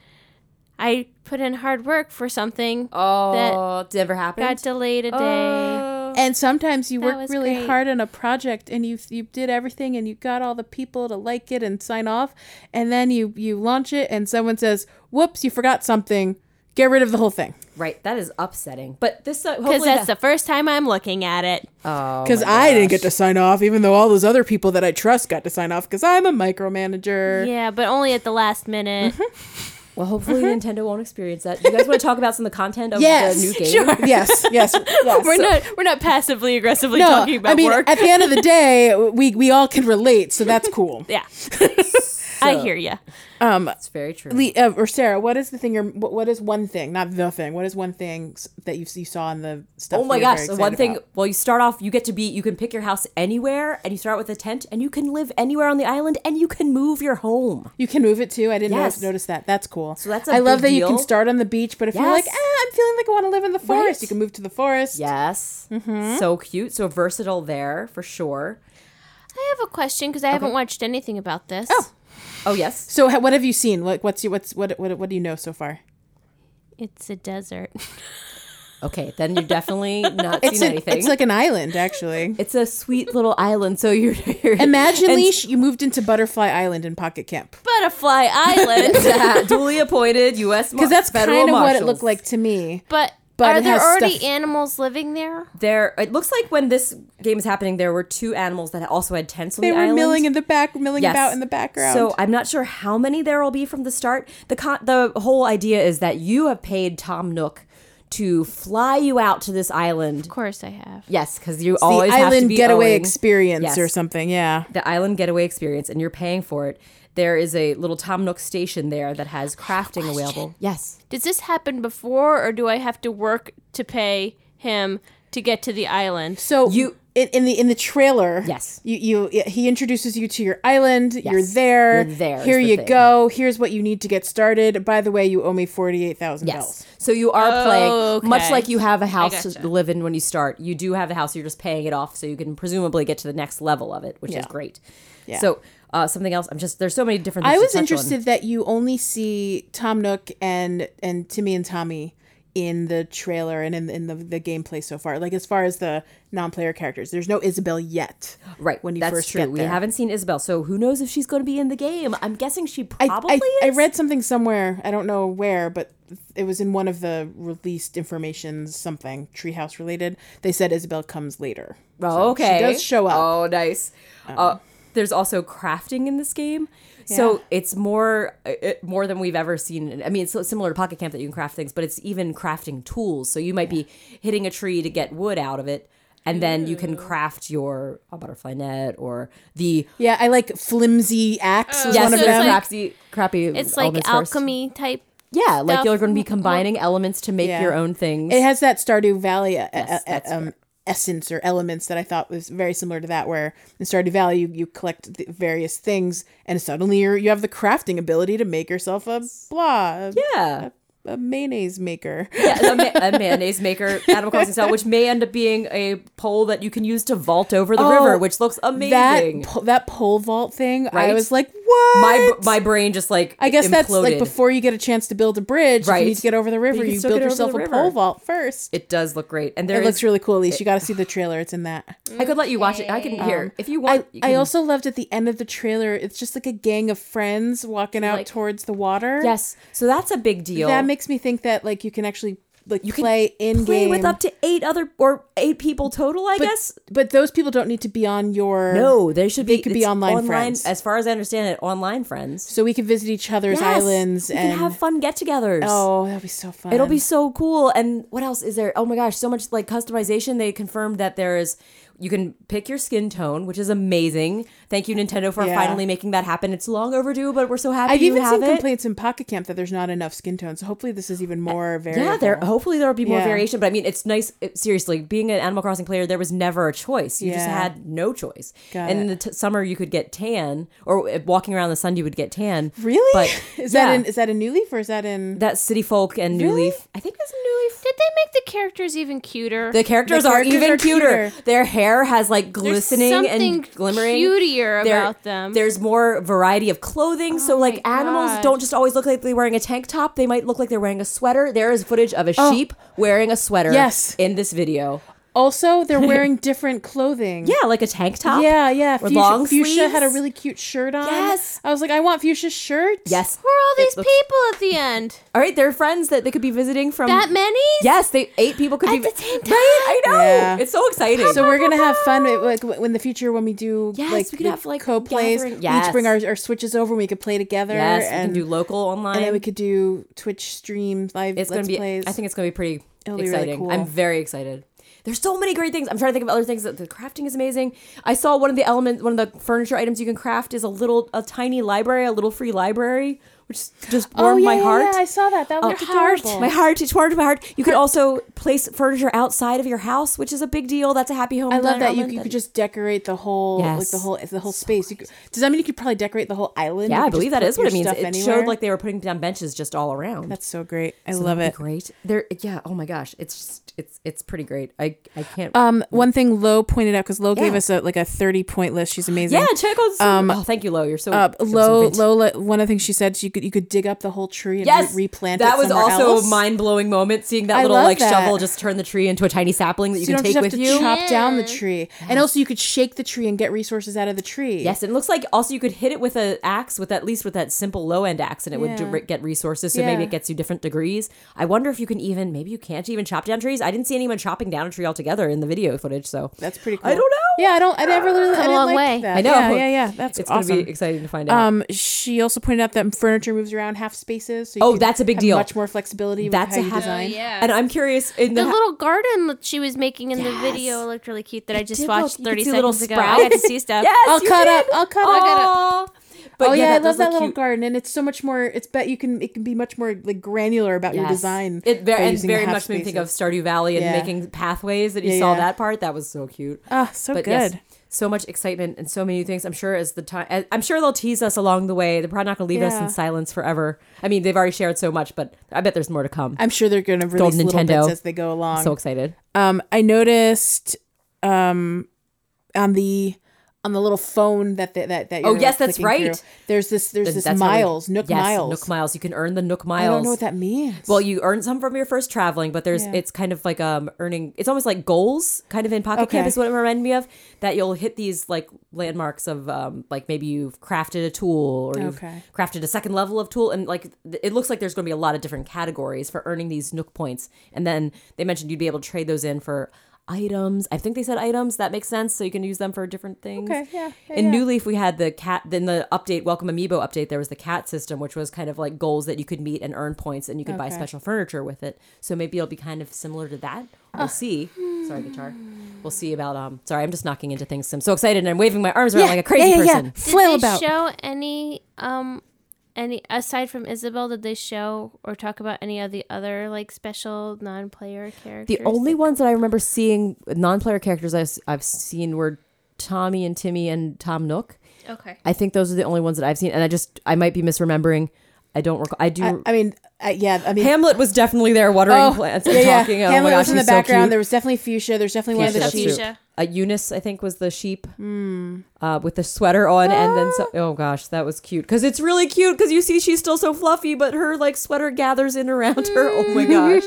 Speaker 2: i put in hard work for something
Speaker 1: Oh, it's never happened.
Speaker 2: got delayed a day
Speaker 1: Oh.
Speaker 3: And sometimes you
Speaker 2: That
Speaker 3: work
Speaker 2: was
Speaker 3: really
Speaker 2: great.
Speaker 3: hard on a project, and you you did everything, and you got all the people to like it and sign off, and then you you launch it, and someone says, "Whoops, you forgot something." Get rid of the whole thing.
Speaker 1: Right. That is upsetting. But this uh,
Speaker 2: because
Speaker 1: hopefully
Speaker 2: that's
Speaker 1: that-
Speaker 2: the first time i'm looking at it
Speaker 1: oh,
Speaker 3: Because
Speaker 1: my
Speaker 3: I didn't
Speaker 1: gosh.
Speaker 3: get to sign off, even though all those other people that I trust got to sign off because I'm a micromanager.
Speaker 2: yeah but only at the last minute
Speaker 1: Well, hopefully Nintendo won't experience that. You guys want to talk about some of the content of the new game?
Speaker 3: Yes, yes, yes.
Speaker 2: we're not we're not passively aggressively
Speaker 3: Mm-hmm. no,
Speaker 2: talking about
Speaker 3: I mean,
Speaker 2: work
Speaker 3: at the end of the day, we we all can relate, so that's cool.
Speaker 2: yeah i hear you
Speaker 1: It's very true.
Speaker 3: Lee, uh, or Sarah, what is the thing? You're, what, what is one thing? Not the thing. What is one thing s- that you, you saw in the stuff?
Speaker 1: Oh my
Speaker 3: you were
Speaker 1: gosh!
Speaker 3: very
Speaker 1: So one
Speaker 3: excited
Speaker 1: thing.
Speaker 3: about?
Speaker 1: Well, you start off. You get to be. You can pick your house anywhere, and you start out with a tent, and you can live anywhere on the island, and you can move your home.
Speaker 3: you can move it too. I didn't
Speaker 1: Yes.
Speaker 3: notice, notice that. That's cool. So
Speaker 1: that's a
Speaker 3: I love
Speaker 1: big
Speaker 3: that you can
Speaker 1: deal.
Speaker 3: start on the beach, but if you're like,
Speaker 1: Yes.
Speaker 3: ah, I'm feeling like I want to live in the forest,
Speaker 1: Right.
Speaker 3: you can move to the forest.
Speaker 1: Yes, so cute, so versatile there for sure.
Speaker 2: I have a question because I haven't watched anything about this.
Speaker 3: Oh.
Speaker 1: Oh yes,
Speaker 3: So ha- what have you seen? Like, what's your, what's what, what what do you know so far?
Speaker 2: It's a desert.
Speaker 1: okay. Then you're definitely not
Speaker 3: It's
Speaker 1: seen
Speaker 3: an,
Speaker 1: anything.
Speaker 3: it's like an island actually.
Speaker 1: It's a sweet little island. So you're, you're
Speaker 3: Imagine,
Speaker 1: and-
Speaker 3: Leash, you moved into Butterfly Island in Pocket Camp.
Speaker 2: Butterfly Island.
Speaker 1: Yeah, duly appointed U.S.
Speaker 3: Because that's kind of what it looked like to me.
Speaker 2: but,
Speaker 3: But
Speaker 2: are
Speaker 3: it
Speaker 2: there
Speaker 3: has
Speaker 2: already
Speaker 3: stuff-
Speaker 2: animals living there?
Speaker 1: There, it looks like when this game is happening, there were two animals that also had tents on
Speaker 3: They
Speaker 1: the
Speaker 3: were
Speaker 1: island.
Speaker 3: milling in the back, milling about in the background.
Speaker 1: So I'm not sure how many there will be from the start. The con- the whole idea is that you have paid Tom Nook to fly you out to this island.
Speaker 2: Of course I have.
Speaker 1: Yes, because you
Speaker 3: the
Speaker 1: always have to
Speaker 3: island
Speaker 1: be
Speaker 3: getaway
Speaker 1: owing
Speaker 3: experience
Speaker 1: Yes.
Speaker 3: or something. Yeah.
Speaker 1: the island getaway experience, and you're paying for it. There is a little Tom Nook station there that has crafting available. Yes,
Speaker 2: Does this happen before or do I have to work to pay him to get to the island?
Speaker 3: So
Speaker 1: You-
Speaker 3: in, in the in the trailer,
Speaker 1: Yes.
Speaker 3: you you he introduces you to your island. You're there.
Speaker 1: You're there is
Speaker 3: Here
Speaker 1: the
Speaker 3: you
Speaker 1: thing.
Speaker 3: go. Here's what you need to get started. By the way, you owe me forty eight thousand
Speaker 1: yes.
Speaker 3: dollars.
Speaker 1: So you are playing much
Speaker 2: okay.
Speaker 1: like you have a house to
Speaker 2: gotcha.
Speaker 1: live in when you start. You do have a house. You're just paying it off, so you can presumably get to the next level of it, which
Speaker 3: Yeah.
Speaker 1: is great.
Speaker 3: Yeah.
Speaker 1: So uh, something else. I'm just there's so many different. Things
Speaker 3: I
Speaker 1: to
Speaker 3: was
Speaker 1: touch on.
Speaker 3: interested that you only see Tom Nook and and Timmy and Tommy in the trailer and in, in the, the gameplay so far. Like as far as the non player characters, there's no Isabel yet.
Speaker 1: Right.
Speaker 3: When you
Speaker 1: That's
Speaker 3: first
Speaker 1: true.
Speaker 3: get
Speaker 1: We
Speaker 3: there.
Speaker 1: haven't seen Isabel, so who knows if she's going to be in the game? I'm guessing she
Speaker 3: I-
Speaker 1: probably
Speaker 3: I, I,
Speaker 1: is.
Speaker 3: read something somewhere i don't know where but it was in one of the released informations something treehouse related they said isabel comes later
Speaker 1: oh,
Speaker 3: So
Speaker 1: okay.
Speaker 3: she does show up
Speaker 1: Oh, nice. Uh, there's also crafting in this game, so it's more it, more than we've ever seen. I mean, it's so similar to Pocket Camp that you can craft things, but it's even crafting tools. So you might be hitting a tree to get wood out of it, and then you can craft your a butterfly net or the
Speaker 3: yeah i like flimsy axe was
Speaker 1: yes,
Speaker 3: one of
Speaker 1: there's
Speaker 3: them
Speaker 2: like-
Speaker 1: crafty, crappy.
Speaker 2: It's like
Speaker 1: elements first.
Speaker 2: alchemy type
Speaker 1: yeah, like
Speaker 2: Stuff.
Speaker 1: you're going to be combining elements to make
Speaker 3: Yeah.
Speaker 1: your own things.
Speaker 3: It has that Stardew Valley uh,
Speaker 1: Yes,
Speaker 3: uh, uh,
Speaker 1: that's
Speaker 3: um, essence or elements that I thought was very similar to that, where in Stardew Valley you, you collect the various things and suddenly you're, you have the crafting ability to make yourself a blah, a,
Speaker 1: yeah.
Speaker 3: a mayonnaise maker.
Speaker 1: Yeah, a, ma- a mayonnaise maker, Animal Crossing style, which may end up being a pole that you can use to vault over the river, which looks amazing.
Speaker 3: Oh, That po- that pole vault thing, I
Speaker 1: Right?
Speaker 3: was like, what?
Speaker 1: my my brain just like
Speaker 3: I guess
Speaker 1: imploded.
Speaker 3: that's like before you get a chance to build a bridge, if
Speaker 1: Right.
Speaker 3: you need to get over the river,
Speaker 1: can
Speaker 3: you,
Speaker 1: still
Speaker 3: build
Speaker 1: get over
Speaker 3: yourself
Speaker 1: the
Speaker 3: a
Speaker 1: river.
Speaker 3: pole vault first.
Speaker 1: It does look great, and there
Speaker 3: It
Speaker 1: is.
Speaker 3: looks really cool, Elise. You got to see the trailer. It's in that.
Speaker 1: I could let you watch it. I can hear if you want.
Speaker 3: Um, I,
Speaker 1: you
Speaker 3: I
Speaker 1: can-
Speaker 3: also loved at the end of the trailer, it's just like a gang of friends walking out
Speaker 2: Like-
Speaker 3: towards the water.
Speaker 1: yes. So that's a big deal.
Speaker 3: That makes me think that like you can actually like
Speaker 1: can
Speaker 3: play in
Speaker 1: play
Speaker 3: game
Speaker 1: with up to eight other or eight people total. I
Speaker 3: but,
Speaker 1: guess
Speaker 3: But those people don't need to be on your
Speaker 1: no, they should be.
Speaker 3: could be
Speaker 1: it's
Speaker 3: online friends.
Speaker 1: As far as I understand it, online friends.
Speaker 3: So we could visit each other's
Speaker 1: Yes,
Speaker 3: islands
Speaker 1: we
Speaker 3: and
Speaker 1: can have fun get-togethers.
Speaker 3: Oh, that'd be so fun.
Speaker 1: It'll be so cool. And what else is there? Oh my gosh, so much like customization. They confirmed that there is you can pick your skin tone, which is amazing. Thank you, Nintendo, for
Speaker 3: Yeah.
Speaker 1: finally making that happen. It's long overdue, but we're so happy
Speaker 3: I've
Speaker 1: you
Speaker 3: even
Speaker 1: have
Speaker 3: seen
Speaker 1: it.
Speaker 3: complaints in Pocket Camp that there's not enough skin tones. So hopefully this is even more variable.
Speaker 1: yeah, there. Hopefully, there will be more
Speaker 3: Yeah.
Speaker 1: variation. But I mean, it's nice. it- seriously, being an Animal Crossing player, there was never a choice. You just
Speaker 3: Yeah.
Speaker 1: had no choice.
Speaker 3: Got
Speaker 1: and in the t- summer, you could get tan, or uh, walking around in the sun, you would get tan.
Speaker 3: Really?
Speaker 1: But
Speaker 3: is
Speaker 1: yeah.
Speaker 3: that in is that in New Leaf or is that in
Speaker 1: that City Folk and New
Speaker 3: Really?
Speaker 1: Leaf? I think that's New Leaf.
Speaker 2: Did they make the characters even cuter?
Speaker 1: The characters,
Speaker 3: characters
Speaker 1: are even
Speaker 3: are
Speaker 1: cuter.
Speaker 3: cuter.
Speaker 1: Their hair has like glistening
Speaker 2: something
Speaker 1: and glimmering.
Speaker 2: cutier about them.
Speaker 1: There's more variety of clothing, so
Speaker 3: Oh
Speaker 1: like
Speaker 2: my
Speaker 1: animals
Speaker 2: God.
Speaker 1: don't just always look like they're wearing a tank top. They might look like they're wearing a sweater. There is footage of a sheep wearing a sweater.
Speaker 3: Oh. Yes.
Speaker 1: in this video.
Speaker 3: Also, they're wearing different clothing.
Speaker 1: Yeah, like a tank top.
Speaker 3: Yeah, yeah.
Speaker 1: Or long
Speaker 3: Fuchsia had a
Speaker 1: sleeves.
Speaker 3: really cute shirt on.
Speaker 1: Yes.
Speaker 3: I was like, I want Fuchsia's shirt.
Speaker 1: Yes.
Speaker 2: Who are all
Speaker 1: It
Speaker 2: these
Speaker 1: looks-
Speaker 2: people at the end?
Speaker 1: All right, they're friends that they could be visiting from.
Speaker 2: That many?
Speaker 1: Yes, they eight people could
Speaker 2: At
Speaker 1: be
Speaker 2: the same time.
Speaker 1: Right, I know.
Speaker 3: Yeah.
Speaker 1: It's so exciting.
Speaker 3: So we're gonna have fun with, like w- in the future when we do
Speaker 1: Yes,
Speaker 3: like
Speaker 1: we could
Speaker 3: the
Speaker 1: have, like,
Speaker 3: co-plays.
Speaker 1: gathering-
Speaker 3: We each bring
Speaker 1: Yes.
Speaker 3: our, our switches over. and We could play together.
Speaker 1: yes, we
Speaker 3: and
Speaker 1: can do local online.
Speaker 3: and then we could do Twitch stream live
Speaker 1: It's
Speaker 3: let's
Speaker 1: gonna be.
Speaker 3: plays.
Speaker 1: I think it's gonna be pretty
Speaker 3: It'll be really
Speaker 1: exciting.
Speaker 3: cool.
Speaker 1: I'm very excited. There's so many great things. I'm trying to think of other things. That the crafting is amazing. I saw one of the elements, one of the furniture items you can craft is a little, a tiny library, a little free library, which just
Speaker 3: oh
Speaker 1: warmed
Speaker 3: yeah,
Speaker 1: my
Speaker 3: yeah,
Speaker 1: heart.
Speaker 3: yeah, I saw that. That looked
Speaker 2: heart.
Speaker 3: adorable.
Speaker 1: My heart, it warmed my heart. You could also place furniture outside of your house, which is a big deal. That's a happy home.
Speaker 3: I love
Speaker 1: design
Speaker 3: that you,
Speaker 1: element
Speaker 3: you could just decorate the whole like the
Speaker 1: Yes.
Speaker 3: whole the whole space. You could, does that mean you could probably decorate the whole island? You
Speaker 1: Yeah, I
Speaker 3: could just
Speaker 1: believe that
Speaker 3: put
Speaker 1: is what
Speaker 3: your
Speaker 1: it means.
Speaker 3: stuff
Speaker 1: It
Speaker 3: anywhere?
Speaker 1: showed like they were putting down benches just all around.
Speaker 3: that's so great. I
Speaker 1: So
Speaker 3: love
Speaker 1: that'd
Speaker 3: it.
Speaker 1: be Great. There. Yeah. Oh my gosh. It's just. It's. It's pretty great. I. I can't.
Speaker 3: Um, one thing Lo pointed out because Lo gave
Speaker 1: Yeah.
Speaker 3: us a like a thirty point list. She's amazing.
Speaker 1: yeah. Check out. Some, oh, thank you, Lo. You're so.
Speaker 3: Uh,
Speaker 1: you're so
Speaker 3: Lo,
Speaker 1: fantastic.
Speaker 3: Lo, Lo- one of the things she said, she could you could dig up the whole tree and
Speaker 1: Yes,
Speaker 3: re- replant.
Speaker 1: that
Speaker 3: it
Speaker 1: was
Speaker 3: somewhere
Speaker 1: also
Speaker 3: else.
Speaker 1: a mind blowing moment. Seeing that
Speaker 3: I
Speaker 1: little
Speaker 3: love
Speaker 1: like
Speaker 3: that.
Speaker 1: shovel just turn the tree into a tiny sapling that you,
Speaker 3: So you
Speaker 1: can
Speaker 3: don't
Speaker 1: take
Speaker 3: just
Speaker 1: with
Speaker 3: have to
Speaker 1: you.
Speaker 3: chop down the
Speaker 2: Yeah.
Speaker 3: tree, and also you could shake the tree and get resources out of the tree.
Speaker 1: Yes, and it looks like also you could hit it with an axe, with at least with that simple low end axe, and it would
Speaker 3: Yeah.
Speaker 1: dir- get resources. So maybe
Speaker 3: Yeah.
Speaker 1: it gets you different degrees. I wonder if you can even maybe you can't even chop down trees. I didn't see anyone chopping down a tree altogether in the video footage. So
Speaker 3: that's pretty. cool.
Speaker 1: I don't know.
Speaker 3: Yeah, I don't. I never really. I
Speaker 2: Come a
Speaker 3: didn't
Speaker 2: long
Speaker 3: like
Speaker 2: way.
Speaker 3: That.
Speaker 1: I know.
Speaker 3: Yeah, yeah, yeah. That's
Speaker 1: it's
Speaker 3: awesome.
Speaker 1: gonna be exciting to find out.
Speaker 3: um, she also pointed out that furniture moves around half spaces. So you
Speaker 1: Oh,
Speaker 3: could
Speaker 1: that's a big
Speaker 3: have
Speaker 1: deal.
Speaker 3: Much more flexibility. with
Speaker 1: That's
Speaker 3: how
Speaker 1: a
Speaker 3: you
Speaker 1: happy.
Speaker 3: design.
Speaker 2: yeah.
Speaker 1: And I'm curious in the,
Speaker 2: The little garden that she was making in
Speaker 1: Yes.
Speaker 2: the video looked really cute that I just
Speaker 1: did look-
Speaker 2: watched
Speaker 1: you could
Speaker 2: 30
Speaker 1: see little
Speaker 2: seconds ago. I got to
Speaker 1: sprouts.
Speaker 2: see stuff.
Speaker 1: Yes,
Speaker 3: I'll
Speaker 1: you
Speaker 3: cut
Speaker 1: did.
Speaker 3: up. I'll cut up.
Speaker 1: Aw. But
Speaker 3: oh yeah, I
Speaker 1: does
Speaker 3: love that
Speaker 1: look
Speaker 3: little
Speaker 1: cute.
Speaker 3: garden, and it's so much more. It's bet you can it can be much more like granular about your
Speaker 1: Yes.
Speaker 3: design.
Speaker 1: It very,
Speaker 3: by
Speaker 1: and
Speaker 3: using the
Speaker 1: very
Speaker 3: half
Speaker 1: much made me think of
Speaker 3: spaces.
Speaker 1: Stardew Valley and
Speaker 3: Yeah.
Speaker 1: making pathways that you
Speaker 3: Yeah,
Speaker 1: saw
Speaker 3: yeah.
Speaker 1: that part. That was so cute.
Speaker 3: Ah, so
Speaker 1: but
Speaker 3: good.
Speaker 1: yes, so much excitement and so many things. I'm sure as the time, I'm sure they'll tease us along the way. They're probably not going to leave us
Speaker 3: Yeah.
Speaker 1: in silence forever. I mean, they've already shared so much, but I bet there's more to come.
Speaker 3: I'm sure they're going to release
Speaker 1: Golden
Speaker 3: little
Speaker 1: Nintendo.
Speaker 3: bits as they go along.
Speaker 1: I'm so excited.
Speaker 3: um, I noticed um, on the on the little phone that the, that that you're
Speaker 1: Oh, yes, that's
Speaker 3: clicking
Speaker 1: right.
Speaker 3: through, there's this there's this
Speaker 1: That's how we-
Speaker 3: miles Nook
Speaker 1: yes,
Speaker 3: miles.
Speaker 1: Nook Miles. You can earn the Nook
Speaker 3: I
Speaker 1: Miles.
Speaker 3: don't know what that means.
Speaker 1: Well, you earn some from your first traveling, but there's
Speaker 3: Yeah.
Speaker 1: it's kind of like um earning. It's almost like goals, kind of in Pocket
Speaker 3: Okay.
Speaker 1: Camp is what it reminded me of. That you'll hit these like landmarks of um like maybe you've crafted a tool or you've
Speaker 3: Okay.
Speaker 1: crafted a second level of tool, and like th- it looks like there's going to be a lot of different categories for earning these Nook points. And then they mentioned you'd be able to trade those in for items. I think they said items. That makes sense. So you can use them for different things.
Speaker 3: Okay, yeah, yeah,
Speaker 1: in
Speaker 3: yeah.
Speaker 1: New Leaf, we had the cat. Then the update, Welcome Amiibo update, there was the cat system, which was kind of like goals that you could meet and earn points, and you could buy
Speaker 3: Okay.
Speaker 1: special furniture with it. So maybe it'll be kind of similar to that. We'll see. Sorry, guitar. We'll see about. Um, sorry, I'm just knocking into things. I'm so excited, and I'm waving my arms around like a crazy person.
Speaker 2: Did
Speaker 3: Flail
Speaker 2: they
Speaker 3: about.
Speaker 2: show any um any aside from Isabel? Did they show or talk about any of the other like special non-player characters?
Speaker 1: The only ones that I remember seeing non-player characters I've, I've seen were Tommy and Timmy and Tom Nook.
Speaker 2: okay.
Speaker 1: I think those are the only ones that I've seen, and I just I might be misremembering. I don't recall. I do.
Speaker 3: I, I mean, I, yeah, I mean,
Speaker 1: Hamlet was definitely there watering
Speaker 3: Oh,
Speaker 1: plants
Speaker 3: yeah,
Speaker 1: and
Speaker 3: yeah.
Speaker 1: talking. Oh my
Speaker 3: Hamlet
Speaker 1: gosh,
Speaker 3: was in the
Speaker 1: he's so
Speaker 3: background.
Speaker 1: cute.
Speaker 3: There was definitely Fuchsia. There's definitely one of the
Speaker 1: Fuchsia,
Speaker 2: That's
Speaker 1: that's
Speaker 3: sheep.
Speaker 1: true.
Speaker 2: Fuchsia.
Speaker 1: Uh, Eunice, I think, was the sheep
Speaker 3: Hmm.
Speaker 1: uh, with the sweater on, and then
Speaker 3: Ah.
Speaker 1: so- oh gosh, that was cute because it's really cute because you see she's still so fluffy, but her like sweater gathers in around her. Oh
Speaker 3: Hmm.
Speaker 1: my gosh,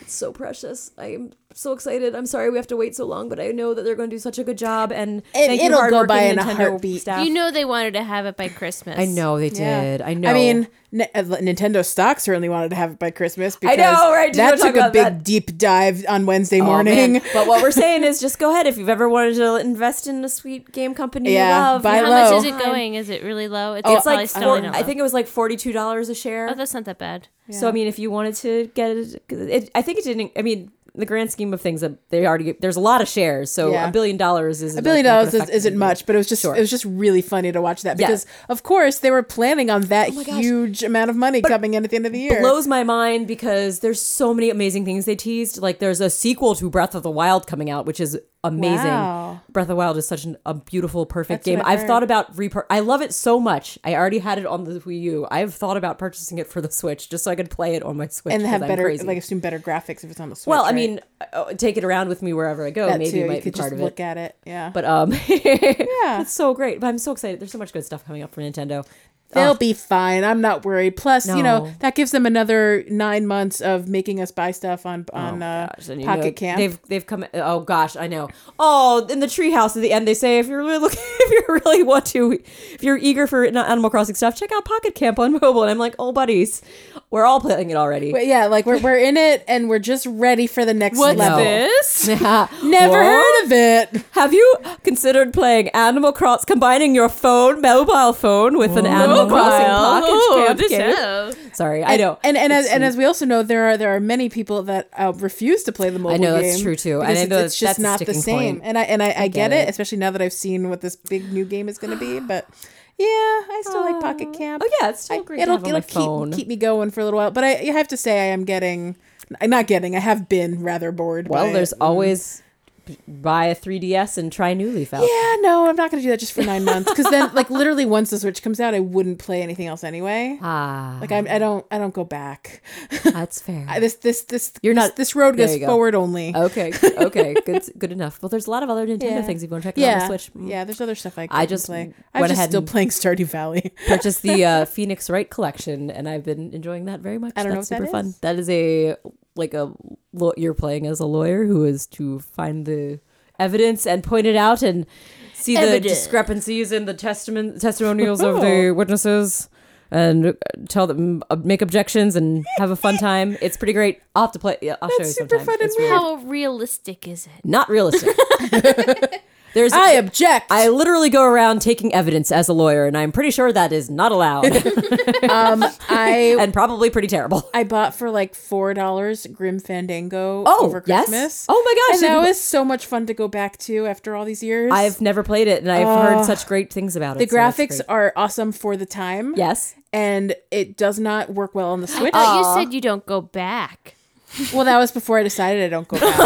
Speaker 1: it's so precious. I am so excited. I'm sorry we have to wait so long, but I know that they're going to do such a good job, and thank you,
Speaker 3: it'll go
Speaker 1: hardworking
Speaker 3: by in a
Speaker 1: Nintendo
Speaker 3: heartbeat.
Speaker 1: Staff.
Speaker 2: You know they wanted to have it by Christmas.
Speaker 1: I know they
Speaker 3: Yeah.
Speaker 1: did. I know.
Speaker 3: I mean, N- uh, Nintendo stock certainly wanted to have it by Christmas because
Speaker 1: I know, right? Did you
Speaker 3: that
Speaker 1: talk
Speaker 3: took a
Speaker 1: about
Speaker 3: big
Speaker 1: that?
Speaker 3: deep dive on Wednesday
Speaker 1: Oh,
Speaker 3: morning.
Speaker 1: man. but what we're saying is just go ahead if you've ever wanted to invest in a sweet game company
Speaker 3: Yeah,
Speaker 1: you love.
Speaker 3: buy
Speaker 1: you
Speaker 2: How
Speaker 1: know, Oh,
Speaker 2: much
Speaker 3: low.
Speaker 2: is it going? Is it really low? It's,
Speaker 1: It's
Speaker 2: probably
Speaker 1: like
Speaker 2: still.
Speaker 1: four,
Speaker 2: I,
Speaker 1: I think it was like forty two dollars a share.
Speaker 2: Oh, that's not that bad.
Speaker 1: So I mean, if you wanted to get it, it, I think it didn't. I mean, in the grand scheme of things, uh, they already get, there's a lot of shares, so
Speaker 3: Yeah.
Speaker 1: a billion dollars is
Speaker 3: A billion dollars is, isn't much, but it was just
Speaker 1: Sure.
Speaker 3: it was just really funny to watch that
Speaker 1: Yeah. Oh
Speaker 3: because of course they were planning on that
Speaker 1: gosh.
Speaker 3: huge amount of money coming in at the end of the year.
Speaker 1: Blows my mind because there's so many amazing things they teased. Like there's a sequel to Breath of the Wild coming out, which is amazing.
Speaker 3: Wow.
Speaker 1: Breath of the Wild is such an, a beautiful, perfect
Speaker 3: That's what
Speaker 1: game.
Speaker 3: I've
Speaker 1: I've
Speaker 3: heard.
Speaker 1: thought about repur. I love it so much. I already had it on the Wii U. I've thought about purchasing it for the Switch just so I could play it on my Switch.
Speaker 3: and they have
Speaker 1: 'cause I'm
Speaker 3: better,
Speaker 1: crazy.
Speaker 3: like, assume better graphics if it's on the Switch.
Speaker 1: well, I
Speaker 3: right?
Speaker 1: mean, uh, take it around with me wherever I go.
Speaker 3: that
Speaker 1: Maybe
Speaker 3: too.
Speaker 1: it might
Speaker 3: you could
Speaker 1: be part
Speaker 3: just
Speaker 1: of
Speaker 3: look
Speaker 1: it.
Speaker 3: at it. Yeah,
Speaker 1: But um, yeah, it's so great. But I'm so excited. There's so much good stuff coming up for Nintendo.
Speaker 3: They'll be fine. I'm not worried. Plus, you know,
Speaker 1: Oh. No.
Speaker 3: that gives them another nine months of making us buy stuff on on uh,
Speaker 1: Oh, gosh, and you know,
Speaker 3: Pocket Camp.
Speaker 1: They've they've come. Oh gosh, I know. Oh, in the treehouse at the end, they say if you're really looking, if you really want to, if you're eager for n- Animal Crossing stuff, check out Pocket Camp on mobile. And I'm like, oh, buddies, we're all playing it already.
Speaker 3: But yeah, like we're we're in it and we're just ready for the next
Speaker 2: What's
Speaker 3: level.
Speaker 2: this?
Speaker 3: Never
Speaker 1: What?
Speaker 3: heard of it.
Speaker 1: Have you considered playing Animal Cross, combining your phone, mobile phone, with an Animal Crossing Pocket Camp game? Sorry, I know.
Speaker 3: Oh, And and as, and as we also know, there are there are many people that uh, refuse to play the mobile.
Speaker 1: I know,
Speaker 3: game
Speaker 1: that's true, too. And
Speaker 3: because
Speaker 1: I
Speaker 3: it's,
Speaker 1: know
Speaker 3: it's
Speaker 1: that's- that's
Speaker 3: just
Speaker 1: a
Speaker 3: not the
Speaker 1: sticking
Speaker 3: same.
Speaker 1: point.
Speaker 3: And I and I, I get
Speaker 1: get
Speaker 3: it,
Speaker 1: it.
Speaker 3: especially now that I've seen what this big new game is going to be. But yeah, I still like Pocket Camp.
Speaker 1: oh yeah, it's still
Speaker 3: I-
Speaker 1: great.
Speaker 3: it'll
Speaker 1: to have on
Speaker 3: it'll
Speaker 1: my
Speaker 3: keep
Speaker 1: phone.
Speaker 3: keep me going for a little while. But I, I have to say, I am getting, I'm not getting. I have been rather bored. by
Speaker 1: well,
Speaker 3: it.
Speaker 1: there's always buy a 3ds and try New Leaf out.
Speaker 3: Yeah, no, I'm not going to do that just for nine months because then, like, literally, once the Switch comes out, I wouldn't play anything else anyway.
Speaker 1: Ah,
Speaker 3: Like, I'm, I don't, I don't go back.
Speaker 1: that's fair.
Speaker 3: I, this, this, this,
Speaker 1: You're
Speaker 3: this,
Speaker 1: not-
Speaker 3: This road
Speaker 1: there
Speaker 3: goes
Speaker 1: you go. Oh,
Speaker 3: forward only.
Speaker 1: Okay, okay, good, good enough. Well, there's a lot of other Nintendo
Speaker 3: Yeah.
Speaker 1: things if you want to check out on the
Speaker 3: yeah,
Speaker 1: Switch. Mm.
Speaker 3: yeah. There's other stuff I. Can
Speaker 1: I just
Speaker 3: play. I'm
Speaker 1: went
Speaker 3: just
Speaker 1: ahead
Speaker 3: still
Speaker 1: and-
Speaker 3: playing Stardew Valley.
Speaker 1: Purchased the uh, Phoenix Wright collection, and I've been enjoying that very much.
Speaker 3: I don't know
Speaker 1: That's
Speaker 3: what
Speaker 1: super
Speaker 3: that
Speaker 1: fun.
Speaker 3: is.
Speaker 1: That is a like a law- you're playing as a lawyer who is to find the evidence and point it out and see the
Speaker 2: Evidence.
Speaker 1: discrepancies in the testament testimonials of the witnesses and uh, tell them uh, make objections and have a fun time. It's pretty great. I'll have to play. yeah, I'll show you
Speaker 3: That's super
Speaker 1: sometime.
Speaker 3: fun and
Speaker 1: It's
Speaker 3: weird.
Speaker 2: How realistic is it?
Speaker 1: not realistic. There's
Speaker 3: I object.
Speaker 1: I literally go around taking evidence as a lawyer, and I'm pretty sure that is not allowed
Speaker 3: um, I
Speaker 1: and probably pretty terrible.
Speaker 3: I bought for like four dollars Grim Fandango
Speaker 1: Oh,
Speaker 3: over
Speaker 1: yes.
Speaker 3: Christmas.
Speaker 1: Oh my gosh,
Speaker 3: And
Speaker 1: so
Speaker 3: that
Speaker 1: people-
Speaker 3: was so much fun to go back to after all these years.
Speaker 1: I've never played it, and I've heard such great things about it.
Speaker 3: the
Speaker 1: so that's
Speaker 3: graphics
Speaker 1: great.
Speaker 3: are awesome for the time.
Speaker 1: yes,
Speaker 3: and it does not work well on the Switch.
Speaker 1: Uh,
Speaker 2: Oh, you said you don't go back.
Speaker 3: well, that was before I decided I don't go back.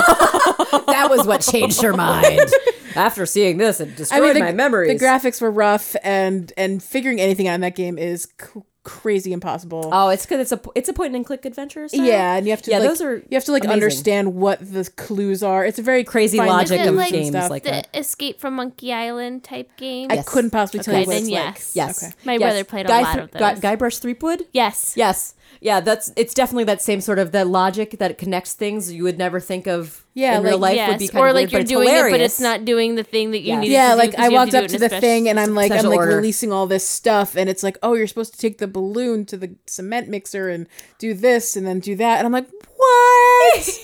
Speaker 1: that was what changed her mind. After seeing this, it
Speaker 3: I
Speaker 1: destroyed
Speaker 3: mean, the,
Speaker 1: my memories.
Speaker 3: the graphics were rough, and and figuring anything out in that game is c- crazy impossible.
Speaker 1: oh, it's because it's a it's a point and click adventure. style.
Speaker 3: yeah, and you have to
Speaker 1: Yeah,
Speaker 3: like,
Speaker 1: those are
Speaker 3: you have to like
Speaker 1: amazing.
Speaker 3: understand what the clues are. It's a very
Speaker 1: Crazy
Speaker 3: fine
Speaker 1: logic
Speaker 3: clues
Speaker 1: of
Speaker 3: and
Speaker 1: games
Speaker 3: stuff.
Speaker 1: like
Speaker 2: the
Speaker 1: that.
Speaker 2: Escape from Monkey Island type game.
Speaker 3: I couldn't possibly tell
Speaker 2: Okay,
Speaker 3: you what
Speaker 2: then
Speaker 3: it's
Speaker 2: yes.
Speaker 3: like.
Speaker 1: Yes,
Speaker 3: Okay.
Speaker 2: My
Speaker 1: Yes.
Speaker 2: brother played a
Speaker 1: Guy
Speaker 2: lot
Speaker 1: Thre-
Speaker 2: of
Speaker 1: Guy-
Speaker 2: those.
Speaker 1: Guybrush Threepwood.
Speaker 2: yes.
Speaker 1: Yes. Yeah, that's it's definitely that same sort of that logic that connects things you would never think of
Speaker 3: Yeah,
Speaker 1: in real
Speaker 3: like-
Speaker 1: life
Speaker 2: yes.
Speaker 1: would be kind
Speaker 2: or
Speaker 1: of
Speaker 2: like
Speaker 1: weird, but
Speaker 2: you're
Speaker 1: it's
Speaker 2: doing it, but it's
Speaker 1: hilarious.
Speaker 2: not doing the thing that you
Speaker 1: Yes.
Speaker 2: needed
Speaker 3: yeah
Speaker 2: to do.
Speaker 3: like
Speaker 2: 'cause
Speaker 3: i
Speaker 2: you have
Speaker 3: walked
Speaker 2: to do
Speaker 3: up
Speaker 2: it
Speaker 3: to
Speaker 2: in
Speaker 3: the
Speaker 2: a special-
Speaker 3: thing and i'm like i'm
Speaker 1: special
Speaker 3: like
Speaker 1: order.
Speaker 3: releasing all this stuff and it's like oh you're supposed to take the balloon to the cement mixer and do this and then do that and i'm like what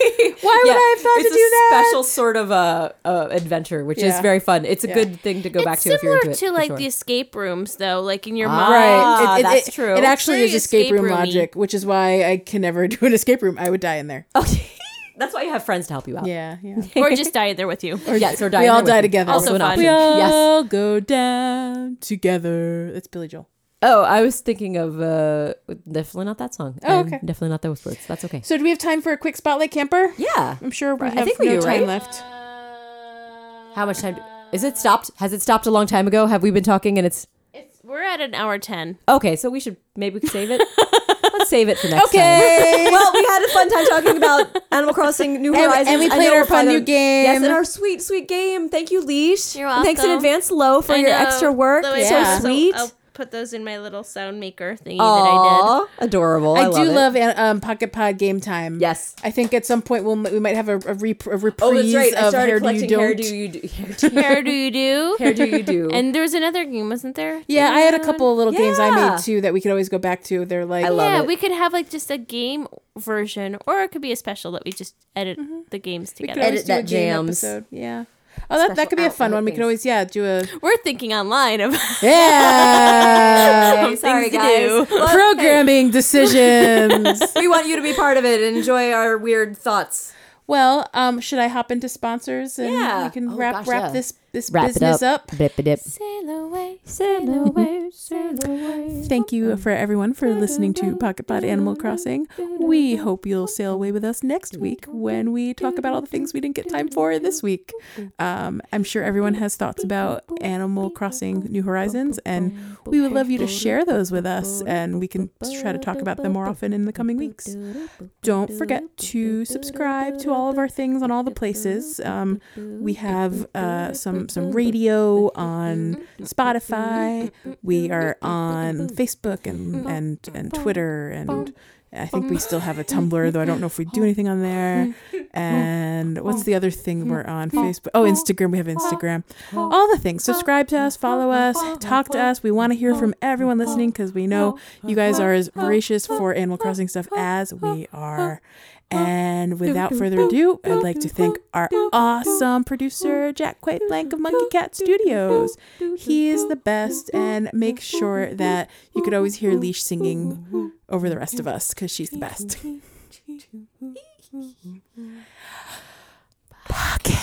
Speaker 3: why would
Speaker 1: Yeah,
Speaker 3: i have thought
Speaker 1: it's
Speaker 3: to do
Speaker 1: a
Speaker 3: that
Speaker 1: special sort of uh, uh, adventure, which
Speaker 3: Yeah.
Speaker 1: is very fun. It's a
Speaker 3: Yeah.
Speaker 1: good thing to go back
Speaker 2: It's
Speaker 1: to if you're
Speaker 2: similar
Speaker 1: into it.
Speaker 2: to
Speaker 1: for
Speaker 2: like
Speaker 1: sure.
Speaker 2: the escape rooms though, like in your
Speaker 1: Ah.
Speaker 2: mind.
Speaker 1: Ah,
Speaker 3: Right. It, it,
Speaker 1: that's
Speaker 3: it-
Speaker 1: true.
Speaker 3: It actually is
Speaker 2: Very
Speaker 3: escape
Speaker 2: escape
Speaker 3: room
Speaker 2: room-y.
Speaker 3: logic, which is why I can never do an escape room. I would die in there.
Speaker 1: Okay. That's why you have friends to help you out.
Speaker 3: Yeah, yeah.
Speaker 2: or just die there with you.
Speaker 1: Yes, or die
Speaker 3: we
Speaker 1: in
Speaker 3: all
Speaker 1: there with
Speaker 3: die
Speaker 1: you.
Speaker 3: together.
Speaker 2: Also
Speaker 1: an
Speaker 2: fun.
Speaker 1: option.
Speaker 3: we
Speaker 1: Yes.
Speaker 3: all go down together. That's Billy Joel.
Speaker 1: Oh, I was thinking of uh, definitely not that song.
Speaker 3: Oh,
Speaker 1: And
Speaker 3: okay.
Speaker 1: Definitely not those words. That's okay.
Speaker 3: So do we have time for a quick spotlight camper?
Speaker 1: Yeah.
Speaker 3: I'm sure we
Speaker 1: I
Speaker 3: have
Speaker 1: think we
Speaker 3: no
Speaker 1: do,
Speaker 3: time
Speaker 1: right?
Speaker 3: left.
Speaker 1: How much time? Is it stopped? Has it stopped a long time ago? Have we been talking and it's
Speaker 2: It's, we're at an hour 10.
Speaker 1: okay? So we should maybe we could save it. Let's save it for next time.
Speaker 3: Okay.
Speaker 1: well, we had a fun time talking about Animal Crossing New
Speaker 3: And-
Speaker 1: Horizons.
Speaker 3: and we
Speaker 1: I
Speaker 3: played
Speaker 1: know
Speaker 3: our
Speaker 1: we'll
Speaker 3: fun
Speaker 1: find
Speaker 3: new
Speaker 1: out- Yes,
Speaker 3: game.
Speaker 1: and our sweet, sweet game. Thank you, Leash.
Speaker 2: You're
Speaker 1: And Thanks in
Speaker 2: welcome.
Speaker 1: advance, Lo, for
Speaker 2: I
Speaker 1: your
Speaker 2: know.
Speaker 1: extra work.
Speaker 2: Though I
Speaker 1: It's
Speaker 2: know.
Speaker 3: Yeah.
Speaker 1: So sweet.
Speaker 2: I'll put those in my little sound maker thingy that I did.
Speaker 1: Aw, adorable. I,
Speaker 3: I, do
Speaker 1: it.
Speaker 3: love uh, um, Pocket Pod Game Time.
Speaker 1: Yes.
Speaker 3: I think at some point we'll we might have a, a, rep- a reprise
Speaker 1: Oh, that's right. I
Speaker 3: of
Speaker 1: started
Speaker 3: Hair Do You
Speaker 1: collecting
Speaker 3: Don't.
Speaker 1: hairdo you do. Hairdo,
Speaker 2: Hair do you do?
Speaker 1: hairdo you do.
Speaker 2: And there was another game, wasn't there?
Speaker 3: Yeah, I had a couple of little games I
Speaker 1: Yeah.
Speaker 3: made too that we could always go back to. They're like,
Speaker 1: I love
Speaker 2: yeah,
Speaker 1: it.
Speaker 2: we could have like just a game version, or it could be a special that we just edit the games
Speaker 3: Mm-hmm. we could
Speaker 2: together.
Speaker 1: Edit
Speaker 3: always do a
Speaker 1: that
Speaker 3: game
Speaker 1: jams.
Speaker 3: episode. Yeah. Oh, that,
Speaker 1: Special
Speaker 3: that could be a fun
Speaker 1: outlet
Speaker 3: one. We could
Speaker 1: things.
Speaker 3: always, yeah, do a
Speaker 2: We're thinking online of
Speaker 3: yeah
Speaker 1: Okay, sorry,
Speaker 2: things to
Speaker 1: guys.
Speaker 2: do.
Speaker 1: Well, hey,
Speaker 3: programming decisions.
Speaker 1: we want you to be part of it and enjoy our weird thoughts.
Speaker 3: Well, um, should I hop into sponsors and
Speaker 1: Yeah.
Speaker 3: we can
Speaker 1: Oh,
Speaker 3: wrap
Speaker 1: gosh,
Speaker 3: wrap
Speaker 1: yeah.
Speaker 3: this this business up.
Speaker 1: Dip it dip.
Speaker 2: sail away,
Speaker 1: Sail away, sail away.
Speaker 3: Thank you for everyone for listening to Pocket Pod Animal Crossing. We hope you'll sail away with us next week when we talk about all the things we didn't get time for this week. Um, I'm sure everyone has thoughts about Animal Crossing New Horizons, and we would love you to share those with us, and we can try to talk about them more often in the coming weeks. Don't forget to subscribe to all of our things on all the places. Um, we have uh, some some radio on Spotify. We are on Facebook and and and Twitter and. I think we still have a Tumblr, though I don't know if we do anything on there. And what's the other thing we're on? Facebook. Oh, Instagram. We have Instagram. All the things. Subscribe to us, follow us, talk to us. We want to hear from everyone listening because we know you guys are as voracious for Animal Crossing stuff as we are. And without further ado, I'd like to thank our awesome producer, Jack Quite Blank of Monkey Cat Studios. He is the best, and make sure that you could always hear Leash singing over the rest of us because she's the best. Pocket.